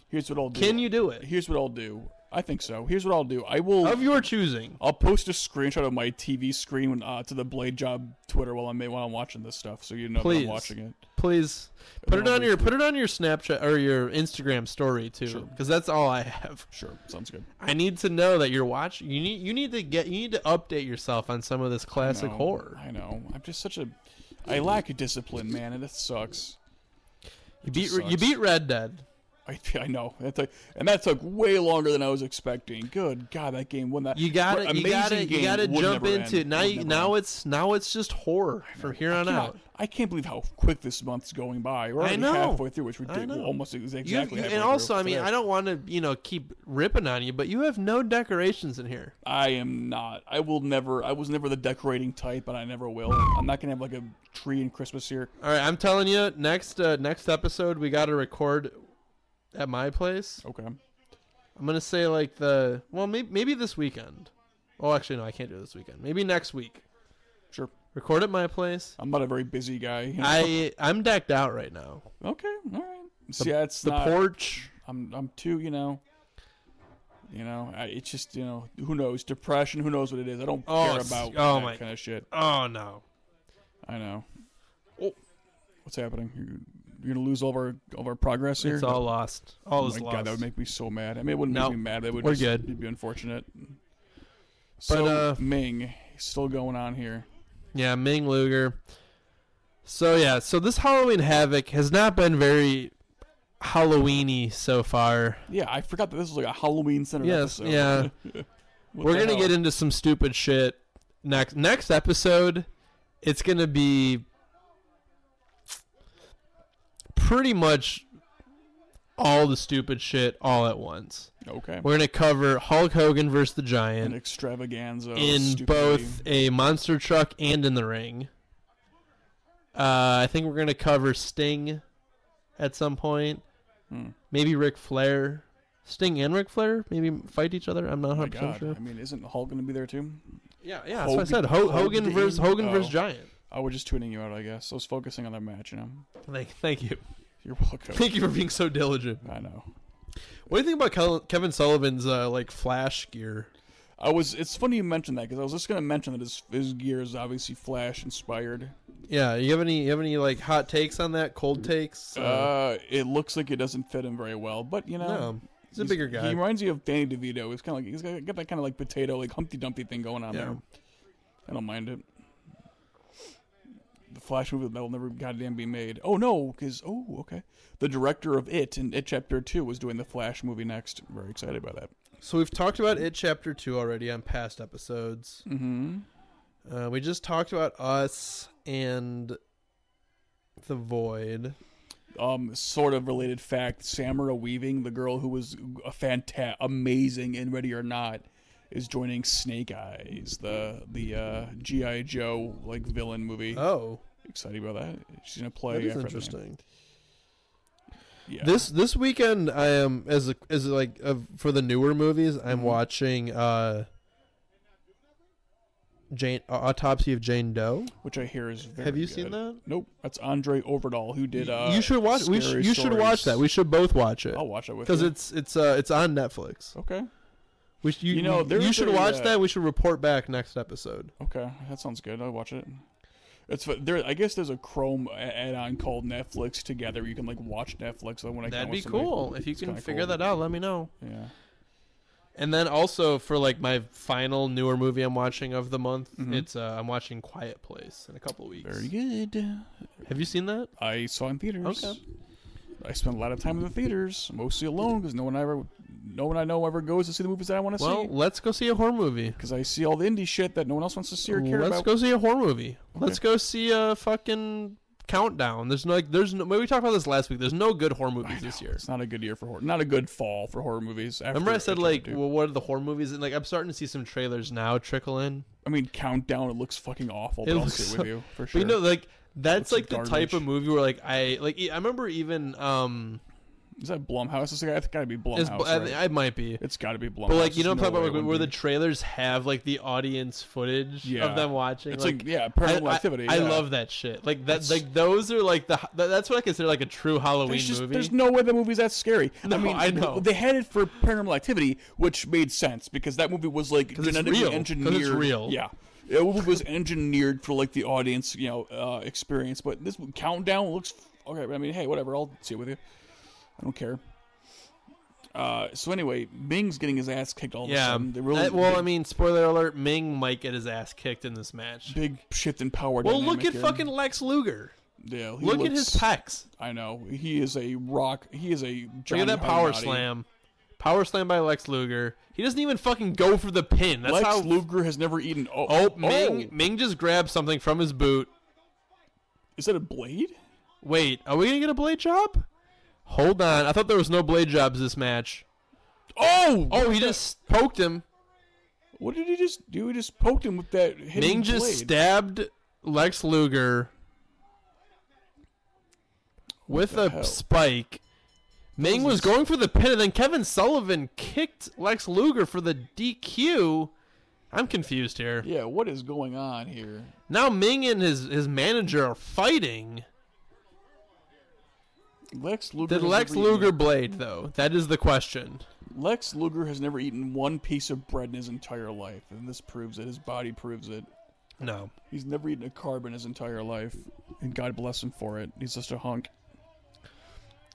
Speaker 4: Here's what I'll do.
Speaker 5: Can you do it?
Speaker 4: Here's what I'll do. I think so. Here's what I'll do. I will.
Speaker 5: Of your choosing.
Speaker 4: I'll post a screenshot of my TV screen when, uh, to the Blade Job Twitter while I'm while I'm watching this stuff, so you know that
Speaker 5: Please.
Speaker 4: I'm watching it.
Speaker 5: Please put it
Speaker 4: I'll
Speaker 5: on your
Speaker 4: retweet.
Speaker 5: put it on your Snapchat or your Instagram story too, because that's all I have.
Speaker 4: Sure, sounds good.
Speaker 5: I need to know that you're watching. You need you need to get you need to update yourself on some of this classic
Speaker 4: No,
Speaker 5: horror.
Speaker 4: I know. I'm just such a. I lack discipline, man, and it sucks.
Speaker 5: You beat
Speaker 4: just
Speaker 5: you
Speaker 4: sucks.
Speaker 5: beat Red Dead.
Speaker 4: I, I know. That took, and that took way longer than I was expecting. Good God, that game won that.
Speaker 5: You got it. You
Speaker 4: amazing
Speaker 5: got it. You
Speaker 4: game
Speaker 5: got to
Speaker 4: would
Speaker 5: jump
Speaker 4: never
Speaker 5: into it.
Speaker 4: end.
Speaker 5: now.
Speaker 4: Would
Speaker 5: You,
Speaker 4: never
Speaker 5: now
Speaker 4: end.
Speaker 5: it's now it's just horror from here on
Speaker 4: I cannot-
Speaker 5: out.
Speaker 4: I can't believe how quick this month's going by. We're
Speaker 5: I
Speaker 4: already
Speaker 5: know.
Speaker 4: halfway through. It's ridiculous.
Speaker 5: know.
Speaker 4: Almost ex-
Speaker 5: You have-
Speaker 4: exactly.
Speaker 5: you-
Speaker 4: halfway
Speaker 5: and
Speaker 4: through.
Speaker 5: also, I mean,
Speaker 4: Today.
Speaker 5: I don't want to, you know, keep ripping on you, but you have no decorations in here.
Speaker 4: I am not. I will never. I was never the decorating type, and I never will. I'm not gonna have like a tree in Christmas here.
Speaker 5: All right, I'm telling you, next uh, next episode we got to record at my place.
Speaker 4: Okay.
Speaker 5: I'm gonna say like the well, maybe maybe this weekend. Oh, actually, no, I can't do it this weekend. Maybe next week.
Speaker 4: Sure.
Speaker 5: Record at my place.
Speaker 4: I'm not a very busy guy. you know?
Speaker 5: I I'm decked out right now.
Speaker 4: okay. All right. See, that's
Speaker 5: The
Speaker 4: not.
Speaker 5: porch.
Speaker 4: I'm. I'm too. You know. You know. I, it's just you know. Who knows? Depression. Who knows what it is? I don't
Speaker 5: Oh,
Speaker 4: care
Speaker 5: it's-
Speaker 4: about
Speaker 5: oh
Speaker 4: that
Speaker 5: my-
Speaker 4: kind of shit.
Speaker 5: Oh no.
Speaker 4: I know.
Speaker 5: Oh.
Speaker 4: What's happening? You're, you're gonna lose all of our all of our progress here.
Speaker 5: It's all lost. All
Speaker 4: Oh
Speaker 5: is
Speaker 4: my
Speaker 5: lost.
Speaker 4: god, that would make me so mad. I mean, it wouldn't
Speaker 5: No,
Speaker 4: make me mad. That would
Speaker 5: we're
Speaker 4: just,
Speaker 5: good.
Speaker 4: It'd be unfortunate. So
Speaker 5: uh,
Speaker 4: Ming still going on here.
Speaker 5: Yeah, Ming Luger. So yeah, so this Halloween Havoc has not been very Halloweeny so far.
Speaker 4: Yeah, I forgot that this was like a Halloween center
Speaker 5: Yes,
Speaker 4: episode.
Speaker 5: yeah.
Speaker 4: What
Speaker 5: We're
Speaker 4: the
Speaker 5: gonna
Speaker 4: hell?
Speaker 5: get into some stupid shit next next episode. It's gonna be pretty much all the stupid shit all at once.
Speaker 4: okay.
Speaker 5: We're gonna cover Hulk Hogan versus the
Speaker 4: An
Speaker 5: Giant
Speaker 4: extravaganza of
Speaker 5: in
Speaker 4: stupidity.
Speaker 5: both a monster truck and in the ring. Uh, I think we're gonna cover Sting at some point.
Speaker 4: Hmm.
Speaker 5: Maybe Ric Flair, Sting and Ric Flair maybe fight each other. I'm not
Speaker 4: Oh my
Speaker 5: 100 percent
Speaker 4: god!
Speaker 5: sure.
Speaker 4: I mean, isn't Hulk gonna be there too?
Speaker 5: Yeah, yeah, that's what I said. Ho-
Speaker 4: Hogan-
Speaker 5: Hogan
Speaker 4: Hogan
Speaker 5: versus Hogan
Speaker 4: Oh.
Speaker 5: versus Giant.
Speaker 4: I was just tuning you out, I guess. I was focusing on that match. You know,
Speaker 5: Thank, thank you,
Speaker 4: you're welcome.
Speaker 5: thank you for being so diligent.
Speaker 4: I know.
Speaker 5: What do you think about Kel- Kevin Sullivan's uh, like flash gear?
Speaker 4: I was. It's funny you mentioned that because I was just gonna mention that his his gear is obviously Flash inspired.
Speaker 5: Yeah, you have any you have any like hot takes on that? Cold takes?
Speaker 4: Uh, it looks like it doesn't fit him very well, but you know,
Speaker 5: no, he's a bigger guy.
Speaker 4: He reminds you of Danny DeVito. He's kind of like he's got, got that kind of like potato, like Humpty Dumpty thing going on
Speaker 5: Yeah.
Speaker 4: there. I don't mind it. The Flash movie that will never goddamn be made. Oh no, because oh okay, the director of It and It Chapter Two was doing the Flash movie next. Very excited by that.
Speaker 5: So we've talked about it chapter two already on past episodes.
Speaker 4: Mm-hmm.
Speaker 5: Uh, we just talked about us and the void.
Speaker 4: um, sort of related fact: Samara Weaving, the girl who was a fanta- amazing in Ready or Not, is joining Snake Eyes, the the uh, GI Joe like villain movie.
Speaker 5: Oh,
Speaker 4: Excited about that? She's gonna play.
Speaker 5: that is
Speaker 4: Afro Man.
Speaker 5: interesting.
Speaker 4: Yeah.
Speaker 5: This this weekend I am as a, as like uh, for the newer movies I'm
Speaker 4: Mhm.
Speaker 5: watching uh Jane Autopsy of Jane Doe.
Speaker 4: which I hear is very
Speaker 5: have you
Speaker 4: good.
Speaker 5: seen that?
Speaker 4: Nope, that's Andre Overdahl who did. Uh,
Speaker 5: you should watch. We sh-
Speaker 4: Scary
Speaker 5: you should watch
Speaker 4: Stories.
Speaker 5: that. We should both watch it
Speaker 4: I'll watch it with
Speaker 5: because
Speaker 4: you.
Speaker 5: it's it's uh it's on Netflix.
Speaker 4: okay.
Speaker 5: We should, you,
Speaker 4: You know,
Speaker 5: you-
Speaker 4: there's
Speaker 5: you should
Speaker 4: a,
Speaker 5: watch
Speaker 4: uh,
Speaker 5: that. We should report back next episode.
Speaker 4: Okay, that sounds good. I'll watch it. It's fu- there. I guess there's a Chrome a- add-on called Netflix Together. where You can like watch Netflix on when I
Speaker 5: That'd
Speaker 4: can't watch
Speaker 5: be
Speaker 4: something.
Speaker 5: cool if you
Speaker 4: It's
Speaker 5: can
Speaker 4: kinda
Speaker 5: figure
Speaker 4: cool.
Speaker 5: that out. Let me know.
Speaker 4: Yeah.
Speaker 5: And then also for like my final newer movie I'm watching of the month,
Speaker 4: Mhm.
Speaker 5: it's uh, I'm watching Quiet Place in a couple weeks.
Speaker 4: Very good.
Speaker 5: Have you seen that?
Speaker 4: I saw in theaters.
Speaker 5: Okay.
Speaker 4: I spent a lot of time in the theaters, mostly alone, because no one I ever, no one I know ever goes to see the movies that I want to
Speaker 5: Well,
Speaker 4: see.
Speaker 5: let's go see a horror movie.
Speaker 4: Because I see all the indie shit that no one else wants to see or care
Speaker 5: Let's
Speaker 4: about.
Speaker 5: go see a horror movie. Let's go see a fucking countdown. There's no like, there's no. We talked about this last week. There's no good horror movies this year.
Speaker 4: It's not a good year for horror. Not a good fall for horror movies. After
Speaker 5: Remember I said
Speaker 4: Return
Speaker 5: like,
Speaker 4: to-
Speaker 5: well, what are the horror movies? And like, I'm starting to see some trailers now trickle in.
Speaker 4: I mean, Countdown. It looks fucking awful.
Speaker 5: It
Speaker 4: But I'll
Speaker 5: looks
Speaker 4: sit
Speaker 5: so-
Speaker 4: with you for sure.
Speaker 5: But you know, like that's
Speaker 4: Looks
Speaker 5: like the type
Speaker 4: garbage.
Speaker 5: of movie where like I like e- I remember even um
Speaker 4: Is that Blumhouse? It's gotta be Blumhouse.
Speaker 5: it's, I,
Speaker 4: right?
Speaker 5: I might be.
Speaker 4: It's got to be Blumhouse.
Speaker 5: But like you know,
Speaker 4: There's
Speaker 5: what I'm talking
Speaker 4: no way
Speaker 5: about
Speaker 4: it
Speaker 5: like, where the
Speaker 4: wouldn't
Speaker 5: trailers have like the audience footage
Speaker 4: Yeah.
Speaker 5: of them watching.
Speaker 4: be. it's like, yeah, paranormal
Speaker 5: I, I-
Speaker 4: activity.
Speaker 5: I
Speaker 4: yeah.
Speaker 5: love that shit. Like that. Like those are like the. that- That's what I consider like a true Halloween
Speaker 4: There's, just,
Speaker 5: movie.
Speaker 4: there's no way the movie's that scary.
Speaker 5: No,
Speaker 4: I mean,
Speaker 5: I know.
Speaker 4: they had it for Paranormal Activity, which made sense because that movie was like
Speaker 5: it's
Speaker 4: genetically
Speaker 5: real. 'Cause it's
Speaker 4: engineered.
Speaker 5: real.
Speaker 4: Yeah, it was engineered for like the audience, you know, uh, experience. But this countdown looks okay. but I mean, hey, whatever. I'll see it with you. I don't care. Uh, so anyway, Bing's getting his ass kicked all of a
Speaker 5: yeah.
Speaker 4: sudden. They really,
Speaker 5: That- well,
Speaker 4: big,
Speaker 5: I mean, spoiler alert: Ming might get his ass kicked in this match.
Speaker 4: big shift in power.
Speaker 5: Well,
Speaker 4: dynamic
Speaker 5: look at
Speaker 4: here.
Speaker 5: fucking Lex Luger.
Speaker 4: Yeah, he
Speaker 5: Look at his pecs.
Speaker 4: looks- I know he is a rock. He is a
Speaker 5: Look
Speaker 4: Johnny
Speaker 5: at that power
Speaker 4: Hardbody.
Speaker 5: slam. Power slam by Lex Luger. He doesn't even fucking go for the pin. That's
Speaker 4: Lex
Speaker 5: how.
Speaker 4: Luger has never eaten. Oh,
Speaker 5: oh, Ming! Ming just grabs something from his boot.
Speaker 4: Is that a blade?
Speaker 5: Wait, are we gonna get a blade job? Hold on, I thought there was no blade jobs this match.
Speaker 4: Oh,
Speaker 5: Oh, he just poked him.
Speaker 4: What did he just do? He just poked him with that hidden
Speaker 5: Ming just
Speaker 4: blade.
Speaker 5: stabbed Lex Luger with
Speaker 4: the
Speaker 5: a
Speaker 4: hell?
Speaker 5: spike. Ming was going for the pin, and then Kevin Sullivan kicked Lex Luger for the DQ. I'm confused here.
Speaker 4: yeah, what is going on here?
Speaker 5: Now Ming and his, his manager are fighting.
Speaker 4: Lex Luger.
Speaker 5: Did
Speaker 4: has
Speaker 5: Lex
Speaker 4: never
Speaker 5: Luger
Speaker 4: Eaten,
Speaker 5: blade, though? That is the question.
Speaker 4: Lex Luger has never eaten one piece of bread in his entire life, and this proves it. His body proves it.
Speaker 5: No.
Speaker 4: He's never eaten a carb in his entire life, and God bless him for it. He's just a hunk.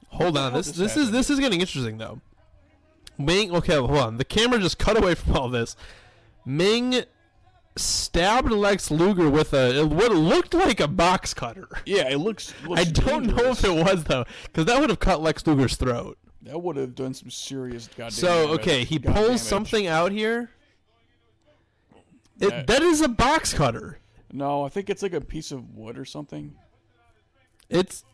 Speaker 5: Hold
Speaker 4: the
Speaker 5: on.
Speaker 4: hell
Speaker 5: This
Speaker 4: just
Speaker 5: this is
Speaker 4: happened?
Speaker 5: this is getting interesting though. Ming. Okay, hold on. The camera just cut away from all this. Ming stabbed Lex Luger with a what looked like a box cutter.
Speaker 4: Yeah, it looks. looks
Speaker 5: I don't know
Speaker 4: dangerous.
Speaker 5: if it was though, because that would have cut Lex Luger's throat.
Speaker 4: that would have done some serious goddamn.
Speaker 5: So
Speaker 4: damage.
Speaker 5: okay, he
Speaker 4: God
Speaker 5: pulls
Speaker 4: damage.
Speaker 5: something out here. It,
Speaker 4: That-
Speaker 5: that is a box cutter.
Speaker 4: No, I think it's like a piece of wood or something.
Speaker 5: It's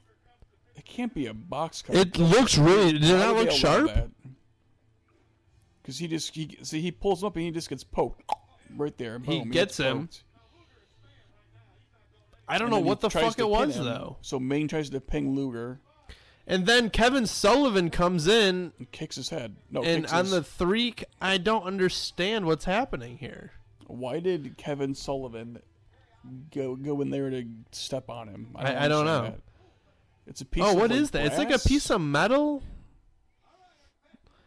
Speaker 4: It can't be a box cutter.
Speaker 5: it looks really. Did it not look sharp?
Speaker 4: Because he just he see he pulls up and he just gets poked right there. Boom,
Speaker 5: gets him.
Speaker 4: poked.
Speaker 5: I don't
Speaker 4: And
Speaker 5: know
Speaker 4: then he
Speaker 5: what the
Speaker 4: tries
Speaker 5: fuck
Speaker 4: to
Speaker 5: it
Speaker 4: pin
Speaker 5: was
Speaker 4: him.
Speaker 5: though.
Speaker 4: So Main tries to ping Luger
Speaker 5: And then Kevin Sullivan comes in
Speaker 4: and kicks his head. No,
Speaker 5: and
Speaker 4: kicks
Speaker 5: on
Speaker 4: his-
Speaker 5: the three, c- I don't understand what's happening here.
Speaker 4: why did Kevin Sullivan go go in there to step on him?
Speaker 5: I- I don't
Speaker 4: understand
Speaker 5: know.
Speaker 4: that. It's a piece.
Speaker 5: oh,
Speaker 4: of,
Speaker 5: what
Speaker 4: like,
Speaker 5: is that? It's like a
Speaker 4: brass.
Speaker 5: piece of metal.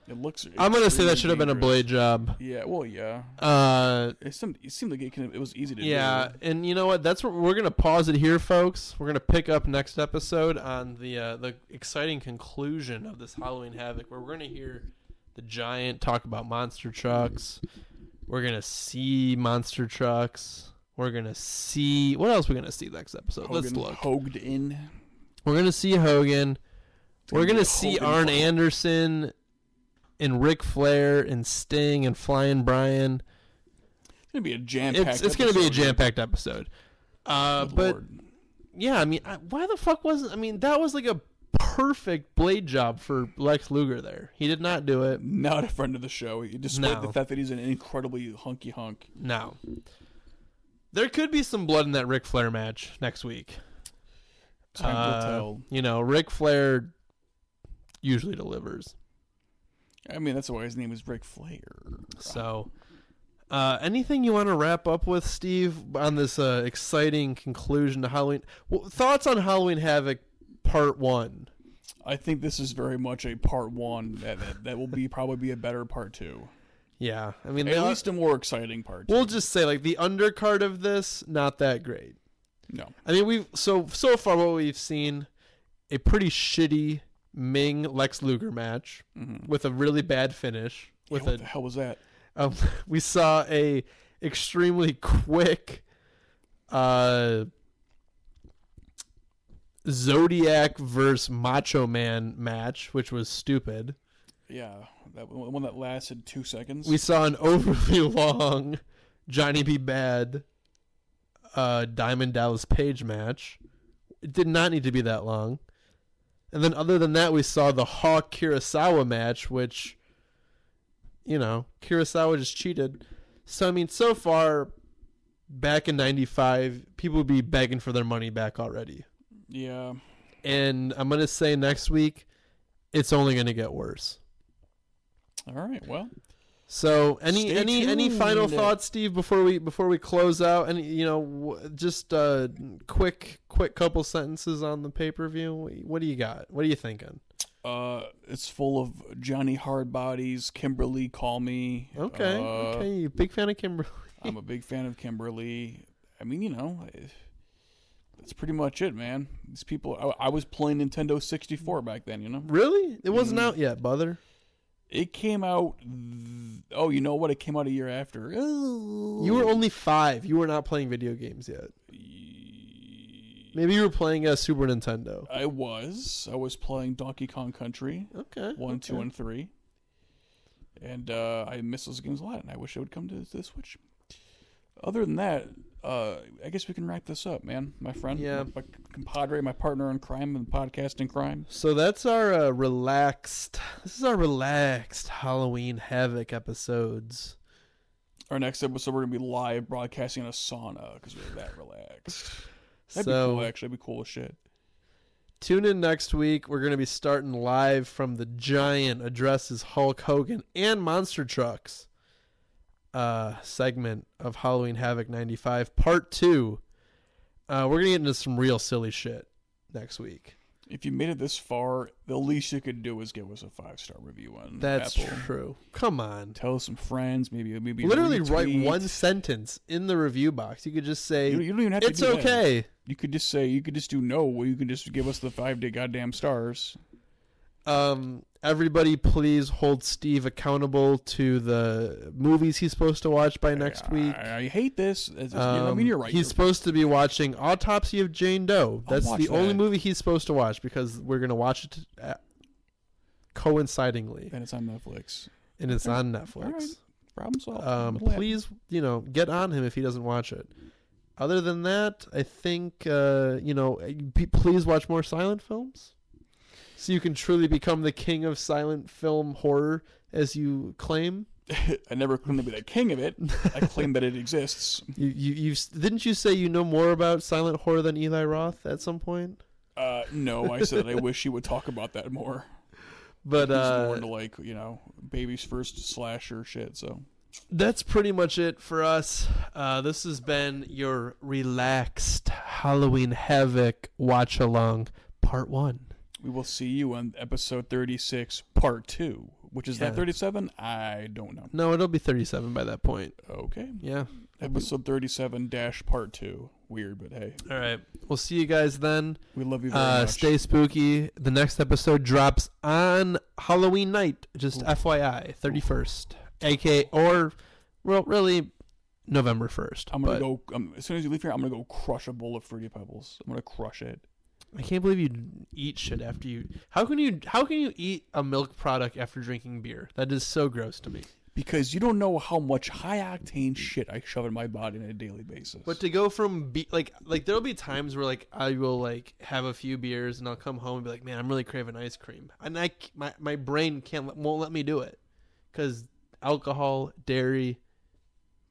Speaker 4: It looks.
Speaker 5: I'm gonna say
Speaker 4: extremely
Speaker 5: that should have been a
Speaker 4: dangerous.
Speaker 5: blade job.
Speaker 4: Yeah. Well, yeah.
Speaker 5: Uh,
Speaker 4: It, seemed, it seemed like it, can, it was easy to do.
Speaker 5: yeah, and you know what? That's what we're gonna pause it here, folks. We're gonna pick up next episode on the uh, the exciting conclusion of this Halloween Havoc, where we're gonna hear the giant talk about monster trucks. We're gonna see monster trucks. We're gonna see what else we're gonna see next episode.
Speaker 4: Hogan
Speaker 5: Let's look.
Speaker 4: Hogged in.
Speaker 5: We're gonna see Hogan. We're
Speaker 4: gonna be
Speaker 5: gonna
Speaker 4: a
Speaker 5: see
Speaker 4: Hogan
Speaker 5: Arn
Speaker 4: fight.
Speaker 5: Anderson and Ric Flair and Sting and Flying Brian.
Speaker 4: It's gonna be a jam.
Speaker 5: It's it's gonna be a jam packed episode. Uh, but yeah, I mean, I, why the fuck wasn't? I mean, that was like a perfect blade job for Lex Luger. There, he did not do it.
Speaker 4: not a friend of the show, despite
Speaker 5: No.
Speaker 4: the fact that he's an incredibly hunky hunk.
Speaker 5: No. There could be some blood in that Ric Flair match next week.
Speaker 4: Time
Speaker 5: Uh,
Speaker 4: will tell.
Speaker 5: You know, Ric Flair usually delivers.
Speaker 4: I mean, that's why his name is Ric Flair.
Speaker 5: So, uh, anything you want to wrap up with, Steve, on this uh, exciting conclusion to Halloween? Well, thoughts on Halloween Havoc Part One?
Speaker 4: I think this is very much a part one that that, that will be probably be a better part two.
Speaker 5: Yeah, I mean,
Speaker 4: At
Speaker 5: they-
Speaker 4: least a more exciting part.
Speaker 5: we'll just say like the undercard of this not that great.
Speaker 4: No.
Speaker 5: I mean, we've so so far what we've seen a pretty shitty Ming Lex Luger match with a really bad finish.
Speaker 4: Mm-hmm. Yeah,
Speaker 5: With
Speaker 4: what the hell was that?
Speaker 5: a, um, we saw a extremely quick uh, Zodiac versus Macho Man match, which was stupid.
Speaker 4: Yeah, that one one that lasted two seconds.
Speaker 5: We saw an overly long Johnny B. Bad uh, Diamond Dallas Page match. It did not need to be that long. And then, other than that, we saw the Hawk Kurosawa match, which, you know, Kurosawa just cheated. So, I mean, so far, back in 95, people would be begging for their money back already.
Speaker 4: yeah,
Speaker 5: And I'm going to say next week, it's only going to get worse.
Speaker 4: all right. Well,
Speaker 5: So any
Speaker 4: Stay
Speaker 5: any any final
Speaker 4: tuned.
Speaker 5: thoughts, Steve, before we before we close out? Any you know w- just uh, quick quick couple sentences on the pay per view. What do you got? What are you thinking?
Speaker 4: uh, it's full of Johnny Hard Bodies, Kimberly Call Me.
Speaker 5: Okay,
Speaker 4: Uh,
Speaker 5: okay, you big fan of Kimberly.
Speaker 4: I'm a big fan of Kimberly. I mean, you know, I- that's pretty much it, man. These people. I, I was playing Nintendo 64 back then. You know,
Speaker 5: Really? It
Speaker 4: Mm.
Speaker 5: wasn't out yet, brother.
Speaker 4: it came out. th- oh, you know what? It came out a year after. Oh.
Speaker 5: You were only five. You were not playing video games yet. Maybe you were playing a Super Nintendo.
Speaker 4: I was. I was playing Donkey Kong Country.
Speaker 5: Okay.
Speaker 4: one, two,
Speaker 5: okay.
Speaker 4: and three. And uh, I miss those games a lot, and I wish it would come to the Switch. Other than that, uh, I guess we can wrap this up, man. My friend,
Speaker 5: Yeah.
Speaker 4: my, my compadre, my partner in crime and podcasting crime.
Speaker 5: So that's our uh, relaxed. This is our relaxed Halloween Havoc episodes.
Speaker 4: Our next episode, we're gonna be live broadcasting in a sauna because we're that relaxed. That'd
Speaker 5: so
Speaker 4: be cool, actually. That'd be cool as shit.
Speaker 5: Tune in next week. We're going to be starting live from the giant addresses Hulk Hogan and Monster Trucks uh, segment of Halloween Havoc 95, part two. Uh, we're going to get into some real silly shit next week.
Speaker 4: If you made it this far, the least you could do is give us a five star review on
Speaker 5: That's
Speaker 4: Apple.
Speaker 5: true. Come on.
Speaker 4: Tell some friends, maybe maybe
Speaker 5: Literally write
Speaker 4: retweet.
Speaker 5: one sentence in the review box. You could just say,
Speaker 4: You, you don't even have to.
Speaker 5: it's
Speaker 4: do that.
Speaker 5: okay.
Speaker 4: You could just say you could just do no, or you could just give us the five day goddamn stars.
Speaker 5: um, everybody please hold Steve accountable to the movies he's supposed to watch by next week.
Speaker 4: I, I hate this. It's- it's- I mean,
Speaker 5: Um,
Speaker 4: you're right.
Speaker 5: He's
Speaker 4: You're-
Speaker 5: supposed to be watching Autopsy of Jane Doe.
Speaker 4: I'll
Speaker 5: That's
Speaker 4: watch
Speaker 5: the only
Speaker 4: that.
Speaker 5: movie he's supposed to watch because we're gonna watch it uh coincidingly,
Speaker 4: and it's on Netflix.
Speaker 5: and it's on
Speaker 4: All right.
Speaker 5: Netflix.
Speaker 4: Problem solved.
Speaker 5: Um,
Speaker 4: It'll happen.
Speaker 5: please, you know, get on him if he doesn't watch it. Other than that, I think uh, you know, p- please watch more silent films, so you can truly become the king of silent film horror as you claim.
Speaker 4: I never claimed to be the king of it. I claim that it exists.
Speaker 5: You you you didn't you say you know more about silent horror than Eli Roth at some point?
Speaker 4: Uh, no, I said that I wish he would talk about that more.
Speaker 5: But
Speaker 4: He's
Speaker 5: uh,
Speaker 4: more into like you know baby's first slasher shit. So
Speaker 5: that's pretty much it for us. Uh, this has been your relaxed Halloween Havoc watch along, part one.
Speaker 4: we will see you on episode thirty six, part two. Which is
Speaker 5: Yeah.
Speaker 4: that thirty seven? I don't know.
Speaker 5: No, it'll be 37 by that point.
Speaker 4: Okay,
Speaker 5: Yeah.
Speaker 4: episode thirty seven dash part two. Weird, but hey,
Speaker 5: All right. We'll see you guys then.
Speaker 4: we love you very
Speaker 5: Uh,
Speaker 4: much.
Speaker 5: stay spooky. The next episode drops on Halloween night, just FYI, 31st, aka or well, really November 1st.
Speaker 4: I'm gonna
Speaker 5: but
Speaker 4: go um, as soon as you leave here. I'm gonna go crush a bowl of fruity pebbles. I'm gonna crush it.
Speaker 5: I can't believe you eat shit after you. How can you? How can you eat a milk product after drinking beer? That is so gross to me.
Speaker 4: Because you don't know how much high octane shit I shove in my body on a daily basis.
Speaker 5: But to go from be- like like there'll be times where like I will like have a few beers and I'll come home and be like, man, I'm really craving ice cream, and I c- my my brain can't let- won't let me do it because alcohol, dairy,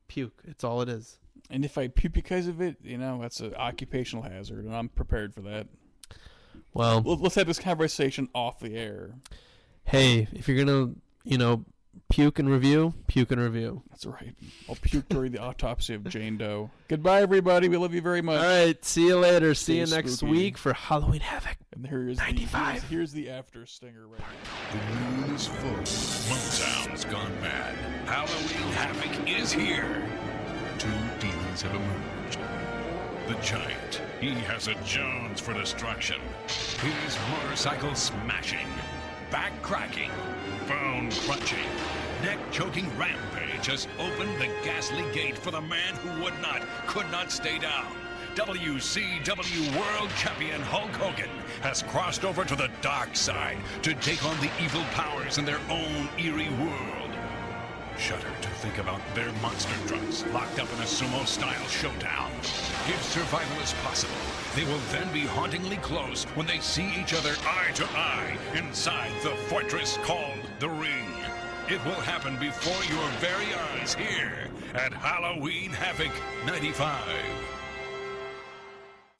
Speaker 5: puke. It's all it is.
Speaker 4: and if I puke because of it, you know that's an occupational hazard, and I'm prepared for that.
Speaker 5: Well,
Speaker 4: Let- Let's have this conversation off the air.
Speaker 5: hey, if you're gonna you know Puke and review. Puke and review.
Speaker 1: That's right. I'll puke during the autopsy of Jane Doe. Goodbye, everybody. We love you very much.
Speaker 5: All right. See you later. See
Speaker 1: Stay
Speaker 5: you next
Speaker 1: spooky.
Speaker 5: week for Halloween Havoc.
Speaker 1: And here is
Speaker 5: 95.
Speaker 1: The, here's, here's the after stinger right now.
Speaker 2: The room is full.
Speaker 3: Motown's gone mad. Halloween Havoc is here. Two demons have emerged. The giant, he has a Jones for destruction. He's motorcycle smashing, back cracking, phone crunching, neck choking rampage has opened the ghastly gate for the man who would not, could not stay down. WCW World Champion Hulk Hogan has crossed over to the dark side to take on the evil powers in their own eerie world. Shudder to think about their monster trucks locked up in a sumo style showdown. If survival is possible, they will then be hauntingly close when they see each other eye to eye inside the fortress called the Ring. It will happen before your very eyes here at Halloween Havoc 95.